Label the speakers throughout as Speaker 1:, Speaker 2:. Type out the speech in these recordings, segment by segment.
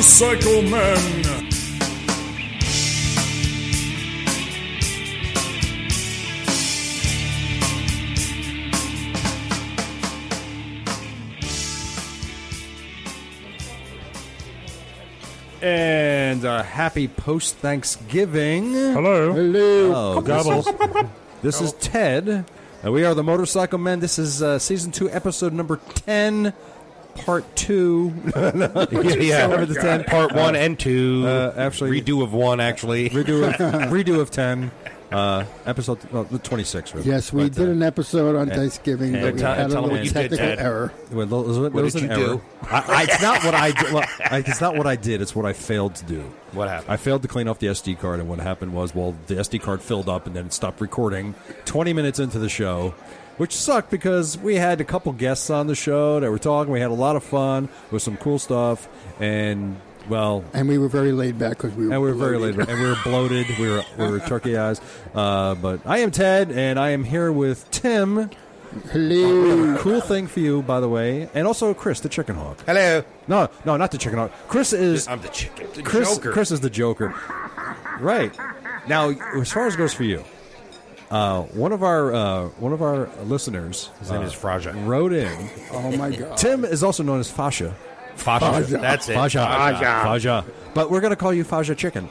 Speaker 1: Psycho Man.
Speaker 2: And a happy post Thanksgiving.
Speaker 3: Hello.
Speaker 2: Oh,
Speaker 3: Gobbles.
Speaker 2: This is Ted. and we are the Motorcycle Men. This is uh, season two, episode number ten, part two.
Speaker 4: Yeah, yeah.
Speaker 2: Number the ten,
Speaker 4: Part one and two.
Speaker 2: uh, actually-
Speaker 4: redo of one actually.
Speaker 2: redo of, redo of ten, uh, episode well, the twenty six. Really.
Speaker 3: Yes, we
Speaker 2: But,
Speaker 3: did
Speaker 2: uh,
Speaker 3: an episode on Thanksgiving,
Speaker 4: and
Speaker 3: but we
Speaker 4: tell-
Speaker 3: had
Speaker 4: and
Speaker 3: a
Speaker 4: tell 'em
Speaker 3: little
Speaker 4: what you did,
Speaker 3: technical
Speaker 4: Ted.
Speaker 3: error.
Speaker 2: Well, there was, there was
Speaker 4: did
Speaker 2: an
Speaker 4: you
Speaker 2: error.
Speaker 4: do?
Speaker 2: I, I, it's not what I did. Well, I, it's not what I did. It's what I failed to do.
Speaker 4: What happened?
Speaker 2: I failed to clean off the SD card, and what happened was, well, the SD card filled up, and then it stopped recording. Twenty minutes into the show, which sucked because we had a couple guests on the show that were talking. We had a lot of fun with some cool stuff, and well,
Speaker 3: And we were very laid back because we were,
Speaker 2: and we were very
Speaker 3: bloated.
Speaker 2: late, and we were bloated. We were we were turkey eyes. Uh, but I am Ted, and I am here with Tim.
Speaker 3: Hello.
Speaker 2: Cool thing for you, by the way, and also Chris, the chicken hawk.
Speaker 4: Hello.
Speaker 2: No, no, not the chicken hawk. Chris is
Speaker 4: I'm the chicken. The
Speaker 2: Chris.
Speaker 4: Joker.
Speaker 2: Chris is the Joker. Right now, as far as goes for you, uh, one of our uh, one of our listeners uh,
Speaker 4: His name is Fraja.
Speaker 2: wrote in.
Speaker 3: Oh my God.
Speaker 2: Tim is also known as Fasha.
Speaker 4: Fasha.
Speaker 3: Faja.
Speaker 4: That's it.
Speaker 2: Faja.
Speaker 4: Faja.
Speaker 2: Faja. But we're going to call you Faja Chicken.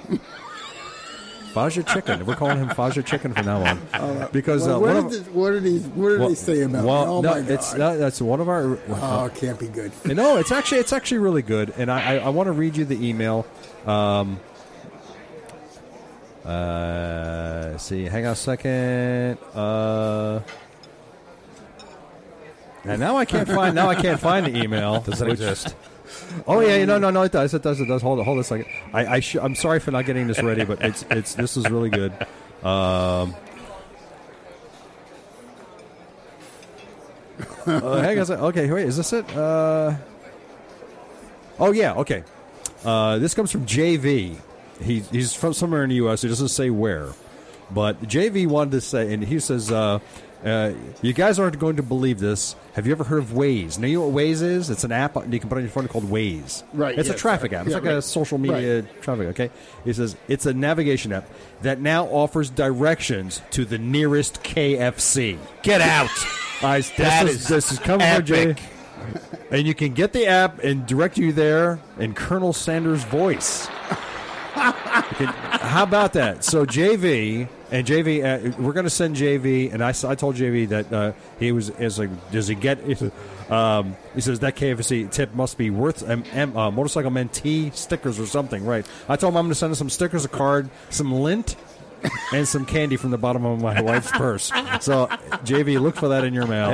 Speaker 2: Faja Chicken. We're calling him Faja Chicken from now on. Because
Speaker 3: Well,
Speaker 2: uh,
Speaker 3: what,
Speaker 2: one
Speaker 3: did
Speaker 2: of,
Speaker 3: this, what did he? What did
Speaker 2: well,
Speaker 3: he say about?
Speaker 2: well,
Speaker 3: me? Oh
Speaker 2: no,
Speaker 3: my God.
Speaker 2: It's, no, that's one of our.
Speaker 3: oh, it can't be good.
Speaker 2: No, it's actually it's actually really good, and I, I, I want to read you the email. Um, uh, let's see, hang on a second. Uh, and now I can't find now I can't find the email. Does
Speaker 4: Doesn't exist.
Speaker 2: Oh yeah, no, no, no, it does, it does, it does. Hold on, hold on a second. I, I sh- I'm sorry for not getting this ready, but it's, it's, this is really good. Um, uh, hang on a sec. Okay, wait, is this it? Uh, oh yeah, okay. Uh, this comes from JV. He, he's from somewhere in the U.S. He doesn't say where, but JV wanted to say, and he says, uh, uh, "You guys aren't going to believe this. Have you ever heard of Waze? Know you know what Waze is? It's an app that you can put on your phone called Waze.
Speaker 3: Right,
Speaker 2: It's a
Speaker 3: yes,
Speaker 2: traffic
Speaker 3: right.
Speaker 2: app. It's
Speaker 3: Yeah,
Speaker 2: like a
Speaker 3: right.
Speaker 2: social media traffic. Okay. He says it's a navigation app that now offers directions to the nearest KFC.
Speaker 4: Get out.
Speaker 2: I,
Speaker 4: That
Speaker 2: this, is,
Speaker 4: is
Speaker 2: this is coming from Jay.
Speaker 4: epic.
Speaker 2: And you can get the app and direct you there in Colonel Sanders' voice. You can- how about that? So JV and JV, uh, we're going to send JV, and I, s- I told JV that uh, he was is like, does he get? he said, Um, he says that KFC tip must be worth um, um, uh, motorcycle men T stickers or something, right? I told him I'm going to send him some stickers, a card, some lint, and some candy from the bottom of my wife's purse. So JV, look for that in your mail.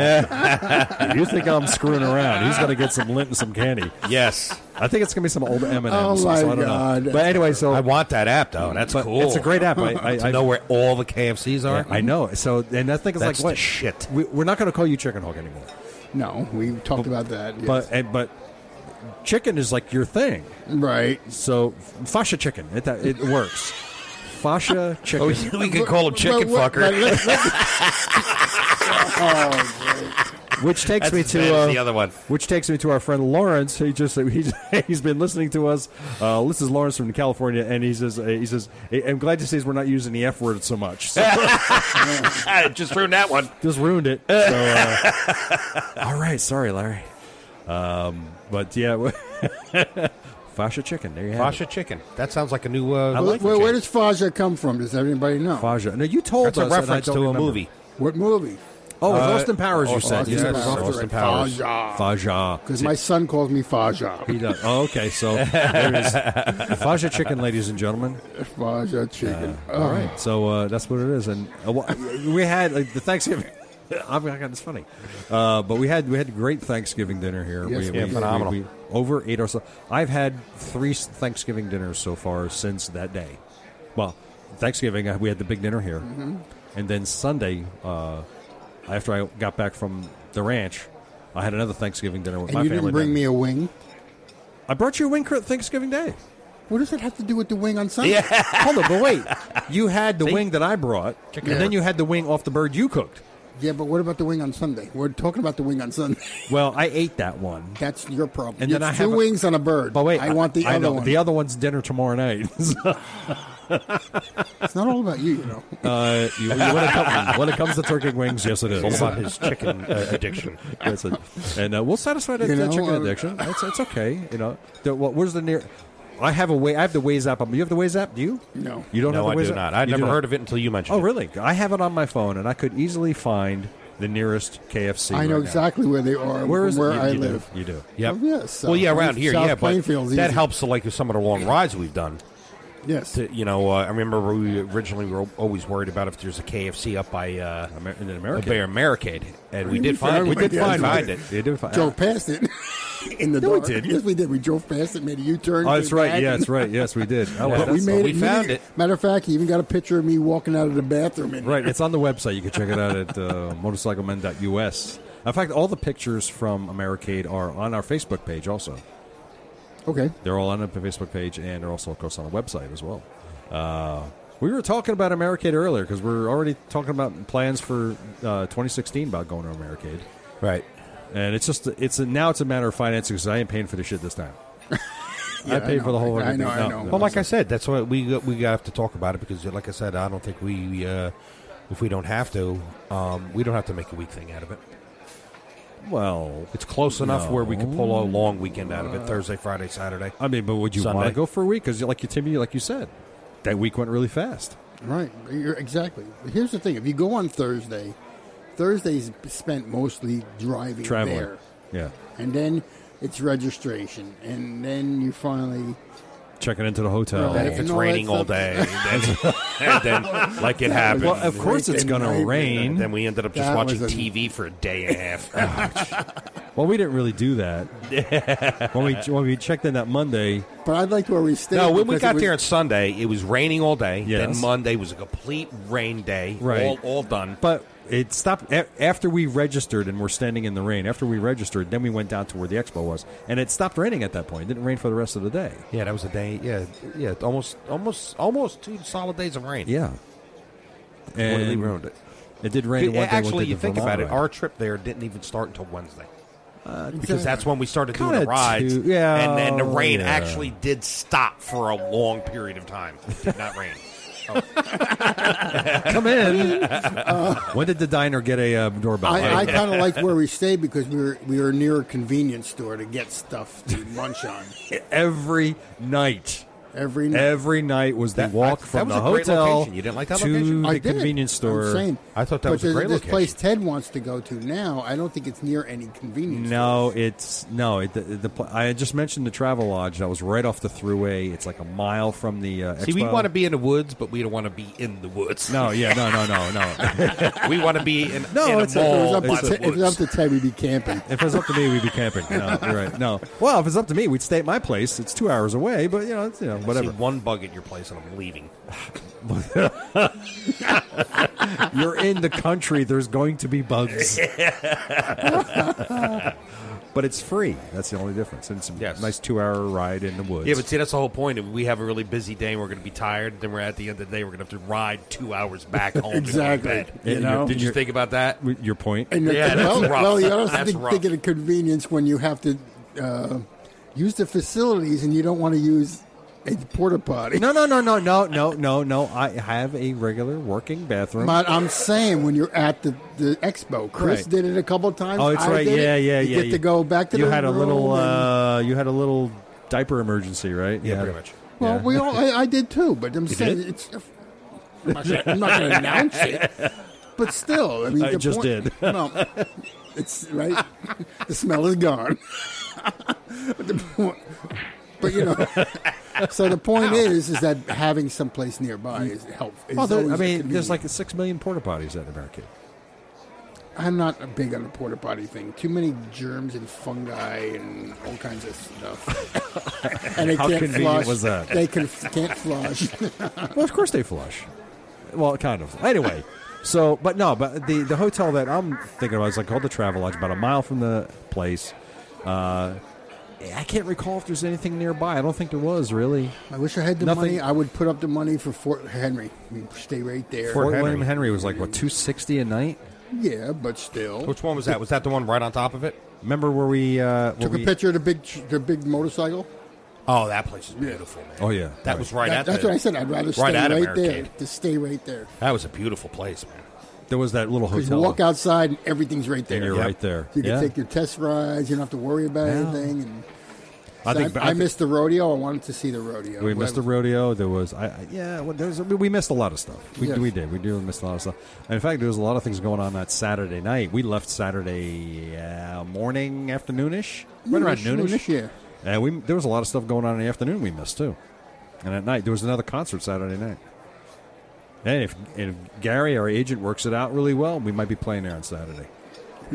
Speaker 2: you think I'm screwing around? He's going to get some lint and some candy.
Speaker 4: Yes.
Speaker 2: I think it's going to be some old M and M's.
Speaker 3: Oh,
Speaker 2: so
Speaker 3: my
Speaker 2: I don't
Speaker 3: God.
Speaker 2: Know. But anyway, so
Speaker 4: I want that app though. That's
Speaker 2: but
Speaker 4: cool.
Speaker 2: It's a great app. I, I,
Speaker 4: to
Speaker 2: I
Speaker 4: know where all the KFCs are.
Speaker 2: I know. So and I think it's
Speaker 4: That's
Speaker 2: like what
Speaker 4: the shit.
Speaker 2: We, we're not going to call you chicken hawk anymore.
Speaker 3: No, we talked about that. yes.
Speaker 2: But and, but chicken is like your thing.
Speaker 3: right.
Speaker 2: So fascia chicken, it it works. Fascia chicken.
Speaker 4: Oh, we could call him chicken
Speaker 3: But what-
Speaker 4: fucker.
Speaker 3: but let's- let's-
Speaker 2: Which takes
Speaker 4: That's
Speaker 2: me
Speaker 4: as
Speaker 2: to
Speaker 4: bad as
Speaker 2: uh,
Speaker 4: the other one.
Speaker 2: Which takes me to our friend Lawrence. He just he's, he's been listening to us. Uh, this is Lawrence from California, and he says uh, he says I'm glad to see we're not using the F word so much. So
Speaker 4: Just ruined that one.
Speaker 2: just ruined it. So, uh, all right, sorry, Larry. Um, but yeah, fascia chicken. There you have
Speaker 4: Fasha chicken. That sounds like a new. Uh,
Speaker 2: like
Speaker 3: where, where does Faja come from? Does everybody know?
Speaker 2: it. Fascia. No, you told
Speaker 4: That's a
Speaker 2: us and I
Speaker 4: reference to
Speaker 2: don't
Speaker 4: a
Speaker 2: remember.
Speaker 4: movie.
Speaker 3: What movie?
Speaker 2: Oh, it's
Speaker 4: Uh,
Speaker 2: Austin Powers. You
Speaker 4: Austin
Speaker 2: said You said
Speaker 4: Powers.
Speaker 2: it was
Speaker 4: Austin Powers.
Speaker 3: Faja.
Speaker 2: Fascia.
Speaker 3: Because my son calls me Faja.
Speaker 2: He does. Oh, okay, so there it is. Fascia chicken, ladies and gentlemen.
Speaker 3: Faja chicken.
Speaker 2: All right, so uh, that's what it is, and uh, wha- we had like, the Thanksgiving. I'm not it's funny, uh, but we had we had great Thanksgiving dinner here.
Speaker 3: Yes,
Speaker 2: we,
Speaker 3: Yeah,
Speaker 2: we,
Speaker 4: phenomenal.
Speaker 2: We, we overate ourselves. I've had three s- Thanksgiving dinners so far since that day. Well, Thanksgiving uh, we had the big dinner here,
Speaker 3: Mm-hmm.
Speaker 2: and then Sunday uh, after I got back from the ranch, I had another Thanksgiving dinner with
Speaker 3: And
Speaker 2: my
Speaker 3: you
Speaker 2: family.
Speaker 3: didn't bring
Speaker 2: down
Speaker 3: me
Speaker 2: there.
Speaker 3: a wing.
Speaker 2: I brought you a wing at Thanksgiving Day.
Speaker 3: What does that have to do with the wing on Sunday?
Speaker 2: Hold on, but wait. You had the wing that I brought,
Speaker 4: Chicken
Speaker 2: and
Speaker 4: liver.
Speaker 2: then you had the wing off the bird you cooked.
Speaker 3: Yeah, but what about the wing on Sunday? We're talking about the wing on Sunday.
Speaker 2: Well, I ate that one.
Speaker 3: That's your problem.
Speaker 2: And then
Speaker 3: It's
Speaker 2: I
Speaker 3: two
Speaker 2: have a-
Speaker 3: wings on a bird.
Speaker 2: But wait,
Speaker 3: I want the other
Speaker 2: know.
Speaker 3: one.
Speaker 2: The other one's dinner tomorrow night. So,
Speaker 3: it's not all about you, you know.
Speaker 2: uh, you- when, it comes, when it comes to turkey wings, yes, it is.
Speaker 4: It's all about his chicken uh, addiction.
Speaker 2: That's it. And uh, we'll satisfy that,
Speaker 3: You
Speaker 2: that
Speaker 3: know,
Speaker 2: chicken
Speaker 3: uh,
Speaker 2: addiction. It's, it's okay. You know, the, what, where's the near? I have a way. I have the Waze app. on- You have the Waze app? Do you?
Speaker 3: No.
Speaker 2: You don't
Speaker 4: No, I
Speaker 2: have the Waze
Speaker 4: do
Speaker 2: app?
Speaker 4: not. I'd
Speaker 2: You do
Speaker 4: never heard of it until you mentioned
Speaker 2: Oh,
Speaker 4: it.
Speaker 2: really? I have it on my phone, and I could easily find the nearest KFC.
Speaker 3: I know
Speaker 2: right now.
Speaker 3: exactly where they are
Speaker 2: Where
Speaker 3: from
Speaker 2: is it?
Speaker 3: where
Speaker 2: You-
Speaker 3: I
Speaker 2: you do.
Speaker 3: live.
Speaker 2: You do.
Speaker 4: Yep.
Speaker 3: Oh, yes,
Speaker 4: well, yeah,
Speaker 3: South
Speaker 4: around
Speaker 3: Plain-
Speaker 4: here,
Speaker 3: South
Speaker 4: yeah, but
Speaker 3: Plainfield's
Speaker 4: that
Speaker 3: easy.
Speaker 4: helps to like some of the long rides we've done.
Speaker 3: Yes.
Speaker 4: To, you know, uh, I remember we originally were always worried about if there's a KFC up by uh,
Speaker 2: Amer- in
Speaker 4: up
Speaker 2: America.
Speaker 4: by Americade, and we did
Speaker 3: We
Speaker 4: find
Speaker 3: found
Speaker 4: it.
Speaker 3: it. We did
Speaker 2: find
Speaker 4: find
Speaker 2: it.
Speaker 4: it.
Speaker 2: They did find
Speaker 3: drove past it in the
Speaker 2: Ah. we
Speaker 3: dark.
Speaker 2: did.
Speaker 3: Yes, we did. We drove past it, made a U-turn.
Speaker 2: Oh, that's
Speaker 3: came
Speaker 2: right.
Speaker 3: back,
Speaker 2: Yeah,
Speaker 3: and-
Speaker 2: that's right. Yes, we did. Oh,
Speaker 4: But
Speaker 2: wow.
Speaker 3: We
Speaker 4: That's-
Speaker 3: made
Speaker 4: we
Speaker 3: it.
Speaker 4: found
Speaker 3: made-
Speaker 4: it.
Speaker 3: Matter of fact, he even got a picture of me walking out of the bathroom. And
Speaker 2: Right, it's on the website. You can check it out at uh, motorcyclemen.us. In fact, all the pictures from Americade are on our Facebook page also.
Speaker 3: Okay.
Speaker 2: They're all on the Facebook page, and they're also, of course, on the website as well. Uh, we were talking about Americade earlier because we're already talking about plans for uh, 2016 about going to Americade,
Speaker 4: Right.
Speaker 2: and it's just it's a, now it's a matter of financing because I ain't paying for the shit this time. I
Speaker 3: I
Speaker 2: paid for the whole.
Speaker 3: know, I
Speaker 2: everything.
Speaker 3: know,
Speaker 2: No,
Speaker 3: I know.
Speaker 2: no.
Speaker 4: Well, like I said, that's why we got- we have to talk about it because, like I said, I don't think we uh, if we don't have to, um, we don't have to make a week thing out of it.
Speaker 2: well,
Speaker 4: It's close enough where we can pull a long weekend out of it: Thursday, Friday, Saturday.
Speaker 3: Uh,
Speaker 2: I mean, but would you
Speaker 4: Sunday.
Speaker 2: want to go for a week? Because, like you, Timmy, like you said, that week went really fast.
Speaker 3: Right. You're, exactly. Here's the thing: if you go on Thursday, Thursday's spent mostly driving
Speaker 2: Traveling,
Speaker 3: there,
Speaker 2: yeah,
Speaker 3: and then it's registration, and then you finally
Speaker 2: checking into the hotel.
Speaker 3: Right.
Speaker 4: If it's
Speaker 3: No,
Speaker 4: raining
Speaker 3: that's
Speaker 4: all
Speaker 3: not-
Speaker 4: day, and then, and then, like it happened,
Speaker 2: Well, of course it's going to
Speaker 3: Right.
Speaker 2: rain.
Speaker 4: then we ended up just
Speaker 3: That
Speaker 4: watching
Speaker 3: was a-
Speaker 4: TV for a day and a half.
Speaker 2: Well, we didn't really do that. when we when we checked in that Monday,
Speaker 3: But I'd like to where we stayed.
Speaker 4: no, when we
Speaker 3: because it
Speaker 4: got
Speaker 3: was-
Speaker 4: there on Sunday, it was raining all day.
Speaker 2: Yes.
Speaker 4: Then Monday was a complete rain day.
Speaker 2: Right.
Speaker 4: all, all done.
Speaker 2: but it stopped a- after we registered and we're standing in the rain. After we registered, then we went down to where the expo was, and it stopped raining at that point. It didn't rain for the rest of the day.
Speaker 4: Yeah, that was a day. Yeah, yeah, almost, almost, almost two solid days of rain.
Speaker 2: Yeah, and
Speaker 4: Completely ruined it.
Speaker 2: It did rain.
Speaker 4: Dude,
Speaker 2: one day,
Speaker 4: actually,
Speaker 2: one day
Speaker 4: you
Speaker 2: the
Speaker 4: think
Speaker 2: Vermont
Speaker 4: about it,
Speaker 2: rain.
Speaker 4: our trip there didn't even start until Wednesday because
Speaker 3: Exactly.
Speaker 4: that's when we started doing
Speaker 2: Kinda
Speaker 4: the rides.
Speaker 2: too- yeah,
Speaker 4: and then the rain
Speaker 2: yeah.
Speaker 4: actually did stop for a long period of time. It did not rain.
Speaker 2: come in.
Speaker 4: Uh,
Speaker 2: when did the diner get a uh, doorbell?
Speaker 3: I, I kind of liked where we stayed because we were we were near a convenience store to get stuff to munch on
Speaker 2: every night.
Speaker 3: every night.
Speaker 2: Every night was the
Speaker 4: That-
Speaker 2: walk
Speaker 4: I- that
Speaker 2: from
Speaker 4: was
Speaker 2: the
Speaker 4: a great
Speaker 2: hotel
Speaker 4: location. You didn't like that
Speaker 2: to
Speaker 4: location?
Speaker 2: the
Speaker 3: I did.
Speaker 2: convenience store.
Speaker 3: I'm saying.
Speaker 4: I thought that
Speaker 3: but
Speaker 4: was a
Speaker 3: there's
Speaker 4: great
Speaker 3: this
Speaker 4: location.
Speaker 3: place Ted wants to go to now. I don't think it's near any convenience.
Speaker 2: No, it's no. It, the, the pl- I had just mentioned the Travel Lodge that was right off the thruway. It's like a mile from the. Uh,
Speaker 4: See, we
Speaker 2: expo.
Speaker 4: want to be in the woods, but we don't want to be in the woods.
Speaker 2: No, yeah, no, no, no, no.
Speaker 4: we want to be in, in
Speaker 2: No, it's
Speaker 4: a
Speaker 2: a-
Speaker 3: If it was
Speaker 4: mall
Speaker 3: up
Speaker 4: by
Speaker 3: to
Speaker 4: the
Speaker 3: Ted- if it was
Speaker 4: woods.
Speaker 3: up to Ted, we'd be camping.
Speaker 2: if it was up to me, we'd be camping. No, you're right. No. Well, if it's up to me, we'd stay at my place. It's two hours away, but you know, it's, you know,
Speaker 4: See,
Speaker 2: whatever.
Speaker 4: one bug at your place, and I'm leaving.
Speaker 2: You're in the country. There's going to be bugs. but it's free. That's the only difference. And it's a
Speaker 4: Yes.
Speaker 2: nice two-hour ride in the woods.
Speaker 4: Yeah, but see, that's the whole point. If we have a really busy day, and we're going to be tired. Then we're at the end of the day, we're going to have to ride two hours back home.
Speaker 3: Exactly.
Speaker 4: To go to bed.
Speaker 3: You
Speaker 2: And
Speaker 3: know?
Speaker 4: Did you think about that?
Speaker 2: your- your point?
Speaker 3: And the-
Speaker 4: Yeah, that's
Speaker 3: well,
Speaker 4: rough.
Speaker 3: well, you also
Speaker 4: That's
Speaker 3: think,
Speaker 4: rough.
Speaker 3: think of convenience when you have to uh, use the facilities and you don't want to use a porta potty.
Speaker 2: No, no, no, no, no, no, no, no. I have a regular working bathroom.
Speaker 3: But I'm saying when you're at the, the expo, Chris
Speaker 2: Right.
Speaker 3: did it a couple times.
Speaker 2: Oh, it's
Speaker 3: I
Speaker 2: right.
Speaker 3: did it.
Speaker 2: Yeah, yeah,
Speaker 3: You
Speaker 2: yeah.
Speaker 3: get to go back to
Speaker 2: you
Speaker 3: the
Speaker 2: had a
Speaker 3: room
Speaker 2: little.
Speaker 3: and-
Speaker 2: Uh, you had a little diaper emergency, right?
Speaker 4: Yeah,
Speaker 2: You had-
Speaker 4: pretty much.
Speaker 3: Well,
Speaker 2: yeah.
Speaker 3: we all I, I did too, but I'm saying
Speaker 2: did?
Speaker 3: it's. I'm not gonna- I'm not going to announce it, but still, I mean,
Speaker 2: I
Speaker 3: the
Speaker 2: just
Speaker 3: point-
Speaker 2: did.
Speaker 3: No, it's right. the smell is gone. but, the point, but you know, so the point is, is that having someplace nearby is helpful.
Speaker 2: Well, there, I mean, there's like six million porta potties at America.
Speaker 3: I'm not big on the porta potty thing. Too many germs and fungi and all kinds of stuff. and they
Speaker 2: How
Speaker 3: can't
Speaker 2: convenient
Speaker 3: flush.
Speaker 2: was that?
Speaker 3: They can, can't flush.
Speaker 2: Well, of course they flush. Well, kind of. Anyway, so but no, but the the hotel that I'm thinking about is like called the Travelodge, about a mile from the place. Uh, I can't recall if there's anything nearby. I don't think there was really.
Speaker 3: I wish I had the
Speaker 2: Nothing-
Speaker 3: money. I would put up the money for Fort Henry. We stay right there.
Speaker 2: Fort
Speaker 4: Henry.
Speaker 2: William Henry was like what two sixty a night.
Speaker 3: Yeah, but still.
Speaker 4: Which one was that? Was that the one right on top of it?
Speaker 2: Remember where we uh, where
Speaker 3: Took a
Speaker 2: we,
Speaker 3: picture of the big tr- the big motorcycle.
Speaker 4: Oh, that place is beautiful, man.
Speaker 2: Oh, yeah.
Speaker 4: that
Speaker 2: Right.
Speaker 4: was right
Speaker 3: That-
Speaker 4: at.
Speaker 3: that's
Speaker 4: the,
Speaker 3: what I said. I'd rather
Speaker 4: right
Speaker 3: stay
Speaker 4: at
Speaker 3: right there.
Speaker 4: Americade.
Speaker 3: To stay right there.
Speaker 4: That was a beautiful place, man.
Speaker 2: There was that little
Speaker 3: Because you
Speaker 2: hotel.
Speaker 3: walk outside and everything's right there.
Speaker 2: and you're
Speaker 4: Yep.
Speaker 2: right there.
Speaker 3: You can
Speaker 2: yeah.
Speaker 3: take your test rides. You don't have to worry about
Speaker 2: Yeah.
Speaker 3: anything. And
Speaker 2: I
Speaker 3: So
Speaker 2: think
Speaker 3: I, missed the rodeo. I wanted to see the rodeo.
Speaker 2: We missed the rodeo. There was, I, I yeah, well, there's, we we missed a lot of stuff. We,
Speaker 3: Yes.
Speaker 2: we did. We do miss a lot of stuff. And in fact, there was a lot of things going on that Saturday night. We left Saturday uh, morning, afternoonish, right around
Speaker 3: Noonish,
Speaker 2: noonish.
Speaker 3: noonish, yeah.
Speaker 2: And we there was a lot of stuff going on in the afternoon. We missed too. And at night, there was another concert Saturday night. And if, and if Gary, our agent, works it out really well, we might be playing there on Saturday.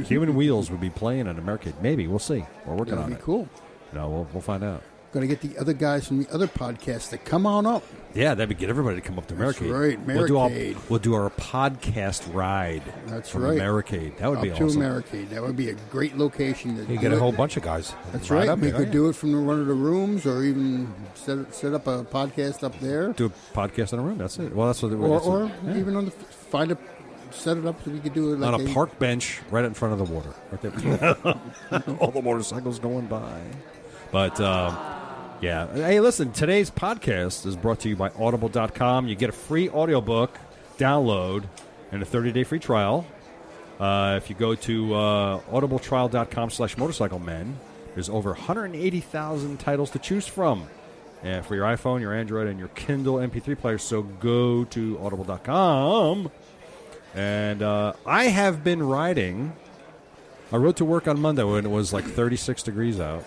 Speaker 2: Human Wheels would be playing at America. Maybe we'll see. We're working
Speaker 3: That'd
Speaker 2: on
Speaker 3: be
Speaker 2: it.
Speaker 3: cool.
Speaker 2: No, we'll, we'll find out.
Speaker 3: Going to get the other guys from the other podcast to come on up.
Speaker 2: Yeah, that'd be get everybody to come up to
Speaker 3: That's
Speaker 2: Americade.
Speaker 3: right,
Speaker 2: We'll do, our,
Speaker 3: Americade.
Speaker 2: we'll do our podcast ride.
Speaker 3: That's
Speaker 2: from
Speaker 3: right.
Speaker 2: Americade. That would
Speaker 3: up
Speaker 2: be
Speaker 3: to
Speaker 2: awesome.
Speaker 3: Americade. That would be a great location. To
Speaker 4: You
Speaker 3: do
Speaker 4: get a
Speaker 3: it.
Speaker 4: whole bunch of guys.
Speaker 3: That's
Speaker 4: Right
Speaker 3: right.
Speaker 4: up
Speaker 3: we
Speaker 4: there.
Speaker 3: could do it from the- one of the rooms, or even set, set up a podcast up there,
Speaker 2: Do a podcast in a room. That's it. Well, that's what.
Speaker 3: or,
Speaker 2: that's what-
Speaker 3: or
Speaker 2: yeah.
Speaker 3: even on the find a set it up so we could do it like
Speaker 2: on a park bench right in front of the water. Right there. All the motorcycles going by. But um, yeah. Hey, listen, today's podcast is brought to you by audible.com. You get a free audiobook download and a 30-day free trial. Uh, if you go to uh, audibletrial.com slash motorcycle men, there's over 180,000 titles to choose from. And for your iPhone, your Android, and your Kindle MP3 player. So go to audible.com and uh, I have been riding. I rode to work on Monday when it was like 36 degrees out.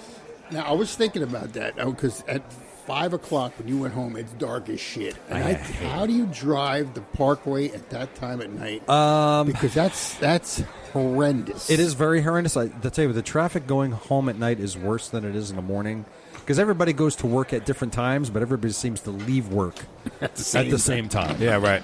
Speaker 3: Now I was thinking about that because at five o'clock when you went home, it's dark as shit. And
Speaker 2: I
Speaker 3: I,
Speaker 2: hate
Speaker 3: how do you drive the Parkway at that time at night? Um, because that's that's horrendous.
Speaker 2: It is very horrendous. I to tell you, the traffic going home at night is worse than it is in the morning because everybody goes to work at different times, but everybody seems to leave work at the same, time.
Speaker 4: Yeah, right.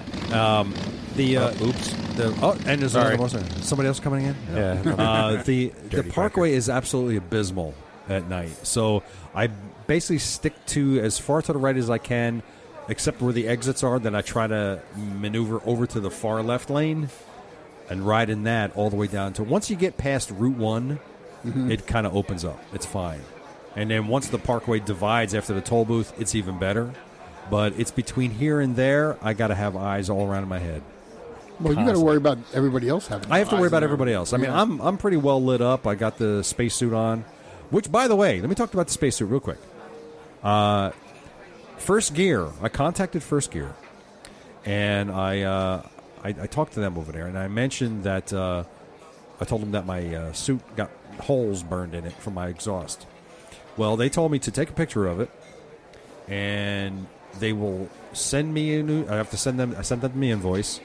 Speaker 2: The uh,
Speaker 4: Oh, oops.
Speaker 2: The, oh, and there's another
Speaker 4: Sorry.
Speaker 2: motorcycle. somebody else coming in.
Speaker 4: Yeah.
Speaker 2: uh, the the
Speaker 4: Dirty
Speaker 2: parkway is absolutely abysmal at night. So I basically stick to as far to the right as I can, except where the exits are. Then I try to maneuver over to the far left lane and ride in that all the way down to. Once you get past Route One, it kind of opens up. It's fine. And then once the parkway divides after the toll booth, it's even better. But it's between here and there. I got to have eyes all around in my head.
Speaker 3: Well, you got to worry about everybody else having.
Speaker 2: I have to worry
Speaker 3: eyes
Speaker 2: about
Speaker 3: around.
Speaker 2: everybody else. I mean,
Speaker 3: Yeah.
Speaker 2: I'm I'm pretty well lit up. I got the spacesuit on, which, by the way, let me talk about the spacesuit real quick. Uh, first gear. I contacted First Gear, and I, uh, I I talked to them over there, and I mentioned that uh, I told them that my uh, suit got holes burned in it from my exhaust. Well, they told me to take a picture of it, and they will send me a new. I have to send them. I sent them the invoice.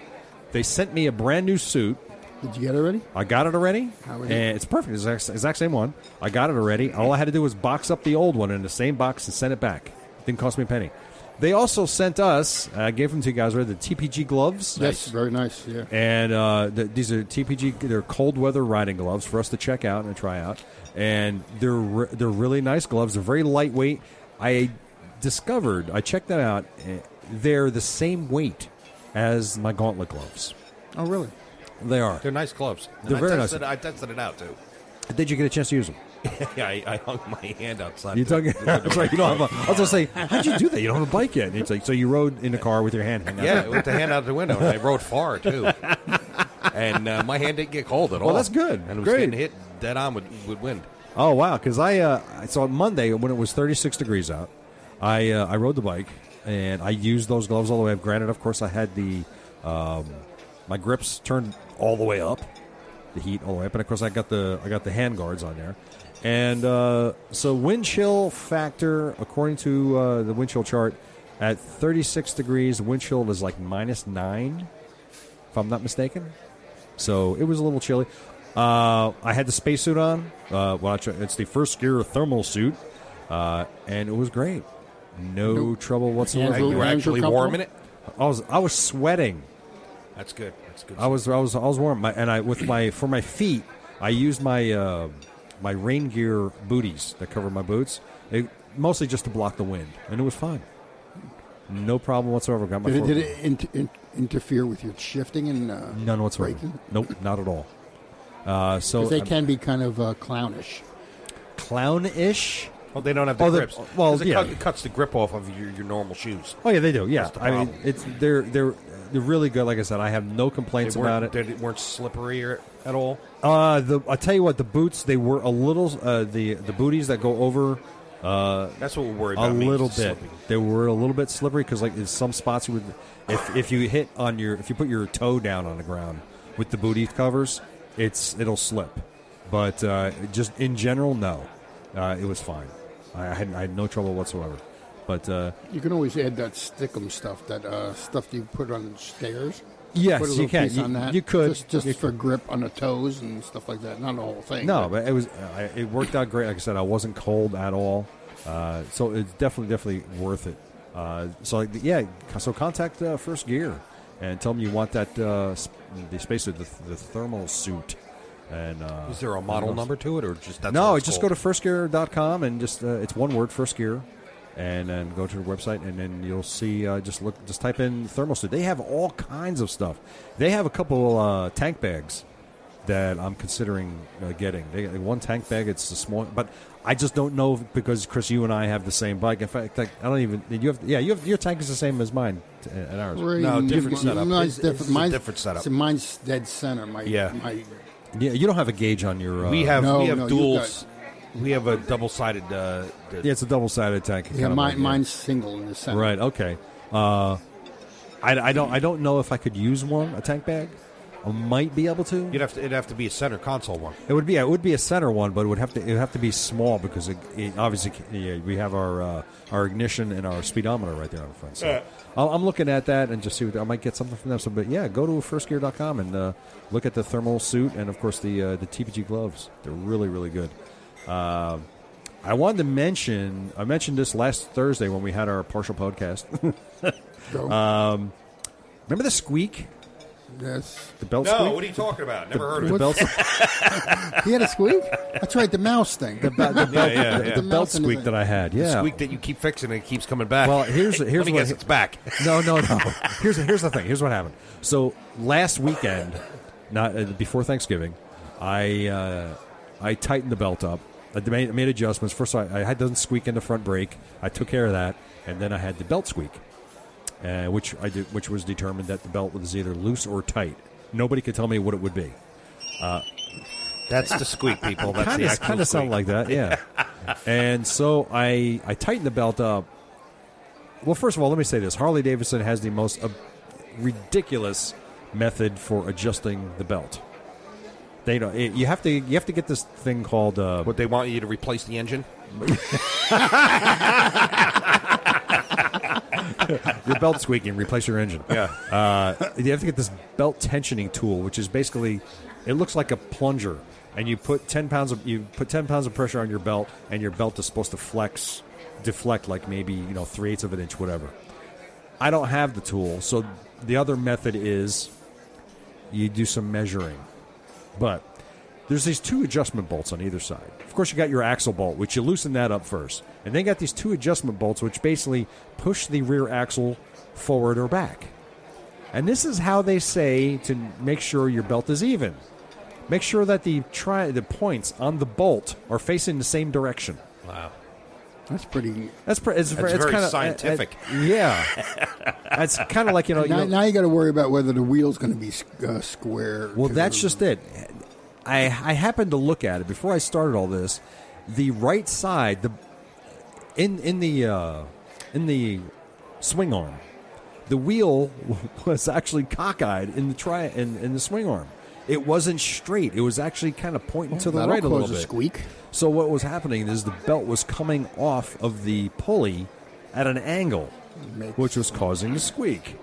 Speaker 2: They sent me a brand new suit.
Speaker 3: Did you get it already?
Speaker 2: I got it already,
Speaker 3: How is
Speaker 2: and
Speaker 3: it?
Speaker 2: it's perfect. It's the exact, exact same one. I got it already. All I had to do was box up the old one in the same box and send it back. didn't cost me a penny. They also sent us. I gave them to you guys. Right, the TPG gloves.
Speaker 3: Yes, very nice. Yeah.
Speaker 2: And uh, th- these are TPG. They're cold weather riding gloves for us to check out and try out. And they're re- they're really nice gloves. They're very lightweight. I discovered. I checked them out. eh, They're the same weight as my gauntlet gloves.
Speaker 3: Oh, really?
Speaker 2: They are.
Speaker 4: They're nice gloves. And
Speaker 2: They're
Speaker 4: I
Speaker 2: very
Speaker 4: tested,
Speaker 2: nice.
Speaker 4: I tested it out too.
Speaker 2: Did you get a chance to use them?
Speaker 4: yeah, I, I hung my hand outside.
Speaker 2: You
Speaker 4: the-
Speaker 2: talking? That's right. You don't have a. I was gonna say, how'd you do that? You don't have a bike yet. And it's like, so you rode in the car with your hand. hanging out.
Speaker 4: Yeah, with the hand out the window, and I rode far too. and uh, my hand didn't get cold at all.
Speaker 2: that's good.
Speaker 4: And it was
Speaker 2: Great.
Speaker 4: getting hit dead on with, with wind.
Speaker 2: Oh wow! Because I uh, I saw Monday when it was 36 degrees out. I uh, I rode the bike and I used those gloves all the way up. Granted, of course, I had the um, my grips turned all the way up, the heat all the way up, and of course, I got the I got the hand guards on there. And uh, so wind chill factor, according to uh, the wind chill chart, at 36 degrees, wind chill is like minus nine, if I'm not mistaken. So it was a little chilly. Uh, I had the spacesuit on. Uh, well, I tr- it's the first gear thermal suit, uh, and it was great. No trouble whatsoever.
Speaker 3: Yeah,
Speaker 4: You were
Speaker 3: Hands were
Speaker 4: actually
Speaker 3: comfortable?
Speaker 4: warm in it.
Speaker 2: I was I was sweating.
Speaker 4: That's good. That's good.
Speaker 2: I was I was I was warm. My, and I with my for my feet, I used my uh, my rain gear booties that cover my boots, They mostly just to block the wind, and it was fine. No problem whatsoever. Got my
Speaker 3: Did it,
Speaker 2: fork
Speaker 3: did
Speaker 2: in.
Speaker 3: it in, in, interfere with your shifting and uh,
Speaker 2: none whatsoever.
Speaker 3: Breaking?
Speaker 2: Nope, not at all. Uh, so
Speaker 3: 'cause they
Speaker 2: um,
Speaker 3: can be kind of uh, clownish.
Speaker 2: clownish.
Speaker 4: Well, they don't have the
Speaker 2: Oh, the-
Speaker 4: grips.
Speaker 2: well,
Speaker 4: 'Cause it,
Speaker 2: yeah.
Speaker 4: cut- it cuts the grip off of your, your normal shoes.
Speaker 2: Oh yeah, they do. Yeah,
Speaker 4: That's the
Speaker 2: I mean,
Speaker 4: problem.
Speaker 2: it's they're they're they're really good. Like I said, I have no
Speaker 4: They
Speaker 2: complaints about
Speaker 4: weren't,
Speaker 2: it.
Speaker 4: they weren't slippery or- at all.
Speaker 2: Uh, the I tell you what, the boots they were a little uh, the the booties that go over uh,
Speaker 4: That's what we're worried
Speaker 2: a
Speaker 4: about. me,
Speaker 2: little bit.
Speaker 4: just slipping.
Speaker 2: They were a little bit slippery because like in some spots you would if if you hit on your if you put your toe down on the ground with the booty covers, it's it'll slip. But uh, just in general, no, uh, it was fine. I, I had I had no trouble whatsoever. But uh,
Speaker 3: You can always add that stickum stuff, that uh, stuff you put on the stairs.
Speaker 2: Yes,
Speaker 3: put a
Speaker 2: you
Speaker 3: little
Speaker 2: can.
Speaker 3: Piece
Speaker 2: You-
Speaker 3: on that.
Speaker 2: you could.
Speaker 3: just, just
Speaker 2: You
Speaker 3: for grip on the toes and stuff like that. Not the whole thing.
Speaker 2: No, but it was uh, it worked out great. Like I said, I wasn't cold at all, uh, so it's definitely definitely worth it. Uh, so like, yeah, so contact uh, First Gear and tell them you want that uh, sp- the space the, the thermal suit. And uh,
Speaker 4: Is there a model number to it, or just that's
Speaker 2: no,
Speaker 4: what
Speaker 2: just
Speaker 4: called?
Speaker 2: go to firstgear.com and just uh, it's one word, First Gear, and then go to the website and then you'll see. Uh, just look, just type in thermal suit. They have all kinds of stuff. They have a couple uh, tank bags that I'm considering uh, getting. They got one tank bag. It's a small, but I just don't know if- because Chris, you and I have the same bike. In fact, like, I don't even. You have yeah, you have your tank is the same as mine t- and ours.
Speaker 3: Pretty
Speaker 4: No, different
Speaker 3: much-
Speaker 4: setup. It's-
Speaker 3: Mine's different.
Speaker 4: it's a
Speaker 3: mine's,
Speaker 4: different setup.
Speaker 3: see, mine's dead center. My
Speaker 4: Yeah.
Speaker 3: My,
Speaker 2: Yeah, you don't have a gauge on your. Uh,
Speaker 4: We have
Speaker 3: No,
Speaker 4: we have
Speaker 3: no, you
Speaker 4: dual.
Speaker 3: got-
Speaker 4: s- We have a double sided. Uh, the-
Speaker 2: Yeah, it's a double sided tank.
Speaker 3: yeah,
Speaker 2: Kinda like,
Speaker 3: mine, mine's single in the center.
Speaker 2: Right. Okay. Uh, I, I don't. I don't know if I could use one a tank bag. I might be able to.
Speaker 4: You'd have to. It'd have to be a center console one.
Speaker 2: It would be. It would be a center one, but it would have to. It would have to be small because it, it obviously ca- yeah, we have our uh, our ignition and our speedometer right there on the front. So I'll, I'm looking at that and just see. What, I might get something from them. So, but yeah, go to firstgear.com and uh, look at the thermal suit and of course the uh, the TPG gloves. They're really really good. Um I wanted to mention. I mentioned this last Thursday when we had our partial podcast.
Speaker 3: Go.
Speaker 2: Uh, Remember the squeak?
Speaker 3: yes.
Speaker 2: The belt squeak?
Speaker 4: are you talking about? Never heard
Speaker 2: The belt,
Speaker 3: He had a squeak? That's right, the mouse thing. The, the,
Speaker 2: the belt,
Speaker 4: yeah,
Speaker 2: the
Speaker 4: yeah.
Speaker 3: The
Speaker 2: belt
Speaker 3: mouse and the
Speaker 2: squeak
Speaker 3: thing.
Speaker 2: that I had. Yeah.
Speaker 4: Squeak that you keep fixing and it keeps coming back.
Speaker 2: Well, here's- here's
Speaker 4: Let me
Speaker 2: what-
Speaker 4: guess, it's back.
Speaker 2: No, no, no. Here's here's the thing. Here's what happened. So last weekend, not uh, before Thanksgiving, I uh, I tightened the belt up. I made, made adjustments. First, I, I had doesn't squeak in the front brake. I took care of that, and then I had the belt squeak, uh, which I did, which was determined that the belt was either loose or tight. Nobody could tell me what it would be.
Speaker 4: That's the squeak, people. That's the
Speaker 2: Kind of,
Speaker 4: actual
Speaker 2: kind of sound
Speaker 4: squeak.
Speaker 2: like that, yeah. and so I, I tightened the belt up. Well, first of all, let me say this: Harley Davidson has the most uh, ridiculous method for adjusting the belt. They don't. It, you have to you have to get this thing called. Uh,
Speaker 4: What they want you to replace the engine?
Speaker 2: your belt squeaking, replace your engine. Yeah. Uh, you have to get this belt tensioning tool, which is basically, it looks like a plunger, and you put ten pounds of you put ten pounds of pressure on your belt, and your belt is supposed to flex, deflect like maybe you know three eighths of an inch, whatever. I don't have the tool, so the other method is you do some measuring, but. There's these two adjustment bolts on either side. Of course, you got your axle bolt, which you loosen that up first. And then you got these two adjustment bolts, which basically push the rear axle forward or back. And this is how they say to make sure your belt is even. Make sure that the tri- the points on the bolt are facing the same direction.
Speaker 4: Wow.
Speaker 3: That's pretty.
Speaker 2: That's pre- it's,
Speaker 4: That's
Speaker 2: it's
Speaker 4: very
Speaker 2: kinda,
Speaker 4: scientific.
Speaker 2: uh, uh, yeah, that's kind of like you know. you
Speaker 3: Now,
Speaker 2: know-
Speaker 3: now you got to worry about whether the wheel's going to be uh, square.
Speaker 2: Well,
Speaker 3: to
Speaker 2: that's
Speaker 3: the-
Speaker 2: just it. I I happened to look at it before I started all this. The right side, the in in the uh, in the swing arm, the wheel was actually cockeyed in the try in, in the swing arm. It wasn't straight. It was actually kind of pointing to the
Speaker 3: That'll
Speaker 2: right a
Speaker 3: cause
Speaker 2: little bit.
Speaker 3: squeak.
Speaker 2: So what was happening is the belt was coming off of the pulley at an angle,
Speaker 3: Makes-
Speaker 2: which was causing the squeak.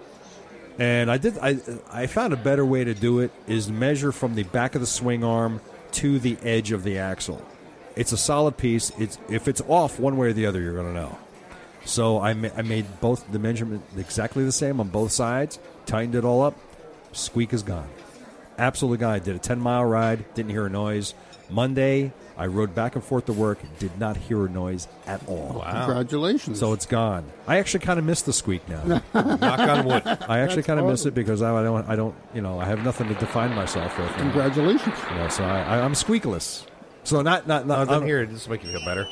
Speaker 2: And I did. I I found a better way to do it is measure from the back of the swing arm to the edge of the axle. It's a solid piece. It's if it's off one way or the other, you're going to know. So I, ma- I made both the measurement exactly the same on both sides. Tightened it all up. Squeak is gone. Absolutely gone. I did a ten mile ride. Didn't hear a noise. Monday, I rode back and forth to work, did not hear a noise at all.
Speaker 3: Congratulations.
Speaker 2: So it's gone. I actually kind of miss the squeak now.
Speaker 4: Knock on wood.
Speaker 2: I actually
Speaker 3: That's
Speaker 2: kind of miss
Speaker 3: awesome.
Speaker 2: it because I I don't, I don't, you know, I have nothing to define myself with. now.
Speaker 3: Congratulations.
Speaker 2: You know, so I, I, I'm squeakless. So not, not,
Speaker 4: I
Speaker 2: not.
Speaker 4: didn't
Speaker 2: I'm-
Speaker 4: hear it. This will make you feel better.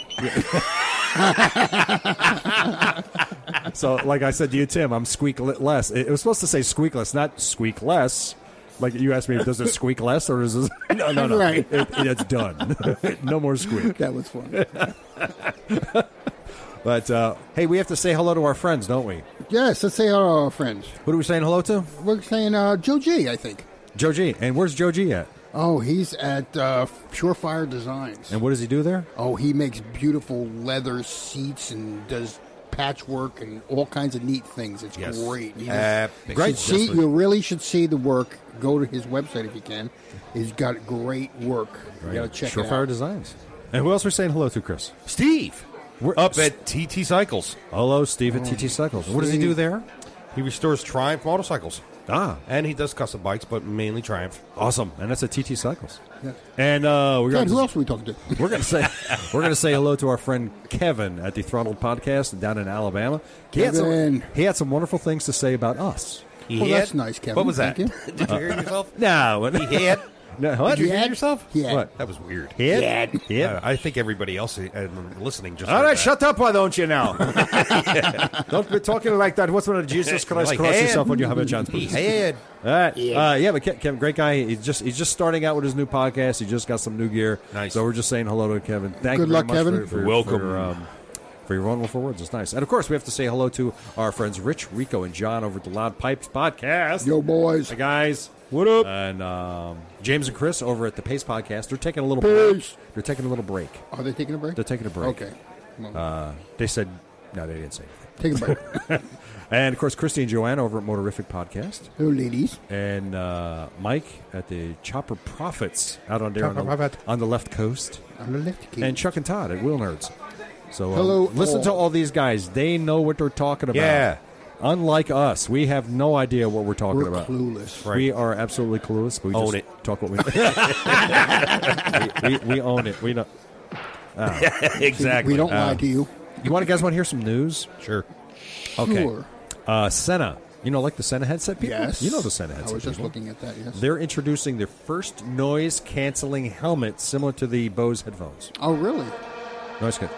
Speaker 2: So, like I said to you, Tim, I'm squeak li- less. It, it was supposed to say squeakless, not squeak less. Like you asked me, does it squeak less or is it? No, no, no.
Speaker 3: Right.
Speaker 2: It, it's done. no more squeak.
Speaker 3: That was fun.
Speaker 2: But uh, hey, we have to say hello to our friends, don't we?
Speaker 3: yes, let's say hello to our friends.
Speaker 2: What are we saying hello to?
Speaker 3: We're saying uh, Joe G, I think.
Speaker 2: Joe G. And where's Joe G at?
Speaker 3: Oh, he's at uh, Surefire Designs.
Speaker 2: And what does he do there?
Speaker 3: Oh, he makes beautiful leather seats and does patchwork and all kinds of neat things. It's
Speaker 4: Yes.
Speaker 3: great. He
Speaker 4: Uh,
Speaker 3: does-
Speaker 4: great.
Speaker 3: should See, you really should see the work. Go to his website if you can. He's got great work. You got to check it
Speaker 2: Surefire
Speaker 3: out.
Speaker 2: Designs. And who else are we saying hello to, Chris?
Speaker 4: Steve,
Speaker 2: We're
Speaker 4: up at TT Cycles.
Speaker 2: hello, Steve
Speaker 3: Oh,
Speaker 2: at TT Cycles. What does he do there?
Speaker 4: He restores Triumph motorcycles,
Speaker 2: Ah,
Speaker 4: and he does custom bikes, but mainly Triumph.
Speaker 2: awesome. And that's at TT Cycles.
Speaker 3: Yeah.
Speaker 2: And uh, we're
Speaker 3: God,
Speaker 2: going
Speaker 3: who else are we talking to?
Speaker 2: We're gonna say we're gonna say hello to our friend Kevin at the Throttled Podcast down in Alabama. He had, some,
Speaker 3: Kevin.
Speaker 2: he had some wonderful things to say about us.
Speaker 4: He
Speaker 3: Well, that's nice, Kevin.
Speaker 4: What was that?
Speaker 3: Thank
Speaker 4: Did you hear yourself?
Speaker 2: No,
Speaker 4: He had.
Speaker 2: no what?
Speaker 4: Did you hear
Speaker 3: had?
Speaker 4: yourself?
Speaker 3: He had.
Speaker 2: What?
Speaker 4: That was weird.
Speaker 2: He had? He had?
Speaker 4: Uh, I think everybody else uh, listening just.
Speaker 2: All
Speaker 4: heard
Speaker 2: right,
Speaker 4: that.
Speaker 2: shut up, why don't you now? don't be talking like that. What's one of Jesus Christ?
Speaker 4: Like
Speaker 2: cross
Speaker 4: that.
Speaker 2: yourself when you have a chance,
Speaker 4: He
Speaker 2: please.
Speaker 4: had.
Speaker 2: All right.
Speaker 3: Yeah.
Speaker 2: Uh, yeah, but Ke- Kevin, great guy. He's just he's just starting out with his new podcast. He just got some new gear.
Speaker 4: Nice.
Speaker 2: So we're just saying hello to Kevin. Thank
Speaker 3: Good
Speaker 2: you very
Speaker 3: luck,
Speaker 2: much
Speaker 3: Kevin.
Speaker 2: For, for,
Speaker 4: Welcome.
Speaker 2: For, um, for your wonderful words. It's nice. And of course, we have to say hello to our friends Rich, Rico, and John over at the Loud Pipes Podcast.
Speaker 3: Yo, boys.
Speaker 2: Hey, guys. What up? And um, James and Chris over at the Pace Podcast. They're taking a little
Speaker 3: Peace.
Speaker 2: break. They're taking a little break.
Speaker 3: Are they taking a break?
Speaker 2: They're taking a break.
Speaker 3: Okay. Well,
Speaker 2: Uh, they said, no, they didn't say anything.
Speaker 3: take a break.
Speaker 2: And of course, Christy and Joanne over at Motorific Podcast.
Speaker 3: Hello, ladies.
Speaker 2: and uh, Mike at the Chopper Profits out on there on
Speaker 4: Chopper
Speaker 2: the,
Speaker 4: Prophet.
Speaker 2: on the left coast,
Speaker 3: On the left, Keith.
Speaker 2: and Chuck and Todd at Wheel Nerds. So um,
Speaker 3: Hello,
Speaker 2: listen to
Speaker 3: all.
Speaker 2: all these guys; they know what they're talking about.
Speaker 4: Yeah.
Speaker 2: unlike us, we have no idea what we're talking
Speaker 3: We're
Speaker 2: about.
Speaker 3: clueless.
Speaker 4: Right.
Speaker 2: We are absolutely clueless. But we
Speaker 4: Own
Speaker 2: just
Speaker 4: it.
Speaker 2: Talk what we, we, we we own it. We know.
Speaker 4: exactly.
Speaker 3: We don't
Speaker 4: Uh,
Speaker 3: lie to you.
Speaker 2: You want guys want to hear some news?
Speaker 4: Sure.
Speaker 2: Oh. Okay.
Speaker 3: Sure.
Speaker 2: Uh, Senna, you know, like the Senna headset people.
Speaker 3: Yes.
Speaker 2: You know the Senna headset.
Speaker 3: I was just
Speaker 2: people.
Speaker 3: looking at that, yes.
Speaker 2: They're introducing their first noise canceling helmet similar to the Bose headphones.
Speaker 3: Oh, really?
Speaker 2: Noise can.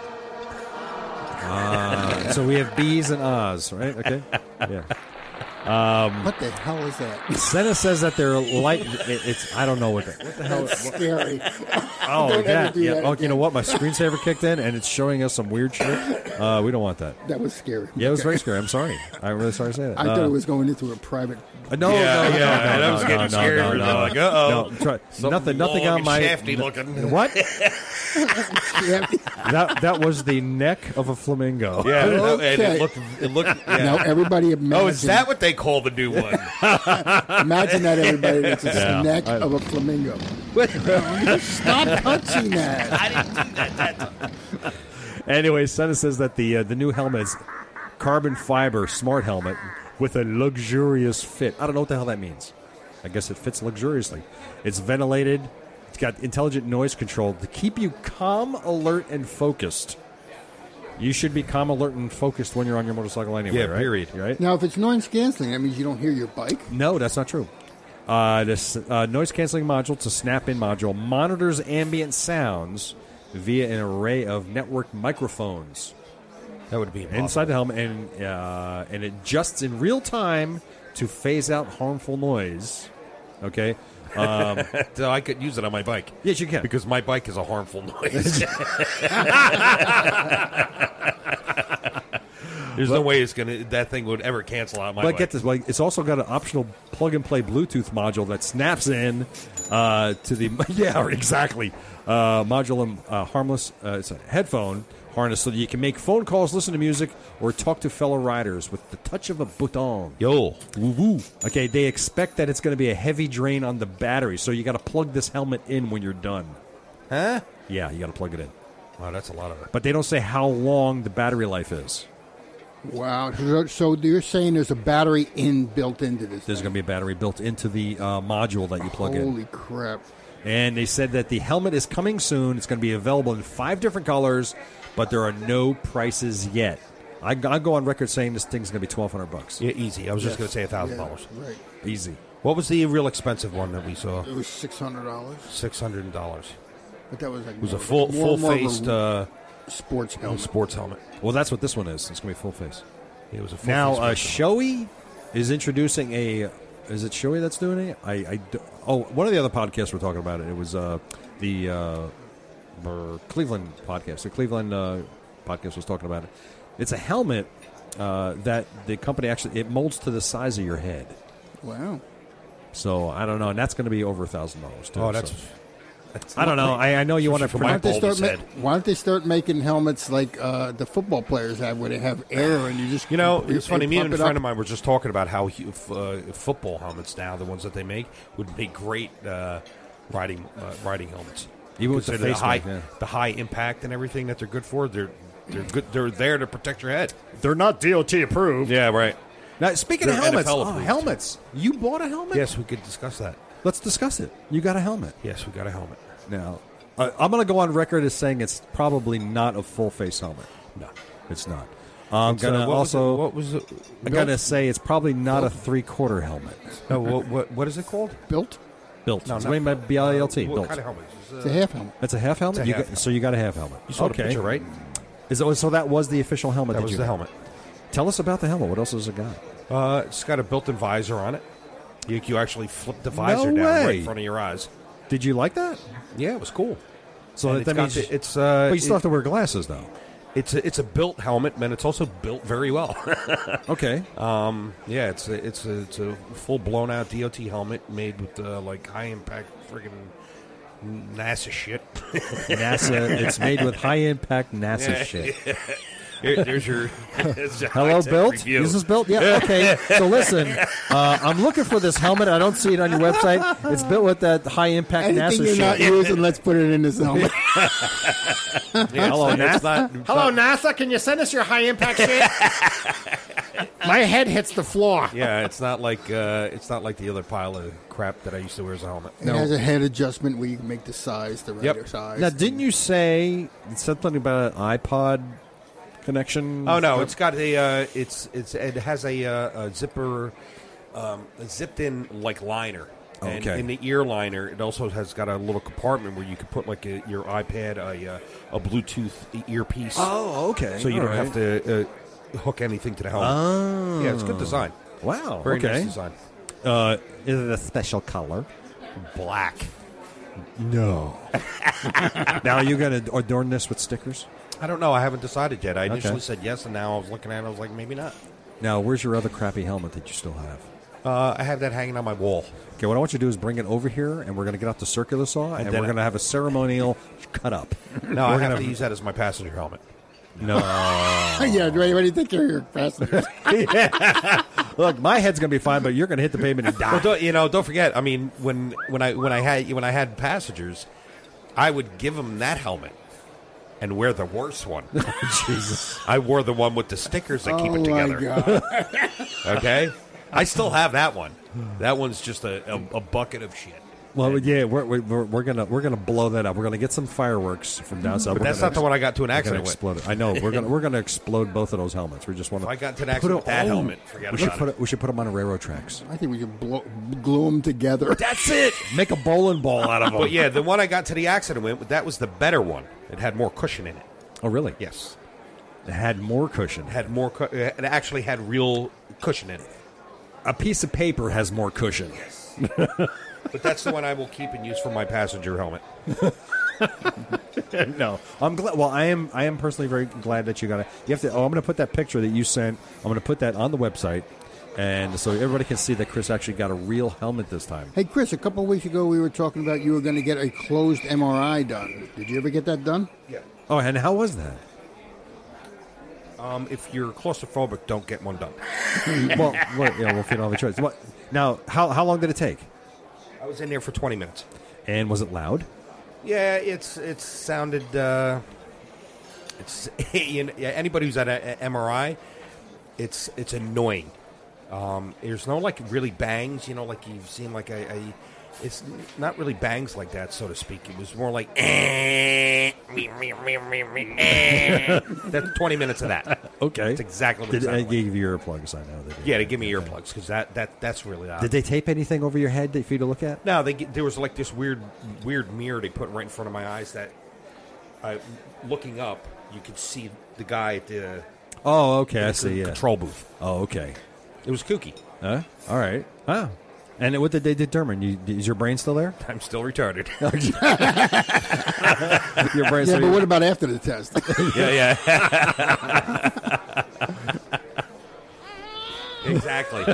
Speaker 2: Ah, so we have bees and ahs, right? Okay. Yeah.
Speaker 3: What the hell is that?
Speaker 2: Senna says that they're light. It, it's I don't know what the, what the hell.
Speaker 3: That's scary.
Speaker 2: Oh,
Speaker 3: Don't ever
Speaker 2: that.
Speaker 3: do
Speaker 2: Yeah.
Speaker 3: that
Speaker 2: oh, you know what? My screensaver kicked in, and it's showing us some weird shit. Uh, we don't want that.
Speaker 3: That was scary.
Speaker 2: Yeah, it was very scary. I'm sorry. I'm really sorry to say that.
Speaker 3: I
Speaker 2: Uh,
Speaker 3: thought it was going into a private.
Speaker 2: No,
Speaker 4: Yeah,
Speaker 2: no,
Speaker 4: yeah,
Speaker 2: no, no,
Speaker 4: that
Speaker 2: no,
Speaker 4: was
Speaker 2: no,
Speaker 4: getting
Speaker 2: no,
Speaker 4: scary
Speaker 2: no,
Speaker 4: for a
Speaker 2: no,
Speaker 4: minute,
Speaker 2: no.
Speaker 4: like, uh-oh.
Speaker 2: No, try-
Speaker 4: Something
Speaker 2: nothing, nothing
Speaker 4: long
Speaker 2: on
Speaker 4: and
Speaker 2: my
Speaker 4: shafty looking.
Speaker 2: What?
Speaker 3: Yeah.
Speaker 2: that that was the neck of a flamingo.
Speaker 4: Yeah. And
Speaker 3: Okay.
Speaker 4: it looked. It looked. Yeah.
Speaker 3: Now everybody imagine.
Speaker 4: Oh, is that what they call the new one?
Speaker 3: Imagine that everybody. It's a
Speaker 2: Yeah.
Speaker 3: neck
Speaker 2: I-
Speaker 3: of a flamingo. Stop touching that.
Speaker 2: Anyway, Senna says that the uh, the new helmet is carbon fiber smart helmet with a luxurious fit. I don't know what the hell that means. I guess it fits luxuriously. It's ventilated. It's got intelligent noise control to keep you calm, alert, and focused. You should be calm, alert, and focused when you're on your motorcycle anyway.
Speaker 4: Yeah,
Speaker 2: right?
Speaker 4: period.
Speaker 2: Right?
Speaker 3: Now, if it's noise canceling, that means you don't hear your bike.
Speaker 2: No, that's not true. Uh, this uh, noise canceling module, it's a snap in module, monitors ambient sounds via an array of network microphones
Speaker 4: That would be
Speaker 2: inside the helmet and, uh, and adjusts in real time to phase out harmful noise. Okay? Um,
Speaker 4: So I could use it on my bike
Speaker 2: yes, you can.
Speaker 4: because my bike is a harmful noise. There's no way it's gonna that thing would ever cancel out my
Speaker 2: But
Speaker 4: bike.
Speaker 2: get this, like it's also got an optional plug and play Bluetooth module that snaps in uh, to the yeah exactly uh, module and uh, harmless uh, it's a headphone harness so that you can make phone calls, listen to music, or talk to fellow riders with the touch of a button.
Speaker 4: Yo,
Speaker 2: Woo woo. Okay, they expect that it's going to be a heavy drain on the battery, so you got to plug this helmet in when you're done.
Speaker 4: huh?
Speaker 2: Yeah, you got to plug it in,
Speaker 4: Wow, that's a lot of it.
Speaker 2: but they don't say how long the battery life is.
Speaker 3: Wow. So, so you're saying there's a battery in built into this?
Speaker 2: There's
Speaker 3: thing.
Speaker 2: going to be a battery built into the uh, module that you plug in.
Speaker 3: Holy crap!
Speaker 2: And they said that the helmet is coming soon. It's going to be available in five different colors, but there are no prices yet. I, I go on record saying this thing's going to be twelve hundred bucks.
Speaker 4: Yeah, easy. I was just going to say a thousand
Speaker 3: Yeah,
Speaker 4: dollars.
Speaker 3: Right.
Speaker 2: Easy.
Speaker 4: What was the real expensive one that we saw?
Speaker 3: It was six hundred dollars,
Speaker 4: Six hundred dollars.
Speaker 3: but that was like
Speaker 4: It was a full full faced uh,
Speaker 3: sports helmet.
Speaker 4: sports helmet.
Speaker 2: Well, that's what this one is. It's going to be full face.
Speaker 4: It was a full
Speaker 2: Now,
Speaker 4: face
Speaker 2: uh,
Speaker 4: sports
Speaker 2: Shoei is introducing a. Is it Shoei that's doing it? I, I d- oh, one of the other podcasts were talking about it. It was uh, the uh, brr, Cleveland podcast. The Cleveland uh, podcast was talking about it. It's a helmet uh, that the company actually it molds to the size of your head.
Speaker 3: Wow.
Speaker 2: So I don't know, and that's going to be over a thousand dollars.
Speaker 4: helmet. Oh, that's
Speaker 2: so. I don't know. I, I know you want to
Speaker 4: for
Speaker 2: promote
Speaker 4: my
Speaker 3: Why don't, they
Speaker 4: bulbous
Speaker 3: start
Speaker 4: head.
Speaker 3: ma- why don't they start making helmets like uh, the football players have, where they have air and you just
Speaker 4: You know,
Speaker 3: you-
Speaker 4: it's funny.
Speaker 3: you
Speaker 4: Me
Speaker 3: pump
Speaker 4: and
Speaker 3: it
Speaker 4: a friend
Speaker 3: up.
Speaker 4: of mine were just talking about how hu- f- uh, football helmets now, the ones that they make, would be great uh, riding uh, riding helmets.
Speaker 2: Even with the
Speaker 4: Consider
Speaker 2: face
Speaker 4: high,
Speaker 2: mask, yeah.
Speaker 4: the high impact and everything that they're good for, they're they're good. They're there to protect your head.
Speaker 1: They're not DOT approved.
Speaker 4: Yeah, right.
Speaker 2: Now, speaking of
Speaker 4: They're
Speaker 2: helmets,
Speaker 4: NFL
Speaker 2: oh,
Speaker 4: approved.
Speaker 2: helmets. You bought a helmet?
Speaker 4: Yes, we could discuss that.
Speaker 2: Let's discuss it. You got a helmet.
Speaker 4: Yes, we got a helmet.
Speaker 2: Now, I I'm going to go on record as saying it's probably not a full face helmet.
Speaker 4: No,
Speaker 2: It's not. I'm
Speaker 4: So
Speaker 2: gonna
Speaker 4: what was it-
Speaker 2: also.
Speaker 4: what was it?
Speaker 2: I'm gonna say it's probably not a three quarter helmet
Speaker 4: No, what, what what is it called?
Speaker 3: built.
Speaker 2: built.
Speaker 4: No,
Speaker 2: it's
Speaker 4: not-
Speaker 2: made by BILT.
Speaker 4: what
Speaker 2: built.
Speaker 4: kind of helmet? Is
Speaker 3: It's a
Speaker 4: it, uh,
Speaker 3: half helmet.
Speaker 2: That's a half helmet.
Speaker 4: It's a
Speaker 2: you
Speaker 4: half
Speaker 2: got,
Speaker 4: helmet.
Speaker 2: So you got a half helmet.
Speaker 4: you saw
Speaker 2: okay.
Speaker 4: the picture, right?
Speaker 2: Is that, so that was the official helmet.
Speaker 4: That
Speaker 2: you
Speaker 4: was the
Speaker 2: got.
Speaker 4: helmet.
Speaker 2: Tell us about the helmet. What else does it got?
Speaker 4: Uh, it's got a built-in visor on it. You, you actually flip the visor down
Speaker 2: way.
Speaker 4: right in front of your eyes.
Speaker 2: Did you like that?
Speaker 4: Yeah, it was cool.
Speaker 2: So
Speaker 4: And
Speaker 2: that,
Speaker 4: it's
Speaker 2: that
Speaker 4: got
Speaker 2: means
Speaker 4: the- it's uh,
Speaker 2: but you still
Speaker 4: it-
Speaker 2: have to wear glasses though.
Speaker 4: It's a, it's a built helmet, man. It's also built very well.
Speaker 2: Okay.
Speaker 4: yeah, it's a, it's a, it's a full blown out DOT helmet made with uh, like high impact friggin' NASA shit.
Speaker 2: NASA. It's made with high impact NASA shit.
Speaker 4: Here- There's your there's your
Speaker 2: Hello,
Speaker 4: high-tech
Speaker 2: built.
Speaker 4: review.
Speaker 2: This is built. Yeah. Okay. So listen, uh, I'm looking for this helmet. I don't see it on your website. It's built with that high impact
Speaker 3: Anything
Speaker 2: NASA
Speaker 3: you're
Speaker 2: shit.
Speaker 3: not using, let's put it in this helmet.
Speaker 4: Yeah, it's
Speaker 1: Hello,
Speaker 4: not- it's
Speaker 1: NASA.
Speaker 4: not- it's
Speaker 1: Hello,
Speaker 4: not-
Speaker 1: NASA. Can you send us your high impact shit? My head hits the floor.
Speaker 4: yeah, it's not like uh, it's not like the other pile of crap that I used to wear as a helmet.
Speaker 3: It has a head adjustment where you can make the size, the
Speaker 4: Yep.
Speaker 3: rider size.
Speaker 2: Now, didn't you say it said something about an iPod connection?
Speaker 4: Oh no, it's got a uh, it's it's it has a, uh, a zipper um, a zipped in like liner. And
Speaker 2: Okay.
Speaker 4: in the ear liner, it also has got a little compartment where you can put like a, your iPad, a, uh, a Bluetooth e-, earpiece,
Speaker 2: Oh, okay.
Speaker 4: so you don't have to uh, hook anything to the helmet.
Speaker 2: Oh.
Speaker 4: Yeah, it's good design.
Speaker 2: Wow.
Speaker 4: Very
Speaker 2: okay.
Speaker 4: nice design.
Speaker 2: Uh, is it a special color?
Speaker 4: Black.
Speaker 2: No. now are you going to adorn this with stickers?
Speaker 4: I don't know. I haven't decided yet. I
Speaker 2: Okay.
Speaker 4: initially said yes, and now I was looking at it. I was like, maybe not.
Speaker 2: Now, where's your other crappy helmet that you still have?
Speaker 4: Uh, I have that hanging on my wall.
Speaker 2: Okay, what I want you to do is bring it over here, and we're going to get out the circular saw, and,
Speaker 4: then
Speaker 2: we're
Speaker 4: I-
Speaker 2: going to have a ceremonial cut up.
Speaker 4: No, I have to use that as my passenger helmet.
Speaker 3: yeah, ready, ready to take care of your passengers.
Speaker 2: Look, my head's going to be fine, but you're going to hit the pavement and
Speaker 4: Well,
Speaker 2: die.
Speaker 4: don't, you know, don't forget. I mean, when when I when I had when I had passengers, I would give them that helmet and wear the worse one.
Speaker 2: Oh, Jesus.
Speaker 4: I wore the one with the stickers that keep
Speaker 3: oh
Speaker 4: it
Speaker 3: my
Speaker 4: together.
Speaker 3: god!
Speaker 4: Okay, I still have that one. That one's just a, a, a bucket of shit.
Speaker 2: Well, yeah, we're, we're, we're- we're gonna we're gonna blow that up. We're gonna get some fireworks from down south.
Speaker 4: But
Speaker 2: We're
Speaker 4: that's
Speaker 2: gonna
Speaker 4: not the one I got to an
Speaker 2: we're gonna
Speaker 4: accident with.
Speaker 2: explode it. I know we're gonna we're gonna explode both of those helmets. We just want
Speaker 4: If
Speaker 2: to.
Speaker 4: I got to an accident with that helmet, forget
Speaker 2: we should
Speaker 4: about
Speaker 2: put
Speaker 4: it.
Speaker 2: it, we should put them on railroad tracks.
Speaker 3: I think we could blow, glue them together.
Speaker 2: That's it. Make a bowling ball out of them.
Speaker 4: But yeah, the one I got to the accident with, that was the better one. It had more cushion in it.
Speaker 2: Oh really?
Speaker 4: Yes,
Speaker 2: It had more cushion.
Speaker 4: it had more. Cu- uh, it actually had real cushion in it.
Speaker 2: A piece of paper has more cushion.
Speaker 4: But that's the one I will keep and use for my passenger helmet.
Speaker 2: no, I'm glad. Well, I am. I am personally very glad that you got it. You have to. Oh, I'm going to put that picture that you sent. I'm going to put that on the website, and so everybody can see that Chris actually got a real helmet this time.
Speaker 3: Hey, Chris, a couple of weeks ago we were talking about you were going to get a closed MRI done. Did you ever get that done?
Speaker 4: Yeah.
Speaker 2: Oh, and how was that?
Speaker 4: Um, if you're claustrophobic, don't get one done.
Speaker 2: well, well, yeah, well, if you don't have a choice. What, now, how, how long did it take?
Speaker 4: I was in there for 20 minutes.
Speaker 2: And was it loud?
Speaker 4: Yeah, it's it's sounded. Uh, it's you know, yeah, anybody who's at a, a MRI, it's it's annoying. Um, there's no like really bangs, you know, like you've seen like a, a it's not really bangs like that, so to speak. It was more like eh, me, me, me, me, me, eh. that's twenty minutes of that.
Speaker 2: Okay.
Speaker 4: That's exactly what it
Speaker 2: Did, I
Speaker 4: sounded like.
Speaker 2: gave you earplugs. I know. They did.
Speaker 4: Yeah, they give me earplugs because that, that that's really loud.
Speaker 2: Did they tape anything over your head that for you to look at?
Speaker 4: No, they get, there was like this weird, weird mirror they put right in front of my eyes that, I, looking up, you could see the guy at the
Speaker 2: Oh, okay. I see. Yeah.
Speaker 4: control booth.
Speaker 2: Oh, okay.
Speaker 4: It was kooky.
Speaker 2: Huh? All right. Huh. And what did they determine? You, is your brain still there?
Speaker 4: I'm still retarded.
Speaker 2: Your brain.
Speaker 3: Yeah,
Speaker 2: so
Speaker 3: but
Speaker 2: you-
Speaker 3: what about after the test?
Speaker 4: yeah, yeah. exactly.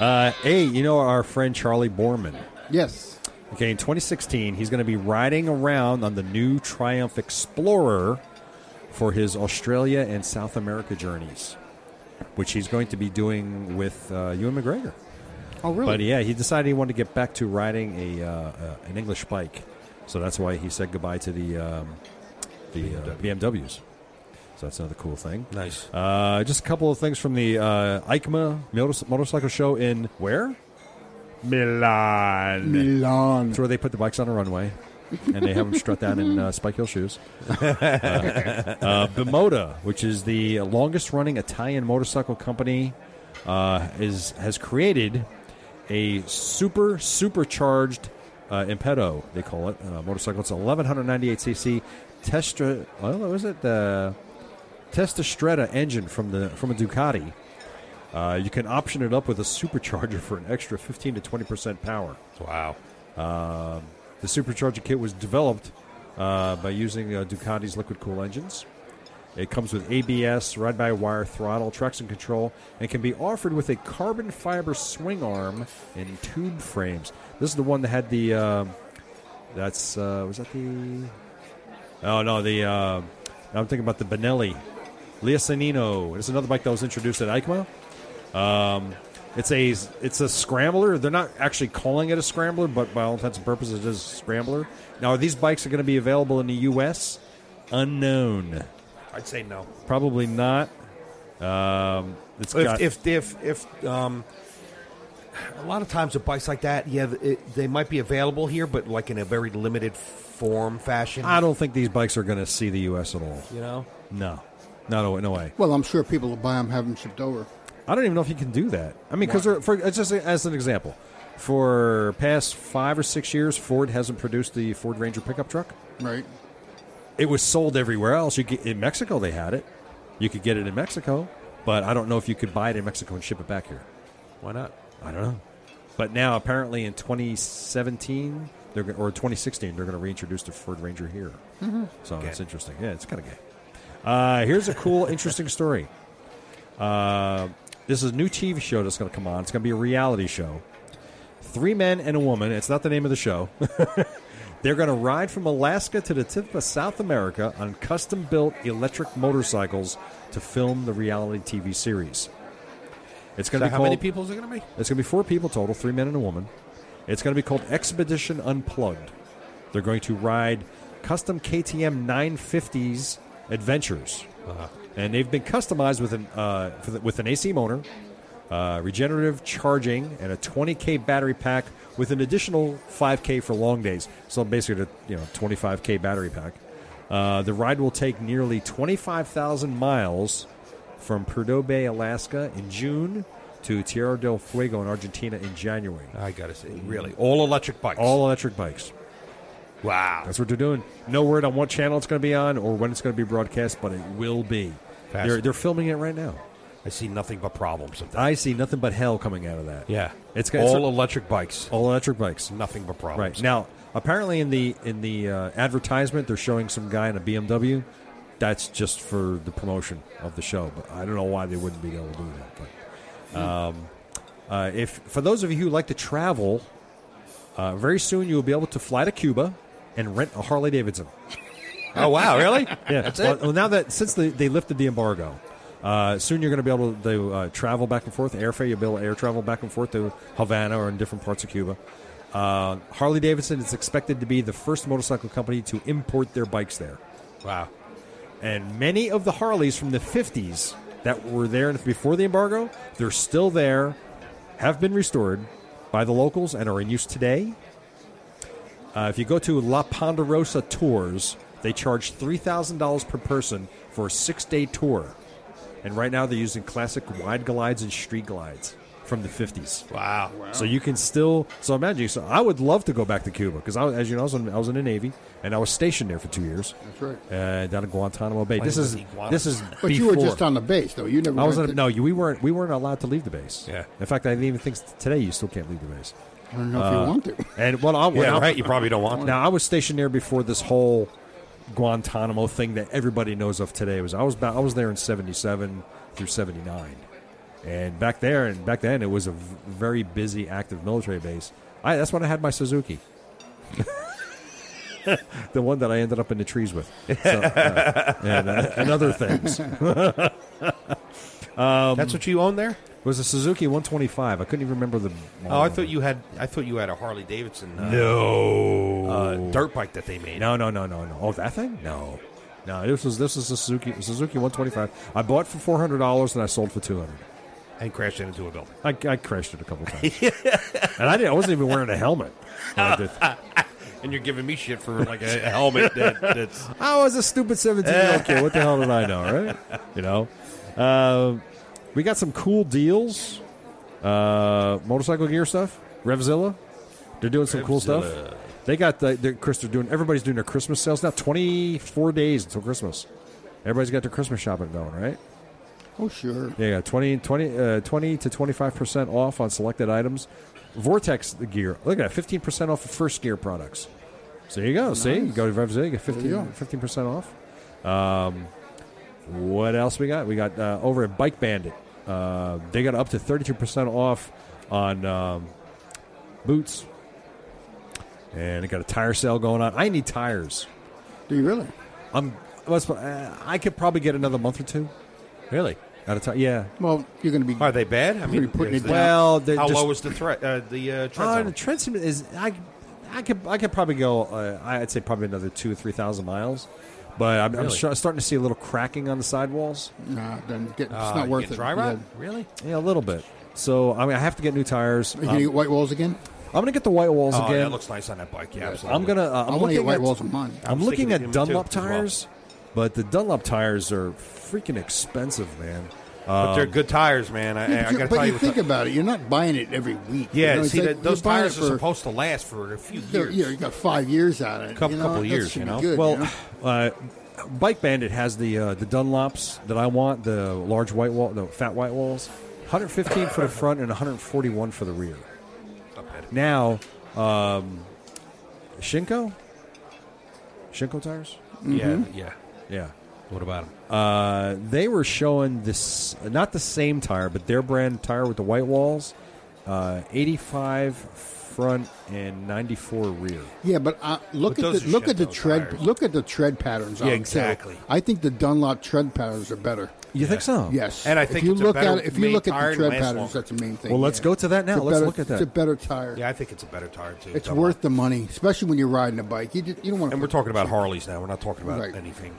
Speaker 2: uh, hey, you know our friend Charlie Borman.
Speaker 3: yes.
Speaker 2: Okay, in 2016, he's going to be riding around on the new Triumph Explorer for his Australia and South America journeys, which he's going to be doing with uh, Ewan McGregor.
Speaker 3: Oh, really?
Speaker 2: But yeah, he decided he wanted to get back to riding a uh, uh, an English bike, so that's why he said goodbye to the um, the Uh, BMWs. So that's another cool thing.
Speaker 4: Nice.
Speaker 2: Uh, just a couple of things from the uh, EICMA motor- motorcycle show in where? Milan.
Speaker 3: Milan.
Speaker 2: It's where they put the bikes on a runway, and they have them strut down in uh, spike heel shoes. Uh, uh, Bimoda, which is the longest-running Italian motorcycle company, uh, is has created a super supercharged uh, Impeto. They call it uh, motorcycle. It's 1198 cc Testra. Well, what was it the Testastretta engine from the from a Ducati? Uh, you can option it up with a supercharger for an extra 15 to 20 percent power.
Speaker 4: Wow.
Speaker 2: The supercharger kit was developed uh, by using uh, Ducati's liquid cool engines. It comes with ABS, ride by wire throttle, traction control, and can be offered with a carbon fiber swing arm and tube frames. This is the one that had the. um that's. Uh, was that the. Oh, no, the. Uh, now I'm thinking about the Benelli. Liacinino. It's another bike that was introduced at EICMA. It's a it's a scrambler. They're not actually calling it a scrambler, but by all intents and purposes, it is a scrambler. Now, are these bikes are going to be available in the U.S.? Unknown.
Speaker 4: I'd say no.
Speaker 2: Probably not. Um, it's got,
Speaker 4: If if if, if um, a lot of times with bikes like that, yeah, it, they might be available here, but like in a very limited form fashion.
Speaker 2: I don't think these bikes are going to see the U.S. at all.
Speaker 4: you know.
Speaker 2: No, not no way.
Speaker 3: Well, I'm sure people will buy them, have them shipped over.
Speaker 2: I don't even know if you can do that. I mean, because for it's just as an example, for past five or six years, Ford hasn't produced the Ford Ranger pickup truck.
Speaker 3: Right.
Speaker 2: it was sold everywhere else. You could, in Mexico they had it. You could get it in Mexico, but I don't know if you could buy it in Mexico and ship it back here.
Speaker 4: Why not?
Speaker 2: I don't know. But now apparently in 2017 they're go- or 2016 they're going to reintroduce the Ford Ranger here. So it's interesting. Yeah, it's kind of gay. Uh, here's a cool, interesting story. Uh, this is a new TV show that's going to come on. It's going to be a reality show. Three men and a woman. It's not the name of the show. They're going to ride from Alaska to the tip of South America on custom built electric motorcycles to film the reality TV series. It's going to be
Speaker 4: how
Speaker 2: called,
Speaker 4: many people is it going to be?
Speaker 2: It's going to be four people total, three men and a woman. It's going to be called Expedition Unplugged. They're going to ride custom KTM 950s adventures, and they've been customized with an uh, for the- with an AC motor, uh, regenerative charging, and a 20k battery pack with an additional 5k for long days. So basically, the you know 25k battery pack. Uh, the ride will take nearly 25,000 miles from Prudhoe Bay, Alaska, in June to Tierra del Fuego in Argentina in January.
Speaker 4: I gotta say, really, all electric bikes.
Speaker 2: All electric bikes.
Speaker 4: wow.
Speaker 2: That's what they're doing. No word on what channel it's going to be on or when it's going to be broadcast, but it will be. They're,
Speaker 4: Fascinating.
Speaker 2: they're filming it right now.
Speaker 4: I see nothing but problems with that.
Speaker 2: I see nothing but hell coming out of that.
Speaker 4: yeah,
Speaker 2: it's got-
Speaker 4: all
Speaker 2: it's a-
Speaker 4: electric bikes.
Speaker 2: all electric bikes.
Speaker 4: Nothing but problems.
Speaker 2: Right now, apparently in the in the uh, advertisement, they're showing some guy in a BMW. That's just for the promotion of the show, but I don't know why they wouldn't be able to do that. But um, uh, if for those of you who like to travel, uh, very soon you will be able to fly to Cuba and rent a Harley Davidson.
Speaker 4: Oh wow, really?
Speaker 2: Yeah.
Speaker 4: That's
Speaker 2: well,
Speaker 4: it?
Speaker 2: well, now that since they, they lifted the embargo, uh, soon you're going to be able to uh, travel back and forth. Airfare, you'll be able to air travel back and forth to Havana or in different parts of Cuba. Uh, Harley Davidson is expected to be the first motorcycle company to import their bikes there,
Speaker 4: Wow.
Speaker 2: and many of the Harleys from the '50s that were there before the embargo, they're still there, have been restored, by the locals and are in use today. Uh, if you go to La Ponderosa Tours, they charge $3,000 per person for a six day tour. And right now they're using classic wide glides and street glides from the 50s.
Speaker 4: Wow.
Speaker 2: So you can still. So imagine. So I would love to go back to Cuba because I, was- as you know, I was, in, I was in the Navy and I was stationed there for two years.
Speaker 3: That's right.
Speaker 2: Uh, down in Guantanamo Bay. This is
Speaker 4: Iguanas.
Speaker 2: this is.
Speaker 3: But you were just on the base, though. You never.
Speaker 2: I was
Speaker 3: went
Speaker 2: on, no. You, we weren't. We weren't allowed to leave the base.
Speaker 4: Yeah.
Speaker 2: In fact, I didn't even think today you still can't leave the base.
Speaker 3: to- I don't know
Speaker 2: Uh,
Speaker 3: if you want to.
Speaker 2: And well, I, when
Speaker 4: Yeah,
Speaker 2: I-
Speaker 4: right. You probably don't want
Speaker 2: Now I was stationed there before this whole Guantanamo thing that everybody knows of today was. I was about, I was there in '77 through '79, and back there and back then it was a v- very busy active military base. I, that's when I had my Suzuki, the one that I ended up in the trees with, so, uh, and, uh, and other things. It
Speaker 4: that. That's what you own there?
Speaker 2: was a Suzuki 125. I couldn't even remember the.
Speaker 4: Oh, I thought you had. I thought you had a Harley Davidson. Uh,
Speaker 2: no
Speaker 4: uh, dirt bike that they made.
Speaker 2: No, no, no, no, no. Oh, that thing? No, no. This was this is a Suzuki Suzuki 125. I bought for four hundred dollars and I sold for two hundred.
Speaker 4: and crashed it into a building.
Speaker 2: I, I crashed it a couple times, and I didn't. I wasn't even wearing a helmet. when I, did.
Speaker 4: And you're giving me shit for like a, a helmet that, that's
Speaker 2: I was a stupid seventeen year old kid. What the hell did I know, right? You know, uh, we got some cool deals. Uh, motorcycle gear stuff. Revzilla, they're doing some cool stuff.
Speaker 4: Revzilla.
Speaker 2: They got the, the Chris. They're doing. Everybody's doing their Christmas sales now. Twenty four days until Christmas. Everybody's got their Christmas shopping going, right?
Speaker 3: Oh sure.
Speaker 2: Yeah, yeah 20, 20, uh, 20 to 25% off on selected items. Vortex gear. Look at that, 15% off of first gear products. So there you go. See? You go to RevZilla, get 15,
Speaker 3: There you go.
Speaker 2: 15% off. Um, what else we got? We got uh, over at Bike Bandit. Uh, they got up to 32% off on um, boots. And they got a tire sale going on. I need tires.
Speaker 3: Do you really?
Speaker 2: I'm, let's- uh, I could probably get another month or two
Speaker 4: really.
Speaker 2: out of time. Yeah.
Speaker 3: Well, you're going to be.
Speaker 4: Are they bad? I mean,
Speaker 3: Pretty putting
Speaker 4: is
Speaker 3: it
Speaker 4: the-
Speaker 3: down.
Speaker 2: Well, they're
Speaker 4: how
Speaker 2: just-
Speaker 4: low is the threat? Uh, the uh, tread
Speaker 2: Uh,
Speaker 4: zone?
Speaker 2: the Trenton is I, I could I could probably go. Uh, I'd say probably another two or three thousand miles, but I'm, I'm
Speaker 4: Really?
Speaker 2: stra- starting to see a little cracking on the sidewalls.
Speaker 3: Nah, then get,
Speaker 4: Uh,
Speaker 3: it's not
Speaker 4: you
Speaker 3: worth
Speaker 4: get
Speaker 3: it.
Speaker 4: Dry
Speaker 3: Yeah.
Speaker 4: rot? Really?
Speaker 2: Yeah, a little bit. So I mean, I have to get new tires.
Speaker 3: Are
Speaker 2: Um,
Speaker 3: you going to get white walls again?
Speaker 2: I'm gonna get the white walls
Speaker 4: Oh,
Speaker 2: again.
Speaker 4: that looks nice on that bike. Yeah, absolutely.
Speaker 2: I'm gonna. Uh,
Speaker 3: I
Speaker 2: I'm
Speaker 3: want to
Speaker 2: looking
Speaker 3: get white
Speaker 2: at,
Speaker 3: walls on mine.
Speaker 2: I'm
Speaker 4: was
Speaker 2: looking
Speaker 4: thinking of
Speaker 2: at
Speaker 4: getting them
Speaker 2: Dunlop
Speaker 4: too, as well.
Speaker 2: tires, but the Dunlop tires are freaking expensive, man.
Speaker 4: But they're good tires, man. I,
Speaker 3: Yeah,
Speaker 4: I
Speaker 3: but
Speaker 4: got
Speaker 3: you,
Speaker 4: to
Speaker 3: but
Speaker 4: tell
Speaker 3: you
Speaker 4: you.
Speaker 3: think
Speaker 4: what the-
Speaker 3: about it. You're not buying it every week.
Speaker 4: yeah,
Speaker 3: you know, it's
Speaker 4: see,
Speaker 3: like
Speaker 4: that,
Speaker 3: you're
Speaker 4: those
Speaker 3: buying it
Speaker 4: tires are
Speaker 3: for-
Speaker 4: supposed to last for a few
Speaker 3: They're-
Speaker 4: years.
Speaker 3: Yeah, you got five years out of it.
Speaker 4: Couple-
Speaker 3: you know,
Speaker 4: couple
Speaker 3: that
Speaker 4: years,
Speaker 3: should
Speaker 4: you
Speaker 3: be
Speaker 4: know?
Speaker 3: Good,
Speaker 2: Well,
Speaker 3: you know?
Speaker 2: uh, Bike Bandit has the uh, the Dunlops that I want, the large white wall, the fat white walls, 115 for the front and 141 for the rear.
Speaker 4: Not bad.
Speaker 2: Now, um, Shinko, Shinko tires,
Speaker 3: Mm-hmm.
Speaker 4: Yeah, yeah.
Speaker 2: yeah.
Speaker 4: What about them?
Speaker 2: Uh, they were showing this not the same tire, but their brand tire with the white walls, uh, 85 front and 94 rear.
Speaker 3: yeah, but uh, look
Speaker 4: But
Speaker 3: at
Speaker 4: those
Speaker 3: the
Speaker 4: are
Speaker 3: look at the
Speaker 4: Shinto
Speaker 3: tread
Speaker 4: tires.
Speaker 3: look at the tread patterns. on
Speaker 4: Yeah,
Speaker 3: them, too.
Speaker 4: exactly.
Speaker 3: I think the Dunlop tread patterns are better.
Speaker 2: You think so?
Speaker 3: Yes,
Speaker 4: And I
Speaker 3: If
Speaker 4: think
Speaker 3: you
Speaker 4: it's a
Speaker 3: look
Speaker 4: better
Speaker 3: at it- if you
Speaker 4: main
Speaker 3: look at
Speaker 4: tire
Speaker 3: the
Speaker 4: and
Speaker 3: tread
Speaker 4: lasts
Speaker 3: patterns,
Speaker 4: longer.
Speaker 3: that's the main thing.
Speaker 2: Well, let's
Speaker 3: yeah.
Speaker 2: go to that now.
Speaker 3: It's a
Speaker 2: Let's
Speaker 3: better-
Speaker 2: look at
Speaker 3: It's a
Speaker 2: that.
Speaker 3: better tire.
Speaker 4: Yeah, I think it's a better tire too.
Speaker 3: It's
Speaker 4: Dunlop.
Speaker 3: worth the money, especially when you're riding a bike. You just, you don't want to.
Speaker 4: And we're talking about Harleys now. We're not talking about
Speaker 3: Right.
Speaker 4: anything.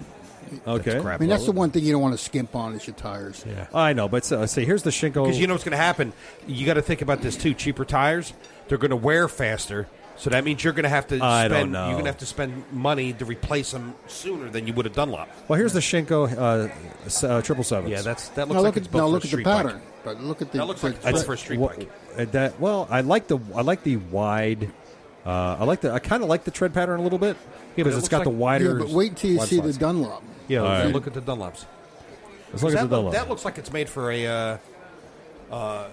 Speaker 2: Okay.
Speaker 4: That's crap
Speaker 3: I mean, that's the
Speaker 4: level.
Speaker 3: one thing you don't want to skimp on is your tires.
Speaker 4: Yeah.
Speaker 2: I know, but so, see, here's the Shinko.
Speaker 4: Because you know what's going to happen. You got to think about this too. Cheaper tires, they're going to wear faster. So that means you're going to have to.
Speaker 2: I
Speaker 4: spend,
Speaker 2: don't know.
Speaker 4: You're going to have to spend money to replace them sooner than you would have Dunlop.
Speaker 2: well, here's the Shinko uh, triple seven.
Speaker 4: Yeah, that's that looks
Speaker 3: Now
Speaker 4: like
Speaker 3: look
Speaker 4: it's
Speaker 3: at
Speaker 4: built
Speaker 3: now
Speaker 4: for
Speaker 3: look
Speaker 4: a
Speaker 3: at the
Speaker 4: street
Speaker 3: pattern,
Speaker 4: Bike.
Speaker 3: but look at the.
Speaker 4: That looks like it's
Speaker 3: the
Speaker 4: built
Speaker 3: tread-
Speaker 4: for a street
Speaker 2: Wha-
Speaker 4: bike.
Speaker 2: uh, that well, I like the I like the wide. Uh, I like the I kind of like the tread pattern a little bit because
Speaker 4: it
Speaker 2: it's
Speaker 4: looks
Speaker 2: got the
Speaker 4: like-
Speaker 2: wider.
Speaker 3: Yeah, but wait till you
Speaker 2: wide
Speaker 3: see the
Speaker 2: spots.
Speaker 3: Dunlop.
Speaker 4: Yeah,
Speaker 2: All right.
Speaker 4: look at the Dunlops.
Speaker 2: As long as
Speaker 4: that,
Speaker 2: it's Dunlop.
Speaker 4: that looks like it's made for a, uh, uh, a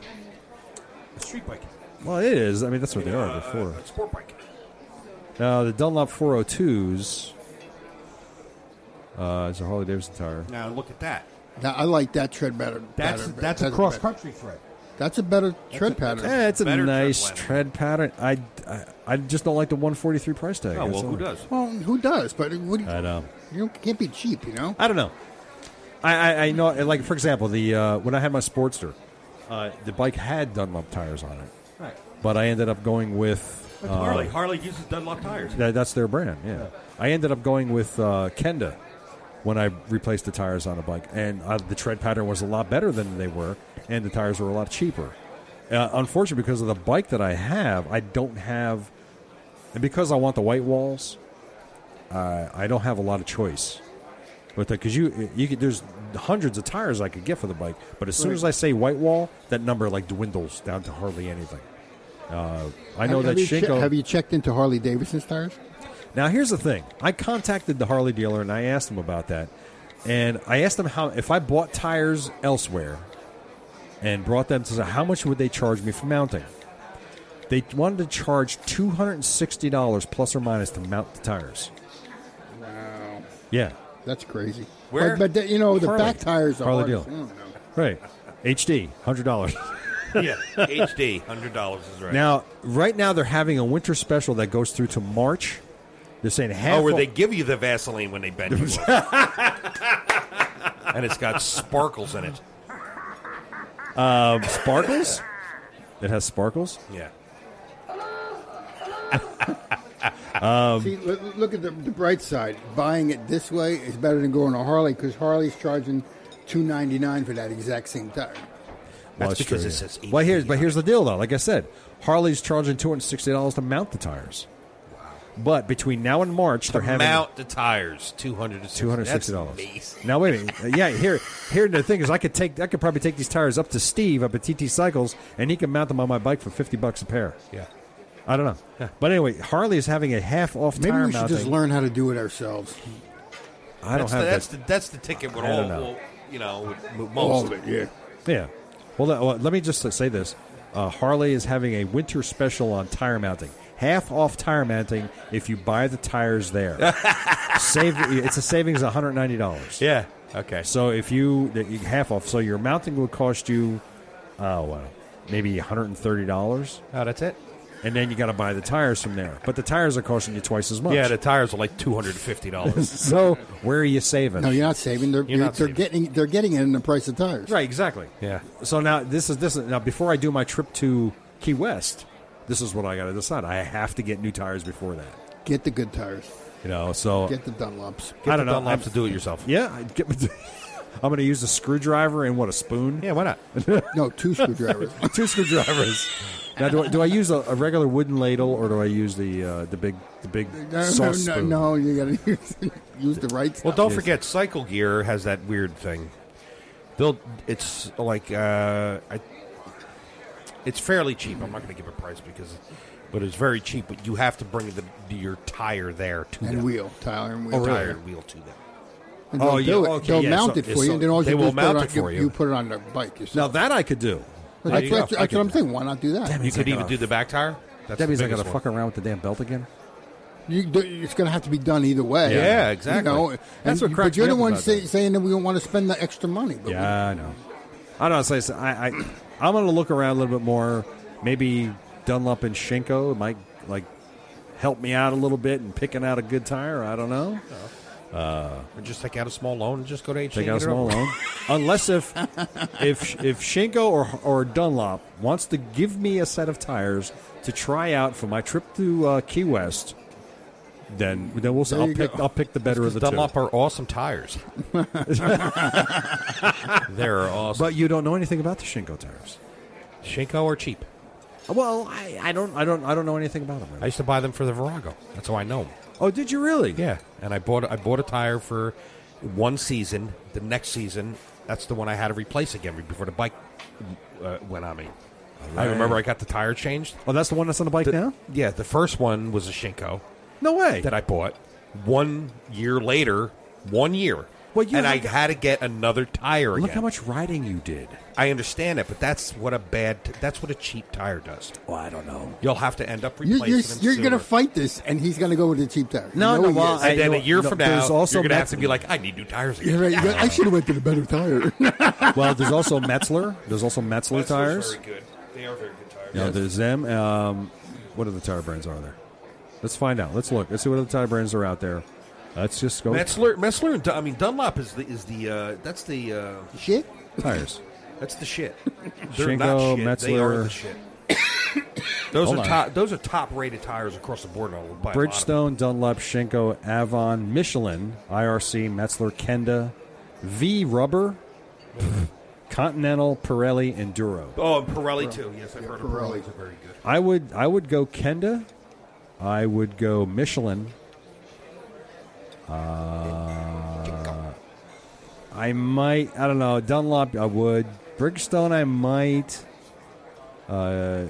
Speaker 4: street bike.
Speaker 2: well, it is. I mean, that's what they are.
Speaker 4: Uh,
Speaker 2: They're for
Speaker 4: a sport bike.
Speaker 2: now the Dunlop 402s. Uh, it's a Harley Davidson tire.
Speaker 4: Now look at that.
Speaker 3: Now, I like that tread pattern.
Speaker 4: That's
Speaker 3: pattern,
Speaker 4: that's, a
Speaker 3: better.
Speaker 4: cross country thread.
Speaker 3: That's a better tread pattern.
Speaker 2: Yeah, Eh, it's a
Speaker 4: Better tread
Speaker 2: nice
Speaker 4: pattern.
Speaker 2: tread pattern. I, I I just don't like the 143 price tag.
Speaker 4: Oh
Speaker 2: That's
Speaker 4: well,
Speaker 2: all.
Speaker 4: who does?
Speaker 3: well, who does? But what do you,
Speaker 2: I know.
Speaker 3: you don't- can't be cheap, you know.
Speaker 2: I don't know. I, I, I know, like for example, the uh, when I had my Sportster, uh, the bike had Dunlop tires on it,
Speaker 4: Right.
Speaker 2: but I ended up going with uh,
Speaker 4: Harley. Harley uses Dunlop tires.
Speaker 2: that, that's their brand. Yeah, I ended up going with uh, Kenda when I replaced the tires on a bike, and uh, the tread pattern was a lot better than they were, and the tires were a lot cheaper. Uh, unfortunately, because of the bike that I have, I don't have, and because I want the white walls, uh, I don't have a lot of choice. But because you, you could, there's hundreds of tires I could get for the bike, but as soon
Speaker 3: Right.
Speaker 2: as I say white wall, that number like dwindles down to hardly anything. Uh, I know
Speaker 3: have,
Speaker 2: that
Speaker 3: you che-
Speaker 2: Shinko.
Speaker 3: have you checked into Harley Davidson's tires?
Speaker 2: Now here's the thing. I contacted the Harley dealer and I asked him about that. And I asked him how if I bought tires elsewhere and brought them to how much would they charge me for mounting? They wanted to charge two hundred and sixty dollars plus or minus to mount the tires.
Speaker 3: Wow,
Speaker 2: Yeah.
Speaker 3: that's crazy.
Speaker 4: Where?
Speaker 3: But, but the, you know the
Speaker 2: Harley.
Speaker 3: back tires are
Speaker 2: Harley deal.
Speaker 3: hard. I don't know.
Speaker 2: Right. HD, hundred dollars.
Speaker 4: yeah, HD, hundred dollars is right.
Speaker 2: Now, right now they're having a winter special that goes through to March. They're saying half.
Speaker 4: oh, where
Speaker 2: off-
Speaker 4: they give you the Vaseline when they bend you, over. and it's got sparkles in it.
Speaker 2: sparkles? It has sparkles.
Speaker 4: Yeah,
Speaker 3: See, look, look at the, the bright side. Buying it this way is better than going to Harley because Harley's charging two ninety nine for that exact same tire.
Speaker 2: Well,
Speaker 4: That's
Speaker 2: it's
Speaker 4: because
Speaker 2: true,
Speaker 4: it
Speaker 2: yeah.
Speaker 4: says
Speaker 2: Well,
Speaker 4: EP
Speaker 2: here's but
Speaker 4: on
Speaker 2: here's the deal though. Like I said, Harley's charging two hundred sixty dollars to mount the tires. But between now and March, they're having
Speaker 4: mount the tires, two hundred to
Speaker 2: two hundred sixty dollars.
Speaker 4: That's amazing.
Speaker 2: Now wait a minute. Uh, Yeah, here here the thing is, I could take I could probably take these tires up to Steve up at TT Cycles, and he can mount them on my bike for fifty bucks a pair.
Speaker 4: Yeah.
Speaker 2: I don't know, but anyway, Harley is having a half off
Speaker 3: Maybe
Speaker 2: tire
Speaker 3: we should
Speaker 2: mounting.
Speaker 3: just learn how to do it ourselves.
Speaker 2: I don't
Speaker 4: that's
Speaker 2: have
Speaker 4: the, that's
Speaker 2: that.
Speaker 4: the that's the ticket with
Speaker 2: I
Speaker 4: all
Speaker 2: don't know.
Speaker 4: well, you know with, with
Speaker 3: All
Speaker 4: most.
Speaker 3: of it, yeah.
Speaker 2: Yeah. Well, let, well, let me just say this. Uh, Harley is having a winter special on tire mounting. Half off tire mounting if you buy the tires there. Save it's a savings of $190.
Speaker 4: Yeah. Okay.
Speaker 2: So if you, that you half off, so your mounting would cost you oh well, maybe $130
Speaker 4: Oh, that's it.
Speaker 2: and then you got to buy the tires from there. But the tires are costing you twice as much.
Speaker 4: Yeah, the tires are like two hundred and fifty dollars.
Speaker 2: so where are you saving?
Speaker 3: No, you're not saving. They're,
Speaker 4: You're not
Speaker 3: they're
Speaker 4: saving.
Speaker 3: getting they're getting it in the price of tires.
Speaker 2: Right, exactly.
Speaker 4: Yeah.
Speaker 2: So now this is this is, now before I do my trip to Key West, this is what I got to decide. I have to get new tires before that.
Speaker 3: Get the good tires.
Speaker 2: You know, so
Speaker 3: Get the Dunlops.
Speaker 2: I don't know. I'm-
Speaker 4: to do it yourself.
Speaker 2: yeah, I'd get, I'm going to use a screwdriver and what a spoon.
Speaker 4: Yeah, why not?
Speaker 3: No, two screwdrivers.
Speaker 2: Two screwdrivers. now, do I, do I use a, a regular wooden ladle or do I use the uh, the big the big
Speaker 3: No, no,
Speaker 2: sauce
Speaker 3: no,
Speaker 2: spoon?
Speaker 3: no, you gotta use, use the right
Speaker 4: Well,
Speaker 3: stuff.
Speaker 4: don't
Speaker 2: Yes.
Speaker 4: forget, Cycle Gear has that weird thing. They'll it's like uh, I, it's fairly cheap. I'm not going to give a price because, but it's very cheap. But you have to bring the your tire there to
Speaker 3: and oh,
Speaker 4: them.
Speaker 3: wheel, Tyler, and wheel.
Speaker 4: Or tire and wheel to them.
Speaker 3: And
Speaker 2: Oh,
Speaker 3: they'll
Speaker 2: yeah,
Speaker 3: do it.
Speaker 2: okay,
Speaker 3: they'll
Speaker 2: yeah,
Speaker 3: mount
Speaker 2: so-
Speaker 3: it for
Speaker 2: so
Speaker 3: you, and then all
Speaker 4: they
Speaker 3: you do
Speaker 4: will
Speaker 3: is put
Speaker 4: mount
Speaker 3: it on,
Speaker 4: it for
Speaker 3: you,
Speaker 4: you.
Speaker 3: put it on the bike yourself.
Speaker 2: Now that I could do.
Speaker 4: there
Speaker 3: that's
Speaker 4: you
Speaker 3: what,
Speaker 4: go.
Speaker 3: that's
Speaker 2: I
Speaker 3: what
Speaker 2: could
Speaker 3: I'm
Speaker 2: do
Speaker 3: saying. Why not do that?
Speaker 2: Damn,
Speaker 4: You could
Speaker 2: I
Speaker 4: even
Speaker 2: gotta-
Speaker 4: do the back tire. That's
Speaker 2: That means
Speaker 4: the
Speaker 2: I got to
Speaker 4: biggest one.
Speaker 2: fuck around with the damn belt again.
Speaker 3: You, do- it's going to have to be done either way.
Speaker 4: Yeah,
Speaker 3: You
Speaker 4: exactly.
Speaker 3: know,
Speaker 4: That's
Speaker 3: and-
Speaker 2: what cracks
Speaker 3: But you're
Speaker 2: me
Speaker 3: the
Speaker 2: up
Speaker 3: one
Speaker 2: about
Speaker 3: say,
Speaker 2: that.
Speaker 3: saying that we don't want to spend the extra money. But we,
Speaker 2: Yeah, I know. I don't know. So I said, I, I, I'm going to look around a little bit more. Maybe Dunlop and Shinko might like help me out a little bit in picking out a good tire. I don't know.
Speaker 4: Or just take out a small loan and just go to HD.
Speaker 2: Take
Speaker 4: and get
Speaker 2: out a
Speaker 4: it over
Speaker 2: small
Speaker 4: with.
Speaker 2: loan, unless if if if Shinko or or Dunlop wants to give me a set of tires to try out for my trip to uh, Key West. Then, then we'll.
Speaker 3: There
Speaker 2: I'll
Speaker 3: you
Speaker 2: pick.
Speaker 3: go.
Speaker 2: I'll pick the better of the
Speaker 4: Dunlop
Speaker 2: two.
Speaker 4: are awesome tires. They're awesome.
Speaker 2: But you don't know anything about the Shinko tires.
Speaker 4: But Shinko are cheap.
Speaker 2: Well, I, I don't. I don't. I don't know anything about them.
Speaker 4: I used to buy them for the Virago. That's how I know them.
Speaker 2: Oh, did you really?
Speaker 4: Yeah, and I bought I bought a tire for one season. The next season, that's the one I had to replace again before the bike uh, went on me. I remember I got the tire changed.
Speaker 2: Oh, that's the one that's on the bike
Speaker 4: The-
Speaker 2: now?
Speaker 4: Yeah, the first one was a Shinko
Speaker 2: No way.
Speaker 4: that I bought. One year later, one year,
Speaker 2: Well, you
Speaker 4: and I
Speaker 2: had-
Speaker 4: had to get another tire
Speaker 2: Look
Speaker 4: again.
Speaker 2: how much riding you did.
Speaker 4: I understand it, but that's what a bad t- that's what a cheap tire does.
Speaker 2: Well, I don't know.
Speaker 4: You'll have to end up
Speaker 3: you,
Speaker 4: replacing
Speaker 3: you're
Speaker 4: them
Speaker 3: you're
Speaker 4: sooner.
Speaker 3: going to fight this, and he's going to go with the cheap tire. You
Speaker 2: No,
Speaker 3: know
Speaker 2: no,
Speaker 3: he
Speaker 2: well,
Speaker 3: is.
Speaker 2: I-
Speaker 4: and then
Speaker 2: you
Speaker 4: a
Speaker 2: know,
Speaker 4: year
Speaker 2: no,
Speaker 4: from
Speaker 2: there's
Speaker 4: now,
Speaker 2: also
Speaker 4: you're going to have
Speaker 2: Metz-
Speaker 4: to be like, I need new tires again.
Speaker 3: You're right. You're- I should have went to the better tire.
Speaker 2: well, there's also Metzler. There's also Metzler
Speaker 4: Metzler's
Speaker 2: tires.
Speaker 4: Very good. They are very good tires.
Speaker 2: You know, there's them. Um, what other tire brands are there? Let's find out. Let's look. Let's see what other tire brands are out there. Let's just go
Speaker 4: Metzler, Metzler, and Dun- I mean Dunlop is the is the uh, that's the uh,
Speaker 3: Shit.
Speaker 2: tires.
Speaker 4: that's the shit. They're
Speaker 2: Shinko,
Speaker 4: not shit. They are
Speaker 2: Metzler.
Speaker 4: the shit. those
Speaker 2: Hold
Speaker 4: are
Speaker 2: on.
Speaker 4: top. Those are top rated tires across the board. On by a lot of them.
Speaker 2: Bridgestone, Dunlop, Shinko, Avon, Michelin, IRC, Metzler, Kenda, V Rubber, Continental, Pirelli, and Duro.
Speaker 4: Oh, and Pirelli too. Yes, I've heard of
Speaker 3: Pirelli.
Speaker 4: Pirelli's are very good.
Speaker 2: I would I would go Kenda. I would go Michelin. Uh, I might I don't know Dunlop. I would Brigstone. I might. Uh,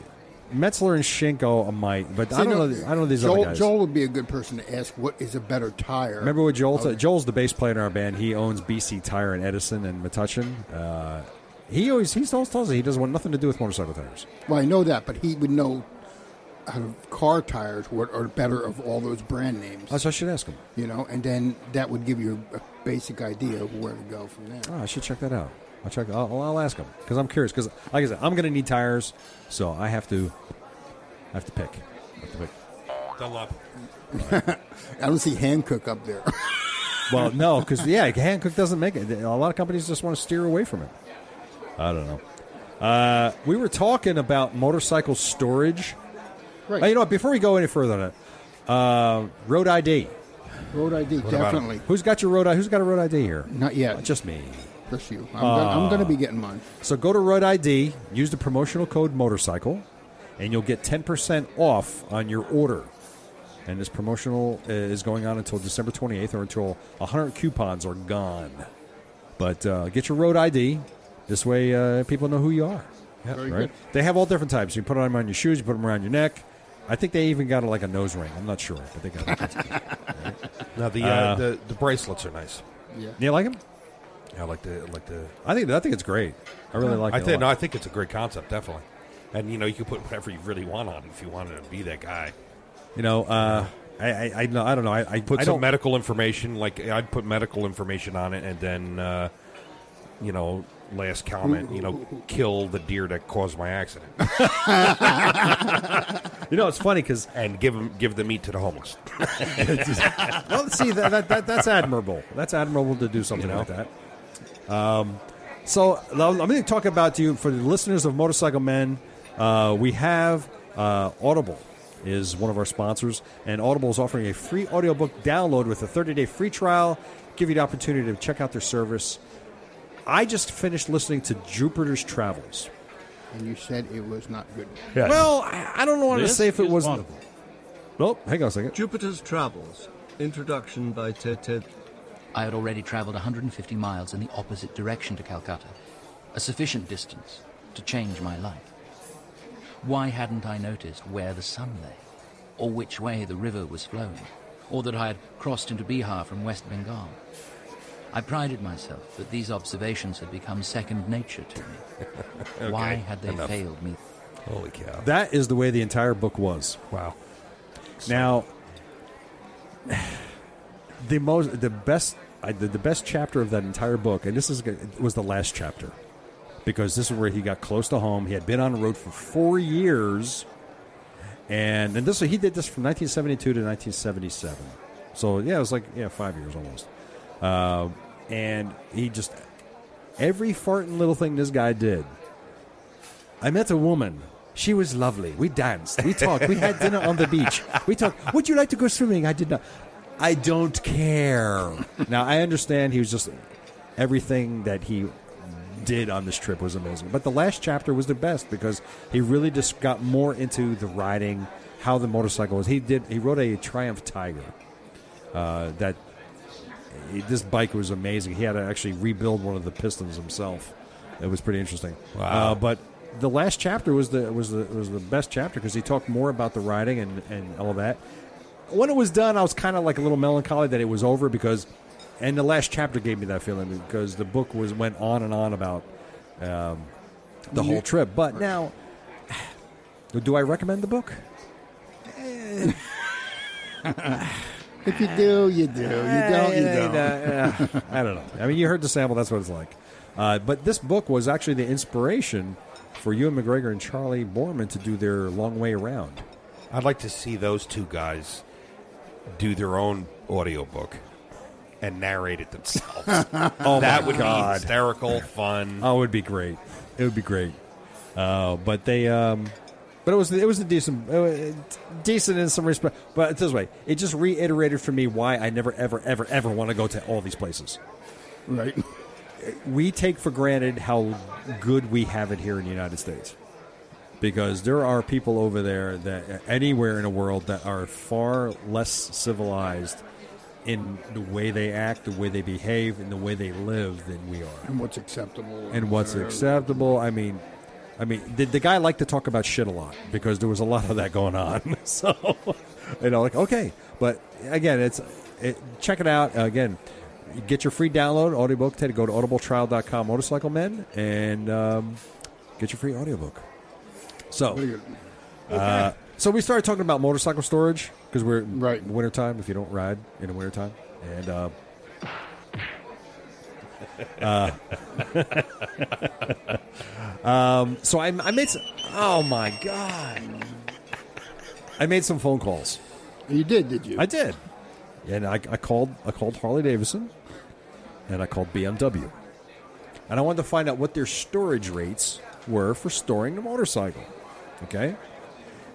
Speaker 2: Metzler and Shinko. I might, but I
Speaker 3: See,
Speaker 2: don't
Speaker 3: no,
Speaker 2: know. I don't know these
Speaker 3: Joel,
Speaker 2: other guys.
Speaker 3: Joel would be a good person to ask what is a better tire.
Speaker 2: Remember what Joel? Joel's the bass player in our band. He owns BC Tire in Edison and Metuchen. Uh, he always he always tells us he doesn't want nothing to do with motorcycle tires.
Speaker 3: Well, I know that, but he would know out of car tires what are better of all those brand names.
Speaker 2: Oh, so I should ask him.
Speaker 3: you know, and then that would give you a basic idea of where to go from there.
Speaker 2: Oh, I should check that out. I'll check. I'll, I'll ask him because I'm curious. Because like I said, I'm going to need tires, so I have to. I have to pick. I have to pick.
Speaker 4: Dunlop.
Speaker 3: I don't see Hancock up there.
Speaker 2: Well, no, because yeah, Hankook doesn't make it. A lot of companies just want to steer away from it. I don't know. Uh, we were talking about motorcycle storage.
Speaker 3: right.
Speaker 2: Oh, you know, what, before we go any further on it, uh, road ID.
Speaker 3: Road ID,
Speaker 4: about
Speaker 3: definitely.
Speaker 2: Who's got your road? ID? Who's got a road ID here?
Speaker 3: Not yet.
Speaker 2: Not just me.
Speaker 3: Just you. I'm, gonna, I'm gonna be getting mine.
Speaker 2: So go to Road ID, use the promotional code motorcycle, and you'll get 10% off on your order. And this promotional uh, is going on until December 28th or until 100 coupons are gone. But uh, get your Road ID. This way uh, people know who you are. Yeah,
Speaker 3: Very good.
Speaker 2: They have all different types. You put them on your shoes, you put them around your neck. I think they even got like a nose ring. I'm not sure, but they got. all kinds of-
Speaker 4: Now the, uh,
Speaker 2: Uh,
Speaker 4: the the bracelets are nice.
Speaker 3: Yeah.
Speaker 2: you like them?
Speaker 4: I like the like the.
Speaker 2: I think I think it's great. I really like.
Speaker 4: I
Speaker 2: it a
Speaker 4: think no,
Speaker 2: lot.
Speaker 4: I think it's a great concept, definitely. And you know, you can put whatever you really want on it if you wanted to be that guy.
Speaker 2: You know, uh, I, I I know I don't know. I, I
Speaker 4: Put
Speaker 2: I
Speaker 4: some
Speaker 2: don't-
Speaker 4: medical information, like I'd put medical information on it, and then uh, you know, last comment, you know, kill the deer that caused my accident,
Speaker 2: You know, it's funny because
Speaker 4: and give 'em- give the meat to the homeless.
Speaker 2: well, see that, that, that that's admirable. That's admirable to do something
Speaker 4: You know?
Speaker 2: like that. Um, so now I'm going to talk about you for the listeners of Motorcycle Men. Uh, we have uh, Audible is one of our sponsors, and Audible is offering a free audiobook download with a 30 day free trial. Give you the opportunity to check out their service. I just finished listening to Jupiter's Travels.
Speaker 3: And you said it was not good.
Speaker 2: Well, I, I don't know what to
Speaker 5: This
Speaker 2: say if it
Speaker 5: is
Speaker 2: was.
Speaker 5: Audible.
Speaker 2: Nope. Hang on a second.
Speaker 6: Jupiter's Travels. Introduction by Ted Ted.
Speaker 7: I had already traveled 150 miles in the opposite direction to Calcutta, a sufficient distance to change my life. Why hadn't I noticed where the sun lay, or which way the river was flowing, or that I had crossed into Bihar from West Bengal? I prided myself that these observations had become second nature to me. Why had they
Speaker 4: enough.
Speaker 7: failed me?
Speaker 4: Holy cow!
Speaker 2: That is the way the entire book was.
Speaker 4: Wow.
Speaker 2: Now, the most, the best, I, the, the best chapter of that entire book, and this is g- was the last chapter, because this is where he got close to home. He had been on the road for four years, and and this he did this from 1972 to 1977. So yeah, it was like yeah, five years almost. Uh, and he just every farting little thing this guy did. I met a woman. She was lovely. We danced. We talked. We had dinner on the beach. We talked. Would you like to go swimming? I did not. I don't care. Now I understand he was just everything that he did on this trip was amazing. But the last chapter was the best because he really just got more into the riding, how the motorcycle was. He did. He rode a Triumph Tiger. Uh, that this bike was amazing. He had to actually rebuild one of the pistons himself. It was pretty interesting.
Speaker 4: Wow.
Speaker 2: Uh, but the last chapter was the was the was the best chapter because he talked more about the riding and and all that. When it was done, I was kind of like a little melancholy that it was over because, and the last chapter gave me that feeling because the book was went on and on about um, the whole trip. But now, do I recommend the book?
Speaker 3: If you do, you do. You don't, you don't.
Speaker 2: Uh, I don't know. I mean, you heard the sample. That's what it's like. Uh, but this book was actually the inspiration for Ewan McGregor and Charlie Borman to do their Long Way Around.
Speaker 4: I'd like to see those two guys do their own audiobook and narrate it themselves.
Speaker 2: Oh
Speaker 4: that
Speaker 2: my
Speaker 4: would be
Speaker 2: God!
Speaker 4: hysterical fun.
Speaker 2: Oh, it would be great. It would be great. Uh, but they, um, but it was it was a decent, it was decent in some respect. But it's this way, it just reiterated for me why I never, ever, ever, ever want to go to all these places.
Speaker 3: Right.
Speaker 2: we take for granted how good we have it here in the United States. Because there are people over there that anywhere in the world that are far less civilized in the way they act, the way they behave, and the way they live than we are
Speaker 3: and what's acceptable
Speaker 2: and what's acceptable. I mean, I mean, the, the guy liked to talk about shit a lot because there was a lot of that going on. So, you know, like okay, but again, it's it, check it out again. Get your free download audiobook. Ted, go to audibletrial.com, motorcycle men, and um, get your free audiobook. So, uh, so we started talking about motorcycle storage because we're
Speaker 3: Right.
Speaker 2: wintertime. If you don't ride in the wintertime, and uh, uh, um, So I, I made some. Oh my god! I made some phone calls.
Speaker 3: You did, did you?
Speaker 2: I did, and I, I called. I called Harley Davidson, and I called BMW, and I wanted to find out what their storage rates were for storing the motorcycle. Okay.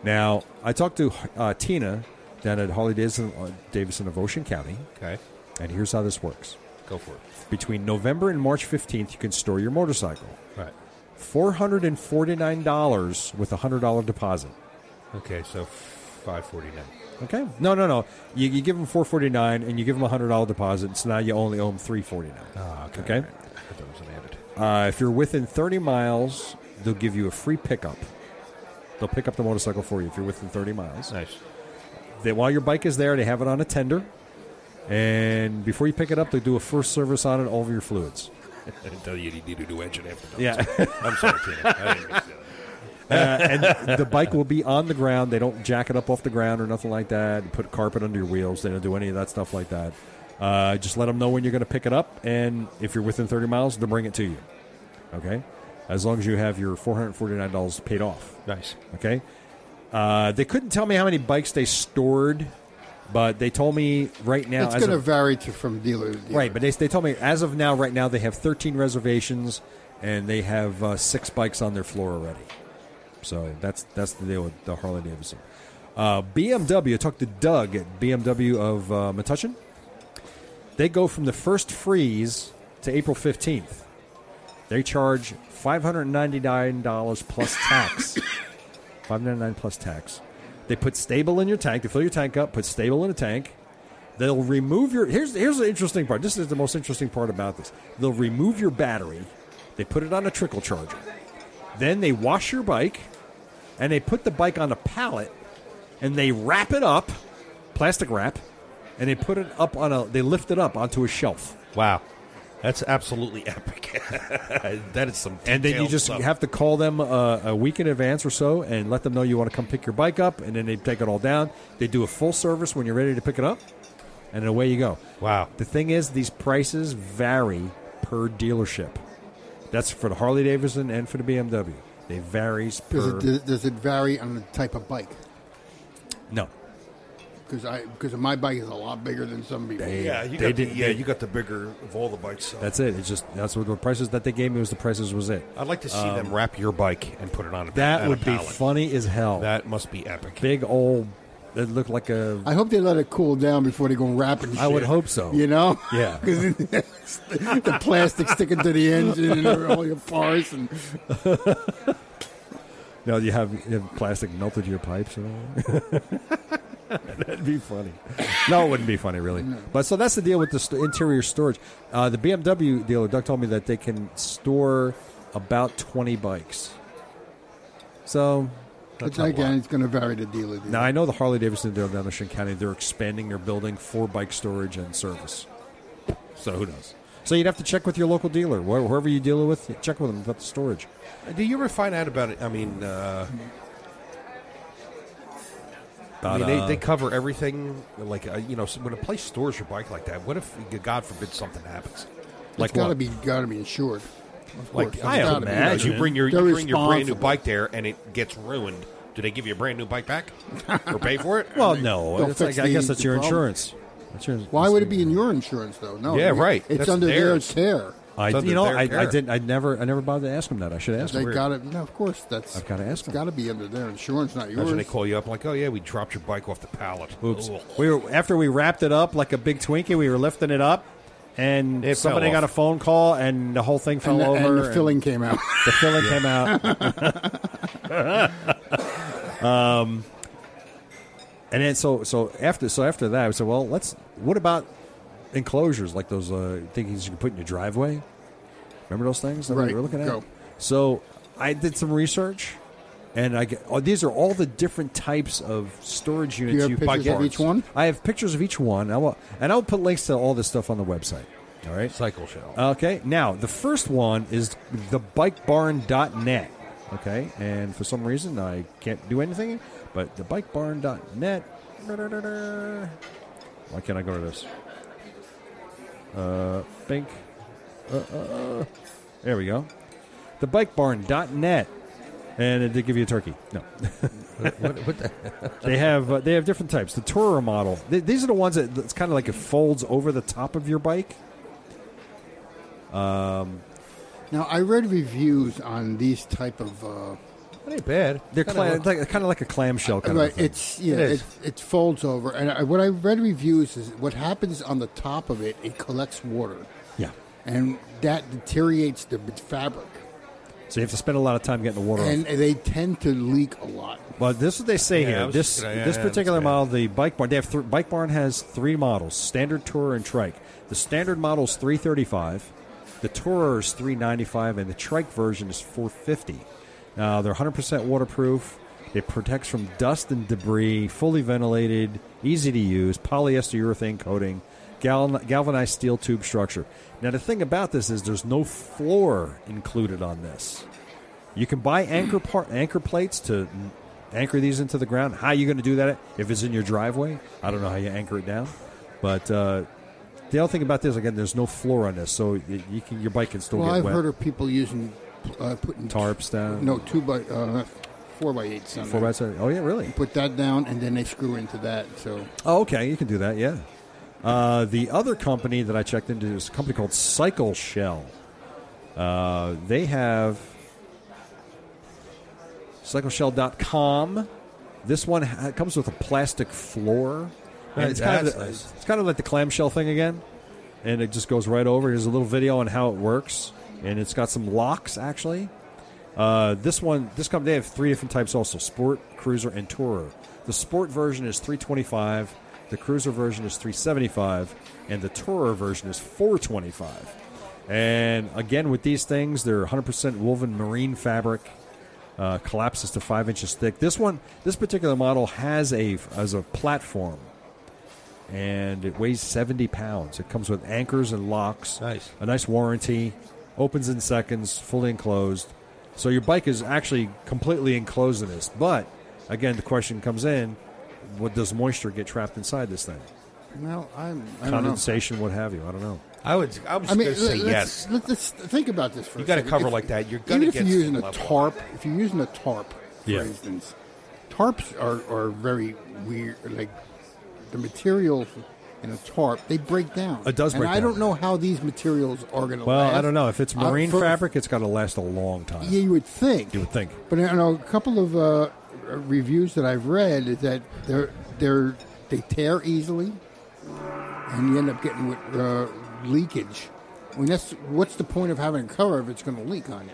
Speaker 2: Now I talked to uh, Tina down at Harley Davidson, uh, Davidson of Ocean County,
Speaker 4: Okay,
Speaker 2: and here's how this works.
Speaker 4: go for it.
Speaker 2: Between November and March 15th, you can store your motorcycle.
Speaker 4: Right.
Speaker 2: $449 with a $100 deposit.
Speaker 4: Okay, so five forty nine.
Speaker 2: Okay. No, no, no. You, you give them four forty nine, and you give them a hundred dollar deposit. So now you only owe them three forty nine. Ah, okay.
Speaker 4: I thought it was an added.
Speaker 2: Uh, if you're within thirty miles, they'll give you a free pickup. They'll pick up the motorcycle for you if you're within thirty miles.
Speaker 4: Nice.
Speaker 2: They, while your bike is there, they have it on a tender, and before you pick it up, they do a first service on it, all of your fluids.
Speaker 4: I didn't tell you you needed to engine after that.
Speaker 2: Yeah.
Speaker 4: I'm sorry, Tina. I didn't mean to.
Speaker 2: the bike will be on the ground. They don't jack it up off the ground or nothing like that. And put carpet under your wheels. They don't do any of that stuff like that. Uh, just let them know when you're going to pick it up, and if you're within 30 miles, they'll bring it to you. Okay, as long as you have your 449 dollars paid off.
Speaker 4: Nice.
Speaker 2: Okay, uh, they couldn't tell me how many bikes they stored, but they told me right now
Speaker 3: It's
Speaker 2: as
Speaker 3: going to
Speaker 2: of-
Speaker 3: vary to, from dealer to dealer.
Speaker 2: Right, but they, they told me as of now, right now, they have 13 reservations and they have uh, six bikes on their floor already. So that's that's the deal with the Harley Davidson. Uh, BMW, I talked to Doug at BMW of uh, Metuchen. They go from the first freeze to April 15th. They charge $599 plus tax. 599 plus tax. They put stable in your tank. They fill your tank up, put stable in a tank. They'll remove your. Here's here's the interesting part. This is the most interesting part about this. They'll remove your battery. They put it on a trickle charger. Then they wash your bike, and they put the bike on a pallet, and they wrap it up, plastic wrap, and they put it up on a. They lift it up onto a shelf,
Speaker 4: Wow. That's absolutely epic. Uh, that is some.
Speaker 2: and then you
Speaker 4: detailed
Speaker 2: just
Speaker 4: stuff.
Speaker 2: have to call them uh, a week in advance or so, and let them know you want to come pick your bike up, and then they take it all down. They do a full service when you're ready to pick it up, and away you go.
Speaker 4: Wow.
Speaker 2: The thing is, these prices vary per dealership. That's for the Harley Davidson and for the BMW. They varies
Speaker 3: Does
Speaker 2: per.
Speaker 3: it, does, does it vary on the type of bike?
Speaker 2: no,
Speaker 3: Because I because my bike is a lot bigger than some people.
Speaker 4: Yeah, you
Speaker 2: They
Speaker 4: got the,
Speaker 2: didn't-
Speaker 4: yeah,
Speaker 2: they-
Speaker 4: you got the bigger of all the bikes. So.
Speaker 2: that's it. It's just that's what the prices that they gave me was the prices was it.
Speaker 4: I'd like to see them wrap your bike and put it on a
Speaker 2: That
Speaker 4: on a
Speaker 2: would be
Speaker 4: pallet.
Speaker 2: funny as hell.
Speaker 4: That must be epic.
Speaker 2: big old. It looked like a.
Speaker 3: I hope they let it cool down before they go wrapping.
Speaker 2: I would hope so.
Speaker 3: Oh, You know,
Speaker 2: Yeah.
Speaker 3: because the plastic sticking to the engine and all your parts and
Speaker 2: No, you have, you have plastic melted to your pipes and all. That'd be funny. No, it wouldn't be funny, really. But so that's the deal with the st- interior storage. Uh, the BMW dealer, Doug, told me that they can store about twenty bikes. So
Speaker 3: it's again, it's going to vary to dealer. to
Speaker 2: now
Speaker 3: dealer.
Speaker 2: I know the Harley Davidson dealer down in Ocean County. They're expanding their building for bike storage and service. So who knows? So you'd have to check with your local dealer, wh- whoever you deal with. Check with them about the storage.
Speaker 4: Do you ever find out about it? I mean, uh, I mean, they, they cover everything. Like uh, you know, so when a place stores your bike like that, what if God forbid something happens?
Speaker 2: like
Speaker 3: it's got to
Speaker 2: what?
Speaker 3: be got to be insured. Of course,
Speaker 4: Like
Speaker 3: it's
Speaker 4: I
Speaker 3: gotta be.
Speaker 4: imagine you bring your
Speaker 3: They're
Speaker 4: you bring your brand new
Speaker 3: responsible.
Speaker 4: bike there and it gets ruined. Do they give you a brand new bike back or pay for it?
Speaker 2: Well, no.
Speaker 3: They'll
Speaker 2: It's like,
Speaker 3: fix
Speaker 2: I
Speaker 3: the-
Speaker 2: guess that's
Speaker 3: the
Speaker 2: your
Speaker 3: problem.
Speaker 2: insurance. That's your-
Speaker 3: Why would it be in your insurance though? No,
Speaker 4: Yeah,
Speaker 3: it-
Speaker 4: right.
Speaker 3: It's
Speaker 4: That's
Speaker 3: under
Speaker 4: theirs.
Speaker 3: their care.
Speaker 2: I,
Speaker 4: It's under
Speaker 2: you know,
Speaker 4: their
Speaker 2: I, I
Speaker 4: care.
Speaker 2: didn't. I never. I never bothered to ask him that. I should ask
Speaker 3: They
Speaker 2: him.
Speaker 3: got it. No, of course. That's
Speaker 2: I've gotta ask
Speaker 3: It's
Speaker 2: them.
Speaker 3: got to be under their insurance, not yours.
Speaker 4: Imagine they call you up like, oh yeah, we dropped your bike off the pallet.
Speaker 2: Oops.
Speaker 4: Ugh.
Speaker 2: We were after we wrapped it up like a big Twinkie. We were lifting it up, and
Speaker 4: It fell
Speaker 2: somebody
Speaker 4: off.
Speaker 2: got a phone call, and the whole thing fell
Speaker 3: and, the,
Speaker 2: over.
Speaker 3: and the
Speaker 2: and
Speaker 3: filling came out.
Speaker 2: the filling came out. um, Um, and then so so after so after that, I said, well, let's. What about enclosures like those uh, things you can put in your driveway? Remember those things that we
Speaker 3: Right,
Speaker 2: were looking at?
Speaker 3: go.
Speaker 2: So I did some research, and I get, oh, these are all the different types of storage units
Speaker 3: you have
Speaker 2: buy
Speaker 3: pictures of
Speaker 2: parts.
Speaker 3: each one?
Speaker 2: I have pictures of each one. I will, and I'll put links to all this stuff on the website. All right.
Speaker 4: Cycle shell.
Speaker 2: Okay, now the first one is thebikebarn.net. Okay, and for some reason I can't do anything, but thebikebarn.net. Why can't I go to this? Uh, think. Uh, uh, uh. There we go. Thebikebarn.net. And they give you a turkey. No, they have uh, they have different types. The tourer model. Th- these are the ones that it's kind of like it folds over the top of your bike.
Speaker 3: now I read reviews on these type of. Uh,
Speaker 4: That ain't bad.
Speaker 2: They're
Speaker 4: Kinda
Speaker 2: clam,
Speaker 4: look-
Speaker 2: like, kind of like a clamshell kind
Speaker 3: right,
Speaker 2: of a thing.
Speaker 3: it's yeah,
Speaker 4: It
Speaker 3: it,
Speaker 4: is.
Speaker 3: it, folds over, and I, what I read reviews is what happens on the top of it. It collects water,
Speaker 2: yeah.
Speaker 3: and that deteriorates the fabric,
Speaker 2: So you have to spend a lot of time getting the water
Speaker 3: and
Speaker 2: off.
Speaker 3: they tend to leak a lot.
Speaker 2: Well, this is what they say
Speaker 4: Yeah, I
Speaker 2: here.
Speaker 4: was
Speaker 2: This
Speaker 4: just gonna- yeah,
Speaker 2: this
Speaker 4: yeah,
Speaker 2: particular
Speaker 4: that's bad.
Speaker 2: model, the bike barn, they have th- bike barn has three models: standard, tourer, and trike. The standard model is three thirty five, the tourer is three ninety five, and the trike version is four fifty. Now they're hundred percent waterproof. It protects from dust and debris. Fully ventilated, easy to use, polyester urethane coating, gal- galvanized steel tube structure. Now the thing about this is there's no floor included on this. You can buy anchor part anchor plates to anchor these into the ground. How you going to do that if it's in your driveway? I don't know how you anchor it down, but uh, the other thing about this again, there's no floor on this, so y- you can your bike can still
Speaker 3: well,
Speaker 2: get
Speaker 3: I've
Speaker 2: wet.
Speaker 3: heard of people using uh, putting
Speaker 2: Tarps down.
Speaker 3: No, two by uh, four by eights. On
Speaker 2: Four
Speaker 3: there.
Speaker 2: by seven. Oh yeah, really?
Speaker 3: Put that down, and then they screw into that. So
Speaker 2: Oh okay, you can do that. Yeah. Uh, the other company that I checked into is a company called Cycle Shell. Uh, they have cycleshell.com. This one ha- comes with a plastic floor. And
Speaker 4: Right,
Speaker 2: it's, kind of,
Speaker 4: that's
Speaker 2: the-
Speaker 4: nice.
Speaker 2: it's kind of like the clamshell thing again. And it just goes right over. Here's a little video on how it works. And it's got some locks, actually. Uh, this one, this company, they have three different types also sport, cruiser, and tourer. The sport version is 325, the cruiser version is 375, and the tourer version is 425. And again, with these things, they're 100% woven marine fabric uh, collapses to five inches thick. This one, this particular model has a as a platform, and it weighs seventy pounds. It comes with anchors and locks.
Speaker 4: Nice.
Speaker 2: a nice warranty. Opens in seconds, fully enclosed. So your bike is actually completely enclosed in this. But again, the question comes in: What does moisture get trapped inside this thing?
Speaker 3: well, I'm I don't know.
Speaker 2: Condensation, what have you? I don't know.
Speaker 4: I would. I was
Speaker 3: I mean,
Speaker 4: going to say
Speaker 3: let's,
Speaker 4: yes.
Speaker 3: let's, let's think about this for
Speaker 4: You
Speaker 3: a
Speaker 4: gotta
Speaker 3: second.
Speaker 4: cover
Speaker 3: If-
Speaker 4: like that, you're
Speaker 3: even
Speaker 4: gonna
Speaker 3: if
Speaker 4: get
Speaker 3: you're
Speaker 4: some
Speaker 3: using a
Speaker 4: level.
Speaker 3: tarp. If you're using a tarp, for
Speaker 2: Yeah.
Speaker 3: instance, tarps are, are very weird. Like the materials in a tarp, they break down.
Speaker 2: It does
Speaker 3: and
Speaker 2: break
Speaker 3: I
Speaker 2: down.
Speaker 3: don't know how these materials are going to.
Speaker 2: Well, I don't know. If it's marine
Speaker 3: Uh, for,
Speaker 2: fabric, it's got to last a long time.
Speaker 3: yeah, you would think.
Speaker 2: You would think.
Speaker 3: But I know a couple of uh, reviews that I've read is that they're they're they tear easily, and you end up getting with uh, leakage. I mean, that's what's the point of having a cover if it's going to leak on you?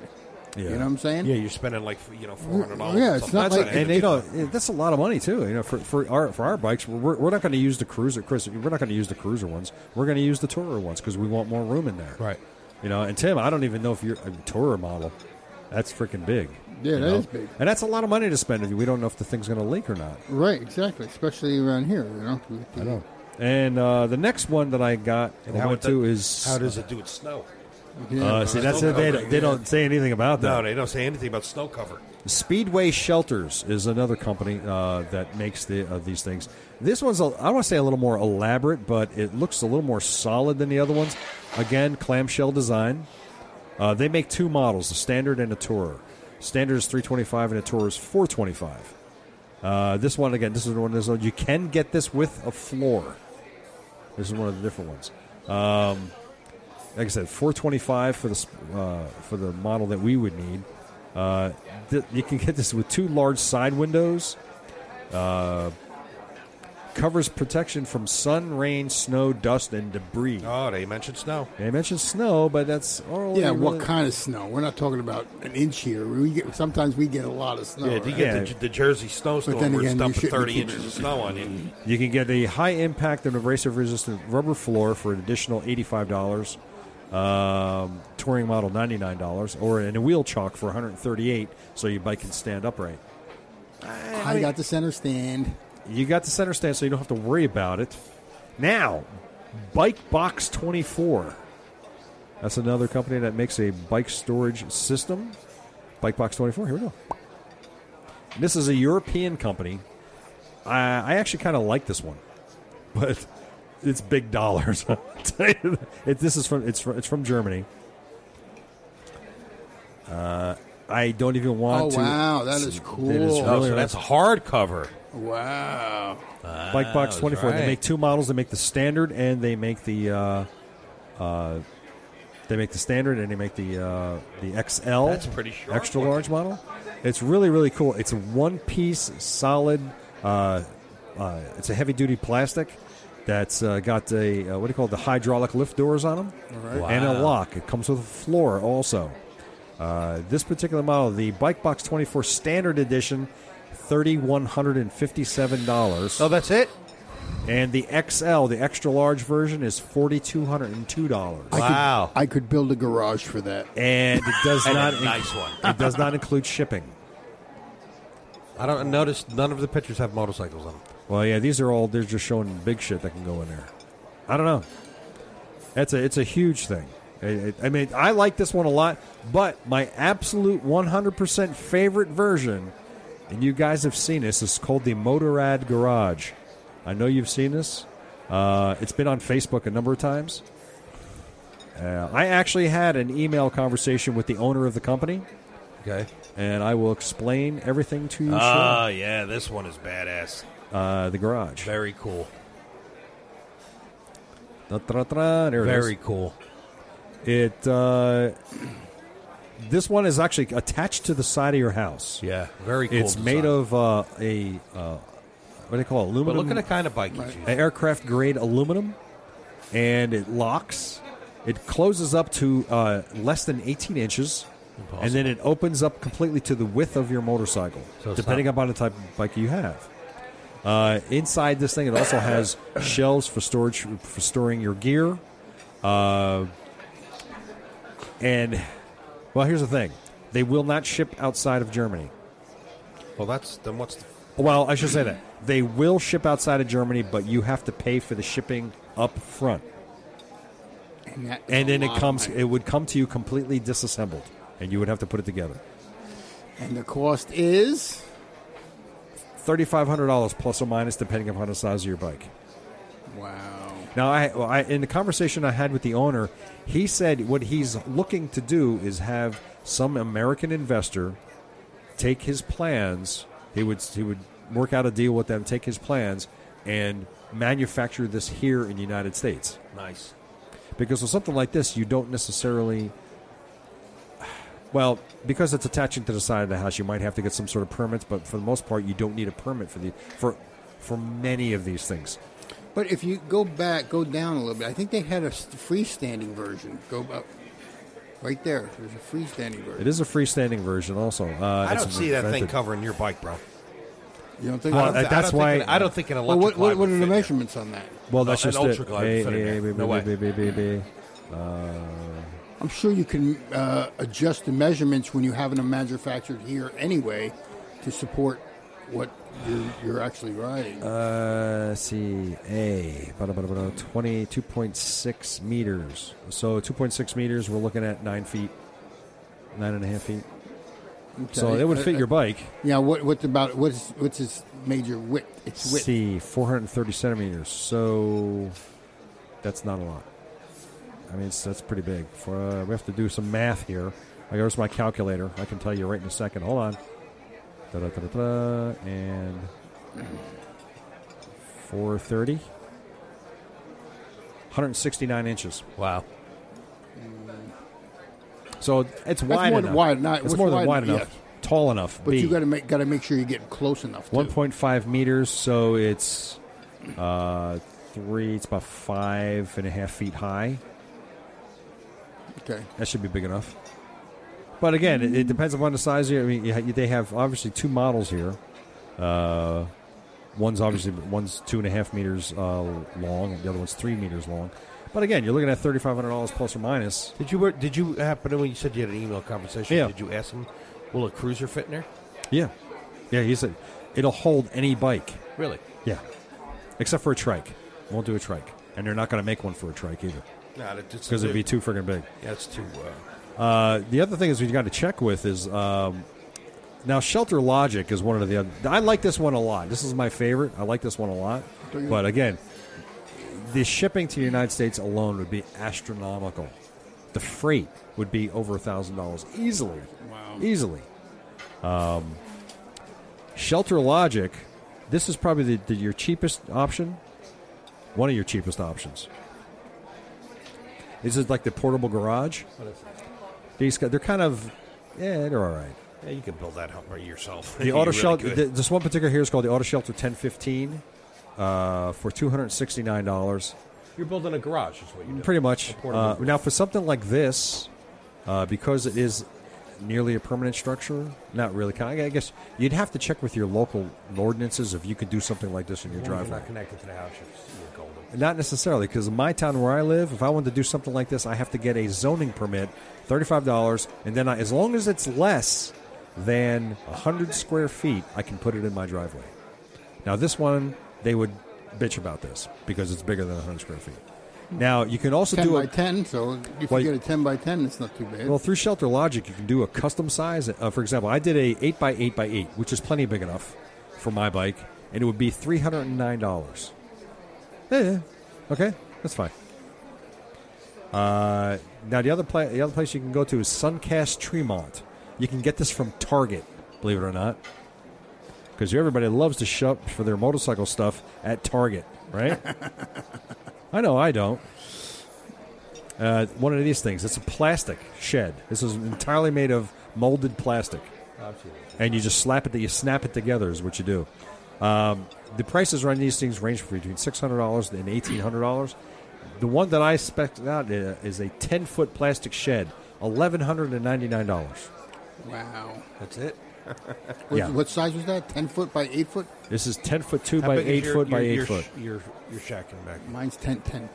Speaker 2: Yeah.
Speaker 3: You know what I'm saying?
Speaker 4: Yeah, you're spending like you know four hundred dollars.
Speaker 3: Yeah, it's not
Speaker 2: That's
Speaker 3: like-
Speaker 2: a- and you know yeah, that's a lot of money too. You know, for, for our for our bikes, we're, we're not going to use the cruiser. Chris, we're not going to use the cruiser ones. We're going to use the tourer ones because we want more room in there.
Speaker 4: Right.
Speaker 2: You know, and Tim, I don't even know if you're a tourer model. That's freaking big.
Speaker 3: Yeah,
Speaker 2: you
Speaker 3: that
Speaker 2: know?
Speaker 3: is big.
Speaker 2: and that's a lot of money to spend if we don't know if the thing's going to leak or not.
Speaker 3: Right, exactly. Especially around here, you know. with the-
Speaker 2: And uh, the next one that I got and
Speaker 4: how
Speaker 2: went
Speaker 4: it do-
Speaker 2: to is
Speaker 4: How does it do with snow?
Speaker 3: yeah,
Speaker 2: uh, see that's
Speaker 4: snow
Speaker 2: it. They,
Speaker 4: covering,
Speaker 2: they
Speaker 4: yeah.
Speaker 2: don't say anything about that.
Speaker 4: No, they don't say anything about snow cover.
Speaker 2: Speedway Shelters is another company uh, that makes the, uh, these things. This one's, a, I want to say, a little more elaborate, but it looks a little more solid than the other ones. Again, clamshell design. Uh, they make two models, a standard and a tourer. Standard is 325 and a tourer is 425. Uh, this one, again, this is one of those, you can get this with a floor. This is one of the different ones. Um, like I said, 425 for the sp- uh, for the model that we would need. Uh, th- you can get this with two large side windows. Uh, covers protection from sun, rain, snow, dust, and debris.
Speaker 4: Oh, they mentioned snow.
Speaker 2: They mentioned snow, but that's all.
Speaker 3: Yeah,
Speaker 2: they
Speaker 3: what
Speaker 2: really-
Speaker 3: kind of snow? We're not talking about an inch here. We get sometimes we get a lot of snow.
Speaker 4: Yeah,
Speaker 3: right?
Speaker 4: you get
Speaker 2: Yeah.
Speaker 4: the, the Jersey snowstorm
Speaker 3: then
Speaker 4: where
Speaker 3: again,
Speaker 4: it's
Speaker 3: you
Speaker 4: dumping
Speaker 3: shouldn't be
Speaker 4: 30
Speaker 3: keeping-
Speaker 4: inches of snow on you.
Speaker 2: You can get the high impact and abrasive resistant rubber floor for an additional $85, um, touring model $99, or in a wheel chalk for 138 so your bike can stand upright.
Speaker 3: I got the center stand.
Speaker 2: You got the center stand so you don't have to worry about it. Now, Bike Box 24. That's another company that makes a bike storage system. Bike Box 24, here we go. This is a European company. I, I actually kind of like this one, but it's big dollars. I'll tell you that. it, this is from it's from, it's from Germany. Uh, I don't even want
Speaker 3: Oh,
Speaker 2: to.
Speaker 3: wow, that is cool.
Speaker 2: It is
Speaker 3: Oh,
Speaker 4: Oh,
Speaker 2: really
Speaker 4: so
Speaker 2: nice.
Speaker 4: that's hardcover.
Speaker 3: Wow.
Speaker 2: Bike Box
Speaker 4: that's
Speaker 2: 24. They
Speaker 4: right.
Speaker 2: make two models. They make the standard and they make the uh, uh, they make the standard and they make the uh, the XL.
Speaker 4: That's pretty sharp
Speaker 2: Extra
Speaker 4: looking.
Speaker 2: large model. It's really really cool. It's a one piece solid. Uh, uh, it's a heavy duty plastic that's uh, got the uh, what do you call it, the hydraulic lift doors on them and a lock. It comes with a floor also. Uh, this particular model, the Bike Box 24 Standard Edition, thirty one hundred and fifty seven dollars.
Speaker 4: Oh, that's it?
Speaker 2: And the XL, the extra large version, is forty two hundred and two dollars,
Speaker 4: Wow.
Speaker 3: I could build a garage for that.
Speaker 2: and it does
Speaker 4: And a
Speaker 2: not in-
Speaker 4: nice one.
Speaker 2: It does not include shipping.
Speaker 4: I don't notice none of the pictures have motorcycles on them.
Speaker 2: Well, yeah, these are all they're just showing big shit that can go in there. I don't know. That's a it's a huge thing. I, I- I mean, I like this one a lot, but my absolute one hundred percent favorite version, and you guys have seen this, is called the Motorrad Garage. I know you've seen this. Uh, it's been on Facebook a number of times. Uh, I actually had an email conversation with the owner of the company,
Speaker 4: Okay.
Speaker 2: and I will explain everything to you.
Speaker 4: Ah, yeah, this one is badass.
Speaker 2: shortly. uh, the garage.
Speaker 4: Very cool.
Speaker 2: Da-da-da-da, there it is.
Speaker 4: Very cool.
Speaker 2: It uh, this one is actually attached to the side of your house.
Speaker 4: Yeah, very cool.
Speaker 2: It's made
Speaker 4: design.
Speaker 2: of uh, a uh, what do they call it?
Speaker 4: But
Speaker 2: aluminum?
Speaker 4: look at the kind of bike he's using.
Speaker 2: aircraft grade aluminum, and it locks. It closes up to uh, less than 18 inches, and then it opens up completely to the width of your motorcycle,
Speaker 4: So it's
Speaker 2: depending
Speaker 4: not-
Speaker 2: upon the type of bike you have. Uh, inside this thing, it also has shelves for storage for storing your gear. Uh, and well, here's the thing: they will not ship outside of Germany.
Speaker 4: Well, that's then what's the
Speaker 2: Well, I should say that they will ship outside of Germany, but you have to pay for the shipping up front,
Speaker 3: And, that is
Speaker 2: and
Speaker 3: a
Speaker 2: then it
Speaker 3: lot of
Speaker 2: comes.
Speaker 3: money.
Speaker 2: It would come to you completely disassembled, and you would have to put it together.
Speaker 3: and the cost is
Speaker 2: Thirty-five hundred dollars plus or minus, depending upon the size of your bike.
Speaker 3: wow.
Speaker 2: Now, I, well, I in the conversation I had with the owner, he said what he's looking to do is have some American investor take his plans. He would he would work out a deal with them, take his plans, and manufacture this here in the United States.
Speaker 4: nice?
Speaker 2: because with something like this, you don't necessarily. Well, because it's attaching to the side of the house, you might have to get some sort of permits. But for the most part, you don't need a permit for the for for many of these things.
Speaker 3: But if you go back, go down a little bit. I think they had a s- freestanding version. Go up right there. There's a freestanding version.
Speaker 2: It is a freestanding version, also. Uh,
Speaker 4: I
Speaker 2: it's
Speaker 4: don't see that thing
Speaker 2: invented.
Speaker 4: covering your bike, bro.
Speaker 3: You don't think?
Speaker 4: I
Speaker 2: Well,
Speaker 4: don't
Speaker 2: that-
Speaker 4: thi- I
Speaker 2: that's
Speaker 4: don't
Speaker 2: why-
Speaker 4: Think an, I don't think an
Speaker 3: well,
Speaker 4: electric.
Speaker 3: what, what,
Speaker 4: glide
Speaker 3: what
Speaker 4: would
Speaker 3: are the
Speaker 4: fit there.
Speaker 3: measurements on that?
Speaker 2: Well, that's
Speaker 4: An
Speaker 2: just
Speaker 4: ultra
Speaker 2: it.
Speaker 4: glide
Speaker 2: Hey,
Speaker 4: fit in
Speaker 2: hey,
Speaker 4: there.
Speaker 2: hey,
Speaker 4: No
Speaker 2: hey,
Speaker 4: way.
Speaker 2: hey, hey, hey, hey, hey.
Speaker 3: I'm sure you can uh, adjust the measurements when you have them manufactured here anyway to support what you're, you're actually riding.
Speaker 2: Uh, see, a bada, bada, bada, 22.6 meters. So 2.6 meters, we're looking at nine feet, nine and a half feet. So
Speaker 3: Okay.
Speaker 2: it would
Speaker 3: Uh,
Speaker 2: fit
Speaker 3: uh,
Speaker 2: your bike.
Speaker 3: Yeah. What? What about? What's what's its major width? Its width.
Speaker 2: see 430 centimeters so that's not a lot i mean it's, that's pretty big for uh, we have to do some math here i here's my calculator i can tell you right in a second hold on Da-da-da-da-da. and 430 169 inches
Speaker 4: Wow.
Speaker 2: so it's wide
Speaker 3: more than
Speaker 2: enough
Speaker 3: wide, not-
Speaker 2: it's
Speaker 3: it's
Speaker 2: more than wide
Speaker 3: wide,
Speaker 2: enough
Speaker 3: yes.
Speaker 2: tall enough
Speaker 3: But
Speaker 2: B.
Speaker 3: you got to make got to make sure you get close enough. too.
Speaker 2: 1.5 meters so it's Uh, three. It's about five and a half feet high.
Speaker 3: Okay.
Speaker 2: That should be big enough. But again, it, it depends upon the size. Here, I mean, you, ha- they have obviously two models here. Uh, one's obviously one's two and a half meters uh, long, and the other one's three meters long. But again, you're looking at thirty five hundred dollars plus or minus.
Speaker 4: Did you wor- did you happen when you said you had an email conversation?
Speaker 2: Yeah.
Speaker 4: Did you ask him, will a cruiser fit in there?
Speaker 2: Yeah, yeah. He said it'll hold any bike.
Speaker 4: Really?
Speaker 2: Yeah, except for a trike. Won't do a trike, and they're not going to make one for a trike either
Speaker 4: No, because
Speaker 2: because it'd be too friggin' big.
Speaker 4: That's too. Uh,
Speaker 2: Uh, the other thing is we've got to check with is um, now Shelter Logic is one of the other. I like this one a lot. This is my favorite. I like this one a lot. But again, the shipping to the United States alone would be astronomical. The freight would be over a thousand dollars easily. Wow. Easily. Um, Shelter Logic. This is probably the, the, your cheapest option. One of your cheapest options. This is like the portable garage. These guys, they're kind of, yeah, they're all right.
Speaker 4: yeah, you could build that home by yourself.
Speaker 2: The
Speaker 4: You
Speaker 2: auto
Speaker 4: really
Speaker 2: shelter,
Speaker 4: could.
Speaker 2: th- this one particular here is called the Auto Shelter 1015 uh, for $269,
Speaker 4: You're building a garage, is what you do.
Speaker 2: pretty much.
Speaker 4: portable
Speaker 2: Uh,
Speaker 4: garage.
Speaker 2: now, for something like this, uh, because it is nearly a permanent structure, not really. Kind I guess you'd have to check with your local ordinances if you could do something like this in your
Speaker 4: As long as you're
Speaker 2: driveway.
Speaker 4: not connected to the house. You're, you're golden.
Speaker 2: Not necessarily, because in my town where I live, if I wanted to do something like this, I have to get a zoning permit, thirty-five dollars, and then I, as long as it's less than hundred square feet, I can put it in my driveway. Now this one, they would bitch about this because it's bigger than hundred square feet. Now you can also
Speaker 3: ten
Speaker 2: do
Speaker 3: by
Speaker 2: a
Speaker 3: ten. So if
Speaker 2: Well,
Speaker 3: you get a ten by ten, it's not too bad.
Speaker 2: well through Shelter Logic, you can do a custom size. Uh, for example, I did a eight by eight by eight, which is plenty big enough for my bike, and it would be three hundred and nine dollars. Yeah, yeah, okay, that's fine. Uh, now the other pla- the other place you can go to is Suncast Tremont. You can get this from Target, believe it or not, because everybody loves to shop for their motorcycle stuff at Target, right? I know I don't. Uh, one of these things. It's a plastic shed. This is entirely made of molded plastic, and you just slap it. You snap it together is what you do. Um, the prices on these things range from between six hundred dollars and eighteen hundred dollars. The one that I spec out uh, is a ten foot plastic shed, eleven hundred and ninety nine dollars.
Speaker 3: wow.
Speaker 4: That's it.
Speaker 3: What,
Speaker 2: Yeah.
Speaker 3: what size was that? Ten foot by eight foot.
Speaker 2: This is ten foot two
Speaker 4: How
Speaker 2: by
Speaker 4: big is
Speaker 2: eight
Speaker 4: your-
Speaker 2: foot by
Speaker 4: your-
Speaker 2: eight
Speaker 4: your
Speaker 2: foot.
Speaker 4: sh- Your your shack in the back.
Speaker 3: Mine's ten ten.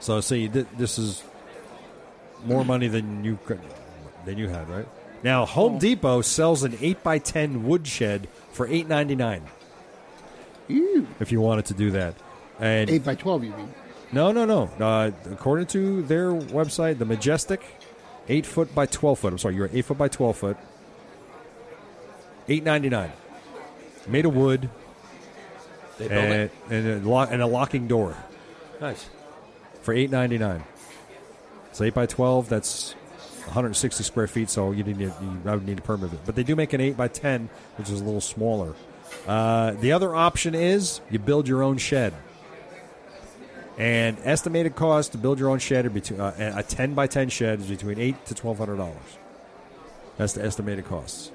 Speaker 2: So see, th- this is more money than you could- than you had, right? Now, Home Depot sells an eight x ten wood shed for eight ninety nine. If you wanted to do that, and
Speaker 3: Eight by twelve, you mean?
Speaker 2: no, no, no. Uh, according to their website, the Majestic, eight foot by twelve foot. I'm sorry, you're eight foot by twelve foot. Eight ninety nine, made of wood,
Speaker 4: They build
Speaker 2: and,
Speaker 4: it.
Speaker 2: and, a lock, and a locking door.
Speaker 4: Nice.
Speaker 2: for eight ninety nine. So eight by twelve, that's one hundred sixty square feet. So you need to, you, I would need a permit. But they do make an eight by ten, which is a little smaller. Uh, the other option is you build your own shed. And estimated cost to build your own shed would be two- uh, a ten by ten shed is between eight to twelve hundred dollars. That's the estimated costs.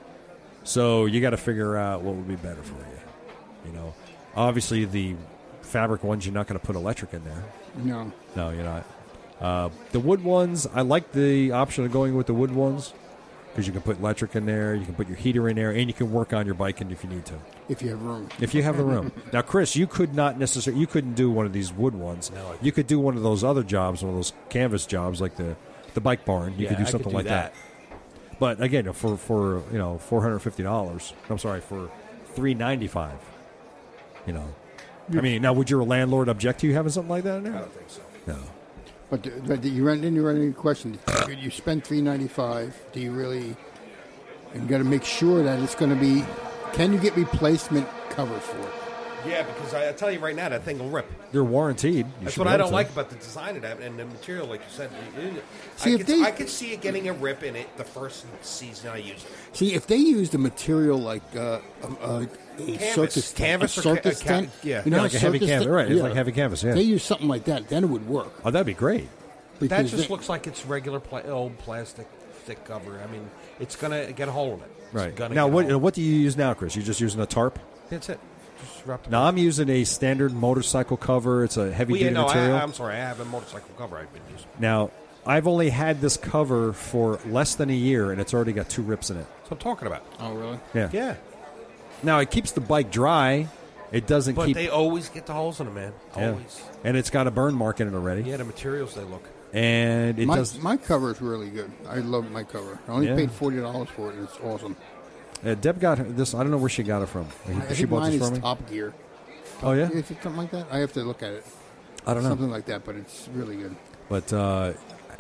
Speaker 2: So you got to figure out what would be better for you. You know, obviously the fabric ones you're not going to put electric in there.
Speaker 3: No.
Speaker 2: No, you're not. Uh, the wood ones, I like the option of going with the wood ones because you can put electric in there, you can put your heater in there, and you can work on your bike in if you need to,
Speaker 3: If you have room.
Speaker 2: if you have the room. now, Chris, you could not necessarily, you couldn't do one of these wood ones. No, you could do one of those other jobs, one of those canvas jobs like the the bike barn. You
Speaker 4: Yeah,
Speaker 2: could do
Speaker 4: I
Speaker 2: something
Speaker 4: do
Speaker 2: like that. But again, for for you know four hundred fifty dollars, I'm sorry for three ninety five. You know, I mean, now would your landlord object to you having something like that in there?
Speaker 4: I don't think so.
Speaker 2: No.
Speaker 3: But, do- but do you run into run into the question. You- You spend three ninety five. Do you really? And you got to make sure that it's going to be. Can you get replacement cover for it?
Speaker 4: Yeah, because I, I tell you right now, that thing will rip.
Speaker 2: They're warranted. You
Speaker 4: That's
Speaker 2: should
Speaker 4: what
Speaker 2: be
Speaker 4: I
Speaker 2: able
Speaker 4: don't
Speaker 2: to.
Speaker 4: like about the design of that and the material, like you said.
Speaker 3: See,
Speaker 4: I,
Speaker 3: if
Speaker 4: could,
Speaker 3: they-
Speaker 4: I could see it getting a rip in it the first season I use it.
Speaker 3: See, if they used a material like uh, uh, a
Speaker 4: Canvas.
Speaker 3: circus
Speaker 4: Canvas
Speaker 3: a
Speaker 4: or ca-
Speaker 3: circus
Speaker 4: a ca-
Speaker 3: tent,
Speaker 4: yeah.
Speaker 3: you
Speaker 2: Yeah,
Speaker 3: know how
Speaker 2: like a heavy
Speaker 3: circus
Speaker 2: canvas,
Speaker 3: tent-
Speaker 2: right, it's like heavy canvas, yeah.
Speaker 3: If they use something like that, then it would work.
Speaker 2: Oh, that'd be great.
Speaker 4: That
Speaker 3: because
Speaker 4: just
Speaker 3: they-
Speaker 4: looks like it's regular pla- old plastic thick cover. I mean, it's gonna get a hole in it. It's
Speaker 2: Right
Speaker 4: gonna
Speaker 2: now,
Speaker 4: get a
Speaker 2: what
Speaker 4: hole.
Speaker 2: what do you use now, Chris? You're just using a tarp.
Speaker 4: That's it. disruptive.
Speaker 2: Now I'm using a standard motorcycle cover. It's a heavy
Speaker 4: Well, yeah,
Speaker 2: duty
Speaker 4: no,
Speaker 2: material.
Speaker 4: I, I'm sorry. I have a motorcycle cover I've been using.
Speaker 2: now I've only had this cover for less than a year, and it's already got two rips in it.
Speaker 4: That's what I'm talking about.
Speaker 1: Oh, really?
Speaker 2: Yeah.
Speaker 4: Yeah.
Speaker 2: Now it keeps the bike dry. It doesn't
Speaker 4: But
Speaker 2: keep.
Speaker 4: they always get the holes in them, man.
Speaker 2: yeah.
Speaker 4: Always.
Speaker 2: And it's got a burn mark in it already.
Speaker 4: Yeah, the materials they look.
Speaker 2: And it
Speaker 3: my,
Speaker 2: does.
Speaker 3: my cover is really good. I love my cover. I only
Speaker 2: Yeah.
Speaker 3: paid forty dollars for it, and it's awesome.
Speaker 2: Uh, Deb got her- this. I don't know where she got it from.
Speaker 3: I
Speaker 2: She
Speaker 3: think
Speaker 2: bought
Speaker 3: mine
Speaker 2: this
Speaker 3: is
Speaker 2: for me.
Speaker 3: Top Gear.
Speaker 2: oh yeah.
Speaker 3: Is it something like that? I have to look at it.
Speaker 2: I don't know.
Speaker 3: Something like that, but it's really good.
Speaker 2: But uh,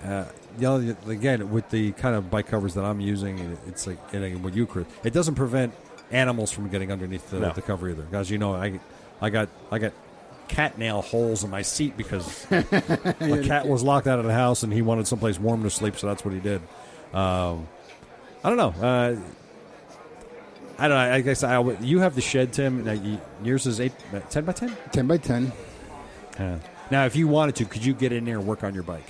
Speaker 2: uh, you know, again, with the kind of bike covers that I'm using, it- it's like and again, with Eucharist, it doesn't prevent animals from getting underneath the,
Speaker 4: No.
Speaker 2: the cover either. Guys, you know, I, I got, I got cat nail holes in my seat because my cat was locked out of the house and he wanted someplace warm to sleep, so that's what he did. Um, I don't know. Uh, I don't know. I guess I, would- you have the shed, Tim. and, uh, you- Yours is eight, uh, 10 by ten.
Speaker 3: Ten by ten.
Speaker 2: Yeah. Now, if you wanted to, could you get in there and work on your bike?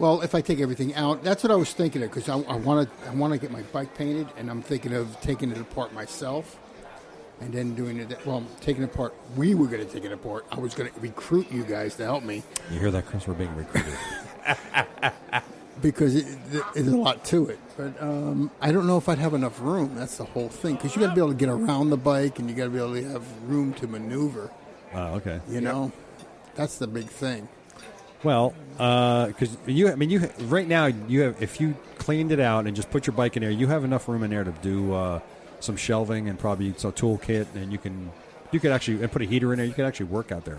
Speaker 3: Well, if I take everything out, that's what I was thinking of because I want to I want to get my bike painted, and I'm thinking of taking it apart myself, and then doing it. That, well, taking it apart. We were going to take it apart. I was going to recruit you guys to help me
Speaker 2: You hear that, Chris? We're being recruited.
Speaker 3: because it, it, there's a lot to it. But um, I don't know if I'd have enough room. That's the whole thing because you got to be able to get around the bike, and you got to be able to have room to maneuver.
Speaker 2: oh, okay.
Speaker 3: You know, that's the big thing.
Speaker 2: Well, because you, I mean, you right now you have if you cleaned it out and just put your bike in there, you have enough room in there to do uh, some shelving and probably some tool kit, and you can you could actually and put a heater in there. You could actually work out there.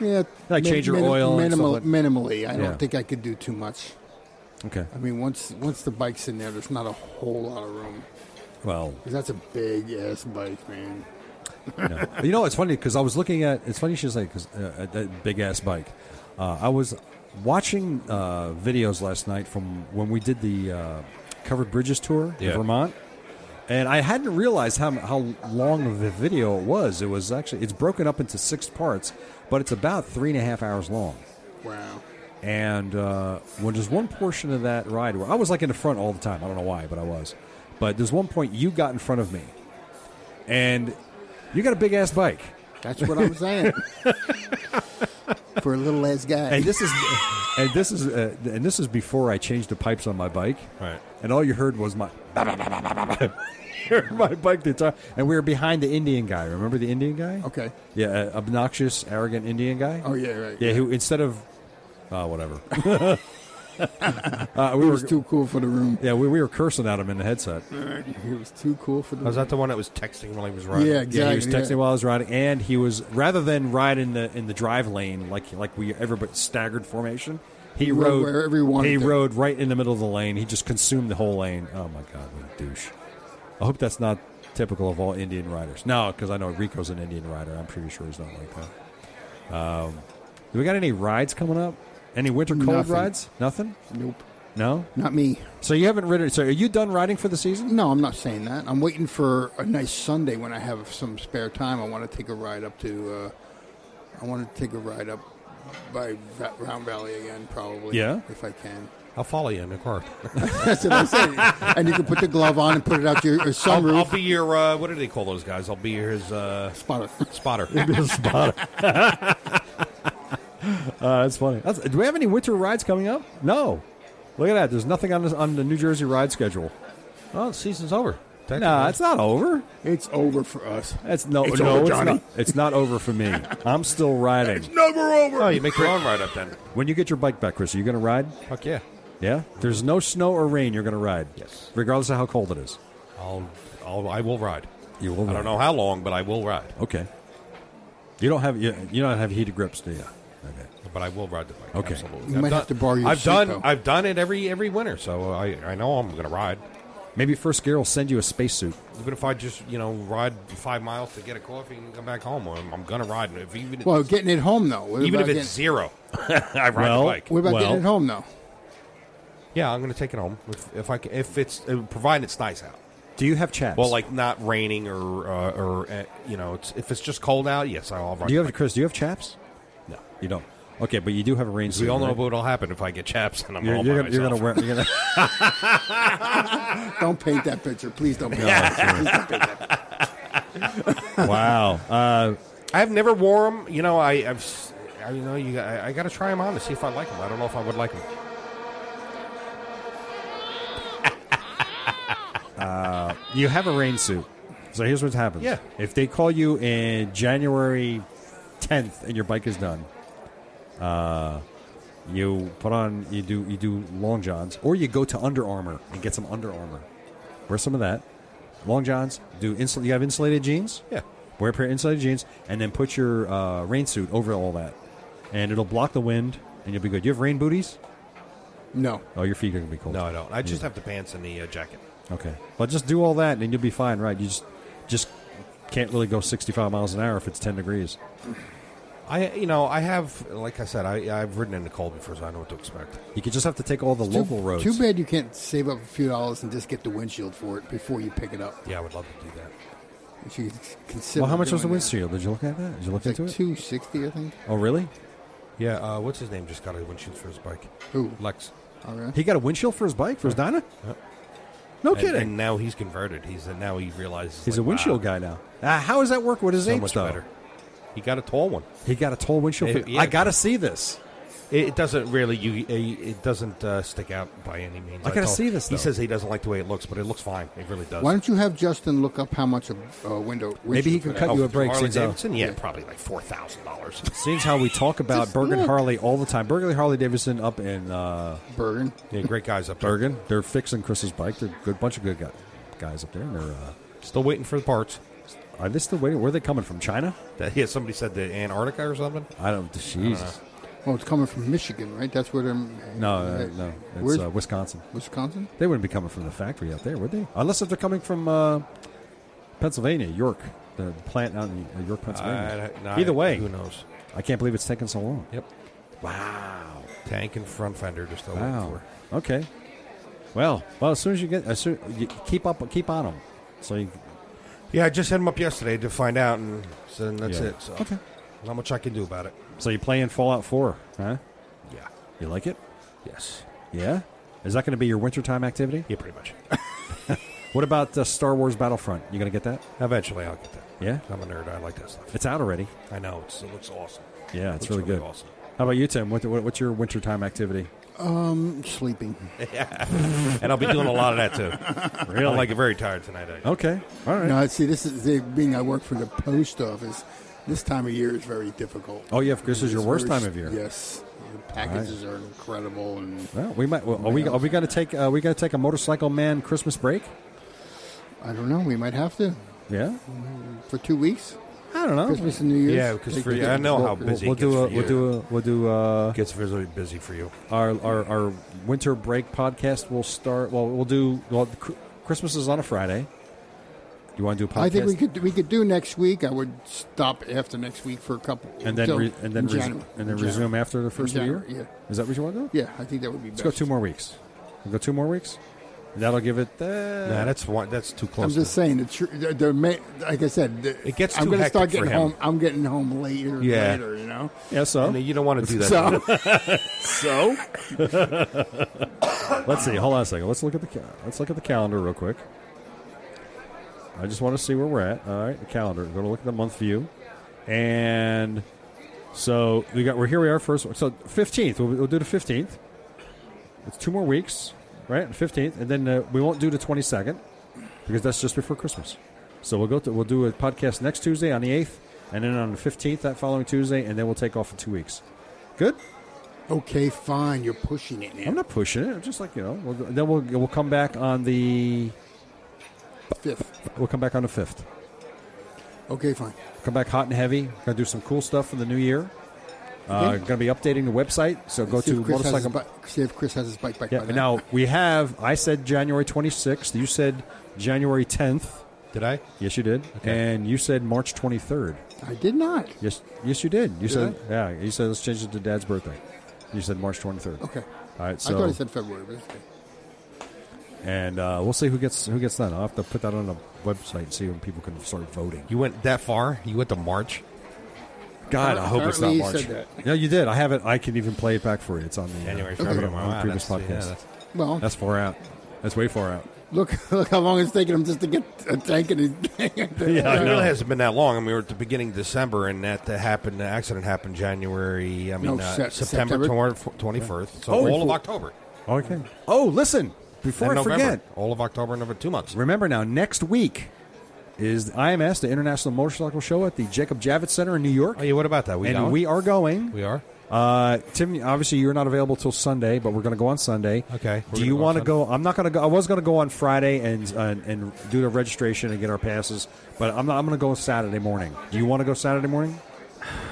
Speaker 3: Yeah,
Speaker 2: Like change your oil and
Speaker 3: minimal,
Speaker 2: stuff
Speaker 3: minimally. I
Speaker 2: Yeah.
Speaker 3: don't think I could do too much.
Speaker 2: Okay.
Speaker 3: I mean, once once the bike's in there, there's not a whole lot of room.
Speaker 2: Well,
Speaker 3: 'Cause that's a big ass bike, man.
Speaker 2: No. you know it's funny because I was looking at it's funny you should say because uh, at that big ass bike. Uh, I was watching uh, videos last night from when we did the uh, covered bridges tour
Speaker 4: Yeah.
Speaker 2: in Vermont, and I hadn't realized how how long of a video it was. It was actually it's broken up into six parts, but it's about three and a half hours long.
Speaker 3: Wow.
Speaker 2: And uh, when there's one portion of that ride where I was like in the front all the time. I don't know why, but I was. But there's one point you got in front of me, and you got a big ass bike.
Speaker 3: That's what I'm saying. For a little ass guy.
Speaker 2: and this is and this is uh, and this is before I changed the pipes on my bike.
Speaker 4: Right.
Speaker 2: And all you heard was my You heard my bike the entire and we were behind the Indian guy. Remember the Indian guy?
Speaker 3: okay.
Speaker 2: Yeah, uh, obnoxious, arrogant Indian guy.
Speaker 3: Oh yeah, right.
Speaker 2: Yeah, who instead of uh, whatever. uh, we
Speaker 3: He
Speaker 2: were
Speaker 3: was too cool for the room.
Speaker 2: yeah, we, we were cursing at him in the headset.
Speaker 3: He was too cool for the
Speaker 4: Was
Speaker 3: room.
Speaker 4: that the one that was texting while he was riding?
Speaker 3: Yeah,
Speaker 2: Yeah, he was
Speaker 3: Exactly,
Speaker 2: texting
Speaker 3: yeah.
Speaker 2: while I was riding, and he was rather than ride in the in the drive lane like like we everybody staggered formation. He,
Speaker 3: rode
Speaker 2: rode
Speaker 3: wherever he wanted to.
Speaker 2: rode right in the middle of the lane. He just consumed the whole lane. Oh my god, what a douche! I hope that's not typical of all Indian riders. No, because I know Rico's an Indian rider. I'm pretty sure he's not like that. Um, do we got any rides coming up? Any winter cold
Speaker 3: Nothing.
Speaker 2: rides? Nothing?
Speaker 3: Nope.
Speaker 2: No.
Speaker 3: Not me.
Speaker 2: So you haven't ridden. So are you done riding for the season?
Speaker 3: No, I'm not saying that. I'm waiting for a nice Sunday when I have some spare time. I want to take a ride up to. Uh, I want to take a ride up by Va- Round Valley again, probably.
Speaker 2: Yeah?
Speaker 3: If I can.
Speaker 4: I'll follow you in the car.
Speaker 3: That's what I'm saying. and you can put the glove on and put it out your, your
Speaker 4: I'll, I'll
Speaker 3: sunroof.
Speaker 4: be your, uh, what do they call those guys? I'll be your his, uh,
Speaker 3: Spotter.
Speaker 4: spotter.
Speaker 2: Uh, that's funny. That's, do we have any winter rides coming up? No. Look at that. There's nothing on, this, on the New Jersey ride schedule.
Speaker 4: oh, the season's over.
Speaker 2: No, nah, it's not over.
Speaker 3: It's over for us.
Speaker 2: It's no,
Speaker 3: It's
Speaker 2: no,
Speaker 3: over,
Speaker 2: it's
Speaker 3: Johnny.
Speaker 2: not. It's not over for me. I'm still riding.
Speaker 3: Never over.
Speaker 4: Oh, you make your own ride up then.
Speaker 2: When you get your bike back, Chris, are you going to ride?
Speaker 4: Fuck yeah.
Speaker 2: Yeah. There's no snow or rain. You're going to ride.
Speaker 4: Yes.
Speaker 2: Regardless of how cold it is.
Speaker 4: I'll, I'll, I will ride.
Speaker 2: You will.
Speaker 4: I don't know how long, but I will ride.
Speaker 2: Okay. You don't have you, you don't have heated grips, do you? Okay.
Speaker 4: But I will ride the bike.
Speaker 2: Okay.
Speaker 4: Absolutely.
Speaker 3: You
Speaker 4: I've
Speaker 3: might
Speaker 4: done,
Speaker 3: have to borrow your
Speaker 4: I've
Speaker 3: seat,
Speaker 4: done.
Speaker 3: though.
Speaker 4: I've done it every every winter, so I I know I'm going to ride.
Speaker 2: Maybe first gear will send you a spacesuit.
Speaker 4: Even if I just you know ride five miles to get a coffee and come back home, I'm, I'm going to ride. And If even if
Speaker 3: Well,
Speaker 4: it's-
Speaker 3: getting it home though. What
Speaker 4: even if
Speaker 3: about
Speaker 4: it's
Speaker 3: getting,
Speaker 4: zero, I ride
Speaker 2: Well,
Speaker 4: the bike.
Speaker 3: what about
Speaker 2: well-
Speaker 3: getting it home though?
Speaker 4: Yeah, I'm going to take it home if, if I ca- if it's uh, provided it's nice out.
Speaker 2: Do you have chaps?
Speaker 4: Well, like not raining or uh, or uh, you know, it's if it's just cold out. Yes, I'll ride.
Speaker 2: do you
Speaker 4: the
Speaker 2: have Chris? Do you have chaps?
Speaker 4: bike. no?
Speaker 2: You don't. Okay, but you do have a rain suit.
Speaker 4: We all know
Speaker 2: right?
Speaker 4: what'll happen if I get chaps and I'm
Speaker 2: You're,
Speaker 4: home
Speaker 2: you're
Speaker 4: by
Speaker 2: gonna, you're gonna
Speaker 4: myself.
Speaker 2: wear. You're gonna,
Speaker 3: Don't paint that picture, please. Don't paint that. Picture. Please don't paint that.
Speaker 2: wow. Uh,
Speaker 4: I've never wore them. You know, I, I've, s- I, you know, you, I, I got to try them on to see if I like them. I don't know if I would like them.
Speaker 2: you have a rain suit. So here's what happens.
Speaker 4: Yeah.
Speaker 2: If they call you in January 10th and your bike is done, uh, you put on you do you do long johns or you go to Under Armour and get some Under Armour. Wear some of that. Long johns. Do insul- you have insulated jeans?
Speaker 4: Yeah.
Speaker 2: Wear a pair of insulated jeans and then put your uh, rain suit over all that, and it'll block the wind and you'll be good. You have rain booties?
Speaker 3: No.
Speaker 2: Oh, your feet are gonna be cold.
Speaker 4: No, I don't. I
Speaker 2: Hmm.
Speaker 4: just have the pants and the uh, jacket.
Speaker 2: Okay. Well, just do all that, and then you'll be fine, right? You just just can't really go 65 miles an hour if it's 10 degrees.
Speaker 4: I, you know, I have, like I said, I, I've ridden in the cold before, so I know what to expect.
Speaker 2: You could just have to take all the local
Speaker 3: too,
Speaker 2: roads.
Speaker 3: Too bad you can't save up a few dollars and just get the windshield for it before you pick it up.
Speaker 4: Yeah, I would love to do that.
Speaker 3: If you consider.
Speaker 2: Well, how much was the
Speaker 3: doing
Speaker 2: windshield? Did you look at that? Did you look
Speaker 3: that. It's
Speaker 2: into
Speaker 3: like
Speaker 2: it?
Speaker 3: two sixty, I think.
Speaker 2: Oh, really?
Speaker 4: Yeah, uh, what's his name? Just got a windshield for his bike.
Speaker 3: Who?
Speaker 4: Lex.
Speaker 3: All right.
Speaker 2: He got a windshield for his bike for his Dyna? No
Speaker 4: And,
Speaker 2: kidding.
Speaker 4: and now he's converted. He's uh, now he realizes
Speaker 2: He's
Speaker 4: like,
Speaker 2: a windshield
Speaker 4: wow,
Speaker 2: guy now. Uh, how does that work with his
Speaker 4: So
Speaker 2: apes,
Speaker 4: much
Speaker 2: though?
Speaker 4: better. He got a tall one.
Speaker 2: He got a tall windshield.
Speaker 4: It-
Speaker 2: for-
Speaker 4: yeah.
Speaker 2: I gotta see this.
Speaker 4: It, it doesn't really. You. uh, It doesn't uh, stick out by any means.
Speaker 2: I gotta
Speaker 4: told-
Speaker 2: see this,
Speaker 4: He
Speaker 2: though.
Speaker 4: says he doesn't like the way it looks, but it looks fine. It really does.
Speaker 3: Why don't you have Justin look up how much a uh, window?
Speaker 2: Maybe he
Speaker 3: windshield
Speaker 2: can
Speaker 3: for
Speaker 2: cut
Speaker 3: that.
Speaker 2: you a break.
Speaker 4: Harley
Speaker 2: Since, uh,
Speaker 4: Davidson? Yeah, probably like four thousand dollars.
Speaker 2: since how we talk about
Speaker 3: Just
Speaker 2: Bergen
Speaker 3: look.
Speaker 2: Harley all the time. Bergen Harley Davidson up in uh,
Speaker 3: Bergen.
Speaker 4: Yeah, great guys up there.
Speaker 2: Bergen. They're fixing Chris's bike. They're a good bunch of good guy, guys up there. And they're uh,
Speaker 4: Still waiting for the parts.
Speaker 2: Are they still waiting? Where are they coming from? China?
Speaker 4: That, yeah, somebody said the Antarctica or something.
Speaker 2: I don't.
Speaker 4: Uh-huh.
Speaker 2: Jesus.
Speaker 3: Oh, it's coming from Michigan, right? That's where they're.
Speaker 2: No, no,
Speaker 3: uh,
Speaker 2: no. It's
Speaker 3: Where's
Speaker 2: uh, Wisconsin.
Speaker 3: Wisconsin?
Speaker 2: They wouldn't be coming from the factory out there, would they? Unless if they're coming from uh, Pennsylvania, York, the plant out in uh, York, Pennsylvania.
Speaker 4: I- I-
Speaker 2: Either way,
Speaker 4: who knows?
Speaker 2: I can't believe it's taking so long.
Speaker 4: Yep. Wow. Tank and front fender just still waiting
Speaker 2: Wow.
Speaker 4: for.
Speaker 2: Okay. Well, well, as soon as you get, as soon you keep up, keep on them. So you,
Speaker 4: Yeah, I just hit him up yesterday to find out, and so then that's
Speaker 2: Yeah.
Speaker 4: it. So not much I can do about it.
Speaker 2: so you playing Fallout Four, huh?
Speaker 4: Yeah.
Speaker 2: You like it?
Speaker 4: Yes.
Speaker 2: Yeah. Is that going to be your wintertime activity?
Speaker 4: Yeah, pretty much.
Speaker 2: What about uh, Star Wars Battlefront? You going to get that?
Speaker 4: Eventually, I'll get that.
Speaker 2: Yeah.
Speaker 4: I'm a nerd. I like that stuff.
Speaker 2: It's out already.
Speaker 4: I know it's, it looks awesome.
Speaker 2: Yeah,
Speaker 4: Looks
Speaker 2: it's really good.
Speaker 4: Awesome.
Speaker 2: How about you, Tim? What, what, what's your wintertime activity?
Speaker 3: Um, sleeping.
Speaker 4: And I'll be doing a lot of that too. really? I'm like very tired tonight. I
Speaker 2: Okay, all right.
Speaker 3: No, see, this is the, being I work for the post office. This time of year is very difficult.
Speaker 2: Oh, yeah, this is your
Speaker 3: It's
Speaker 2: worst
Speaker 3: very-
Speaker 2: time of year.
Speaker 3: Yes, the packages are incredible, and
Speaker 2: Well, we might. Well, are we? Are we going to take? Uh, we going to take a motorcycle man Christmas break?
Speaker 3: I don't know. We might have to
Speaker 2: Yeah,
Speaker 3: for two weeks,
Speaker 2: I don't know.
Speaker 3: Christmas and New Year's.
Speaker 4: Yeah, because
Speaker 3: Take
Speaker 4: for
Speaker 3: the
Speaker 4: you- I know
Speaker 3: kids
Speaker 4: how
Speaker 3: to-
Speaker 2: We'll,
Speaker 4: busy it
Speaker 2: we'll do
Speaker 4: gets
Speaker 2: a.
Speaker 4: for
Speaker 2: We'll
Speaker 4: you.
Speaker 2: do a. We'll do uh
Speaker 4: gets really busy for you.
Speaker 2: our, our our winter break podcast. will start. Well, we'll do. Well, Cr- Christmas is on a Friday. You want to do a podcast?
Speaker 3: I think we could we could do next week. I would stop after next week for a couple,
Speaker 2: and then
Speaker 3: until-
Speaker 2: re- and then
Speaker 3: in
Speaker 2: resu-
Speaker 3: January.
Speaker 2: and then
Speaker 3: In
Speaker 2: resume
Speaker 3: January.
Speaker 2: after the first of the year.
Speaker 3: January, yeah.
Speaker 2: Is that what you want to do?
Speaker 3: Yeah, I think that would be. Best.
Speaker 2: Let's go two more weeks. We'll go two more weeks. That'll give it. Uh,
Speaker 4: Nah, that's one. That's too
Speaker 3: I'm
Speaker 4: close.
Speaker 3: just saying, the tr- the, the ma- like I said, the,
Speaker 4: It gets
Speaker 3: I'm
Speaker 4: too
Speaker 3: gonna
Speaker 4: hectic
Speaker 3: start
Speaker 4: for
Speaker 3: getting
Speaker 4: him.
Speaker 3: home. I'm getting home later. and
Speaker 4: Yeah.
Speaker 3: later, you know.
Speaker 2: yeah. So
Speaker 4: to, you don't want to do that.
Speaker 3: So,
Speaker 2: So, let's see. Hold on a second. Let's look at the ca- let's look at the calendar real quick. I just want to see where we're at. All right, the calendar. We're going to look at the month view, and so we got we're here. We are first. So fifteenth. We'll, we'll do the fifteenth. It's two more weeks, right? The fifteenth, and then uh, we won't do the twenty second because that's just before Christmas. So we'll go to we'll do a podcast next Tuesday on the eighth, and then on the fifteenth that following Tuesday, and then we'll take off in two weeks. Good.
Speaker 3: okay, fine. You're pushing it now.
Speaker 2: I'm not pushing it. I'm just like you know. We'll, then we'll we'll come back on the
Speaker 3: Fifth.
Speaker 2: we'll come back on the fifth.
Speaker 3: Okay, fine.
Speaker 2: Come back hot and heavy. Gonna do some cool stuff for the new year. Uh, Gonna be updating the website. So go
Speaker 3: See
Speaker 2: to
Speaker 3: if Chris has his
Speaker 2: motorcycle.
Speaker 3: bi- see if Chris has his bike back.
Speaker 2: yeah.
Speaker 3: by then.
Speaker 2: Now we have. I said January 26th. You said January 10th.
Speaker 4: Did I?
Speaker 2: Yes, you did. And you said March 23rd.
Speaker 3: I did not.
Speaker 2: Yes, yes, you did. You said
Speaker 3: I?
Speaker 2: yeah. You said let's change it to Dad's birthday. You said March 23rd.
Speaker 3: Okay.
Speaker 2: All right. So
Speaker 3: I thought I said February. But that's okay.
Speaker 2: and uh, we'll see who gets who gets that. I'll have to put that on the website and see when people can start voting.
Speaker 4: You went that far? You went to March?
Speaker 2: God, I hope it's not
Speaker 3: Apparently
Speaker 2: March.
Speaker 3: he said
Speaker 2: No, you did. I have it. I can even play it back for you. It's on the uh,
Speaker 4: January,
Speaker 2: on the
Speaker 4: February. Wow,
Speaker 2: previous
Speaker 4: that's- yeah,
Speaker 2: podcast.
Speaker 4: that's-
Speaker 3: Well,
Speaker 2: that's far out. That's way far out.
Speaker 3: Look, look how long it's taking him just to get a tank in his
Speaker 4: It really hasn't been that long. I mean, we were at the beginning of December, and that uh, happened. The accident happened January. I mean,
Speaker 3: No,
Speaker 4: uh,
Speaker 3: Sep-
Speaker 4: September
Speaker 3: September.
Speaker 4: twenty first. So
Speaker 2: Oh,
Speaker 4: all of
Speaker 2: before-
Speaker 4: October.
Speaker 2: Okay. Oh, listen. Before I
Speaker 4: and November.
Speaker 2: forget,
Speaker 4: all of October, November, two months.
Speaker 2: remember now. Next week is the IMS, the International Motorcycle Show, at the Jacob Javits Center in New York,
Speaker 4: Oh yeah, what about that? We
Speaker 2: and
Speaker 4: going?
Speaker 2: we are going.
Speaker 4: we are.
Speaker 2: Uh, Tim, obviously you're not available till Sunday, but we're going to go on Sunday.
Speaker 4: Okay. We're
Speaker 2: Do
Speaker 4: gonna
Speaker 2: you
Speaker 4: go on
Speaker 2: want to
Speaker 4: Sunday.
Speaker 2: go? I'm not going to go. I was going to go on Friday and uh, and do the registration and get our passes, but I'm not, I'm going to go Saturday morning. Do you want to go Saturday morning?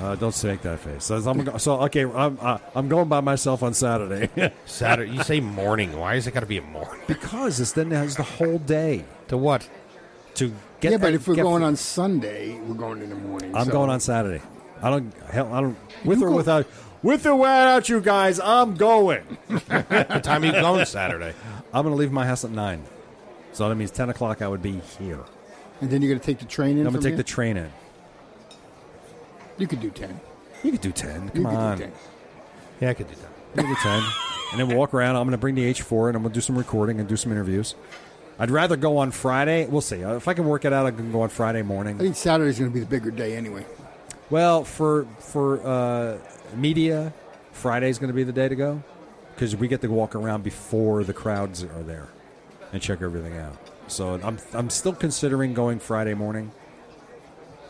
Speaker 2: Uh, don't make that face. So, I'm go, so okay, I'm uh, I'm going by myself on Saturday
Speaker 4: Saturday. you say morning. Why is it got to be a morning?
Speaker 2: because this then has the whole day
Speaker 4: To what?
Speaker 2: to get.
Speaker 3: Yeah, but if we're
Speaker 2: get-
Speaker 3: going on Sunday, we're going in the morning.
Speaker 2: I'm
Speaker 3: so-
Speaker 2: going on Saturday. I don't hell. I don't with
Speaker 3: You
Speaker 2: or
Speaker 3: go-
Speaker 2: without with or without you guys. I'm going.
Speaker 4: What time are you going Saturday?
Speaker 2: I'm going to leave my house at nine. So that means ten o'clock. I would be here.
Speaker 3: And then you're going to take the train in.
Speaker 2: I'm going
Speaker 3: from
Speaker 2: to take
Speaker 3: here?
Speaker 2: the train in.
Speaker 3: You could do ten.
Speaker 2: You could do ten.
Speaker 3: You
Speaker 2: Come
Speaker 3: could
Speaker 2: on,
Speaker 3: do ten.
Speaker 4: Yeah, I could do that.
Speaker 2: you could do ten. and then walk around. I'm going to bring the H4 and I'm going to do some recording and do some interviews. I'd rather go on Friday. We'll see if I can work it out. I can go on Friday
Speaker 3: I
Speaker 2: morning.
Speaker 3: think Saturday's going to be the bigger day anyway.
Speaker 2: Well, for for uh, media, Friday's going to be the day to go because we get to walk around before the crowds are there and check everything out. So I'm I'm still considering going Friday morning,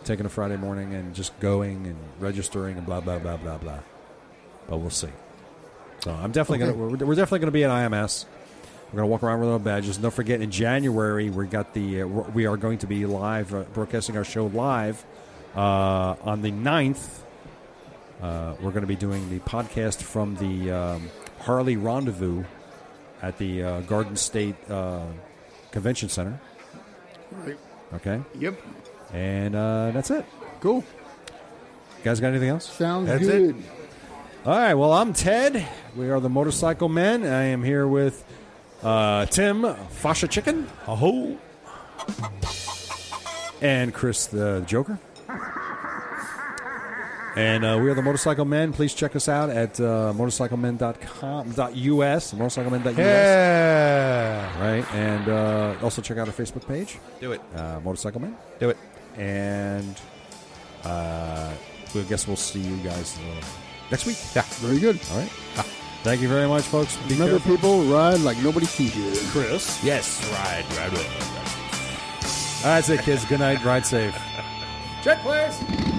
Speaker 2: taking a Friday morning and just going and registering and blah blah blah blah blah. But we'll see. So I'm definitely
Speaker 3: Okay.
Speaker 2: gonna we're, we're definitely gonna be at IMS. We're gonna walk around with our badges. Don't forget in January we got the uh, we're- we are going to be live uh, broadcasting our show live uh, on the 9th. Uh, we're going to be doing the podcast from the um, Harley Rendezvous at the uh, Garden State uh, Convention Center.
Speaker 3: Right.
Speaker 2: Okay,
Speaker 3: Yep.
Speaker 2: and uh, that's it.
Speaker 3: Cool.
Speaker 2: You guys got anything else?
Speaker 3: Sounds
Speaker 4: That's it.
Speaker 3: good.
Speaker 2: All right. Well, I'm Ted. We are the Motorcycle Men. I am here with uh, Tim Fasha Chicken
Speaker 4: Oh,
Speaker 2: and Chris the Joker. And uh, we are the Motorcycle Men. Please check us out at uh, motorcyclemen.com.us, motorcyclemen.us.
Speaker 4: yeah.
Speaker 2: Right, and uh, also check out our Facebook page,
Speaker 4: Do it.
Speaker 2: uh, Motorcycle Man,
Speaker 4: Do it.
Speaker 2: and uh, we guess we'll see you guys uh, next week.
Speaker 4: Yeah.
Speaker 3: Very good.
Speaker 2: All right. Ah, Thank you very much, folks. Be
Speaker 3: Remember,
Speaker 2: careful.
Speaker 3: people ride like nobody sees you.
Speaker 2: Chris.
Speaker 4: Yes. Ride. Ride. ride, ride.
Speaker 2: That's it, kids. Good night. Ride safe. Check, please.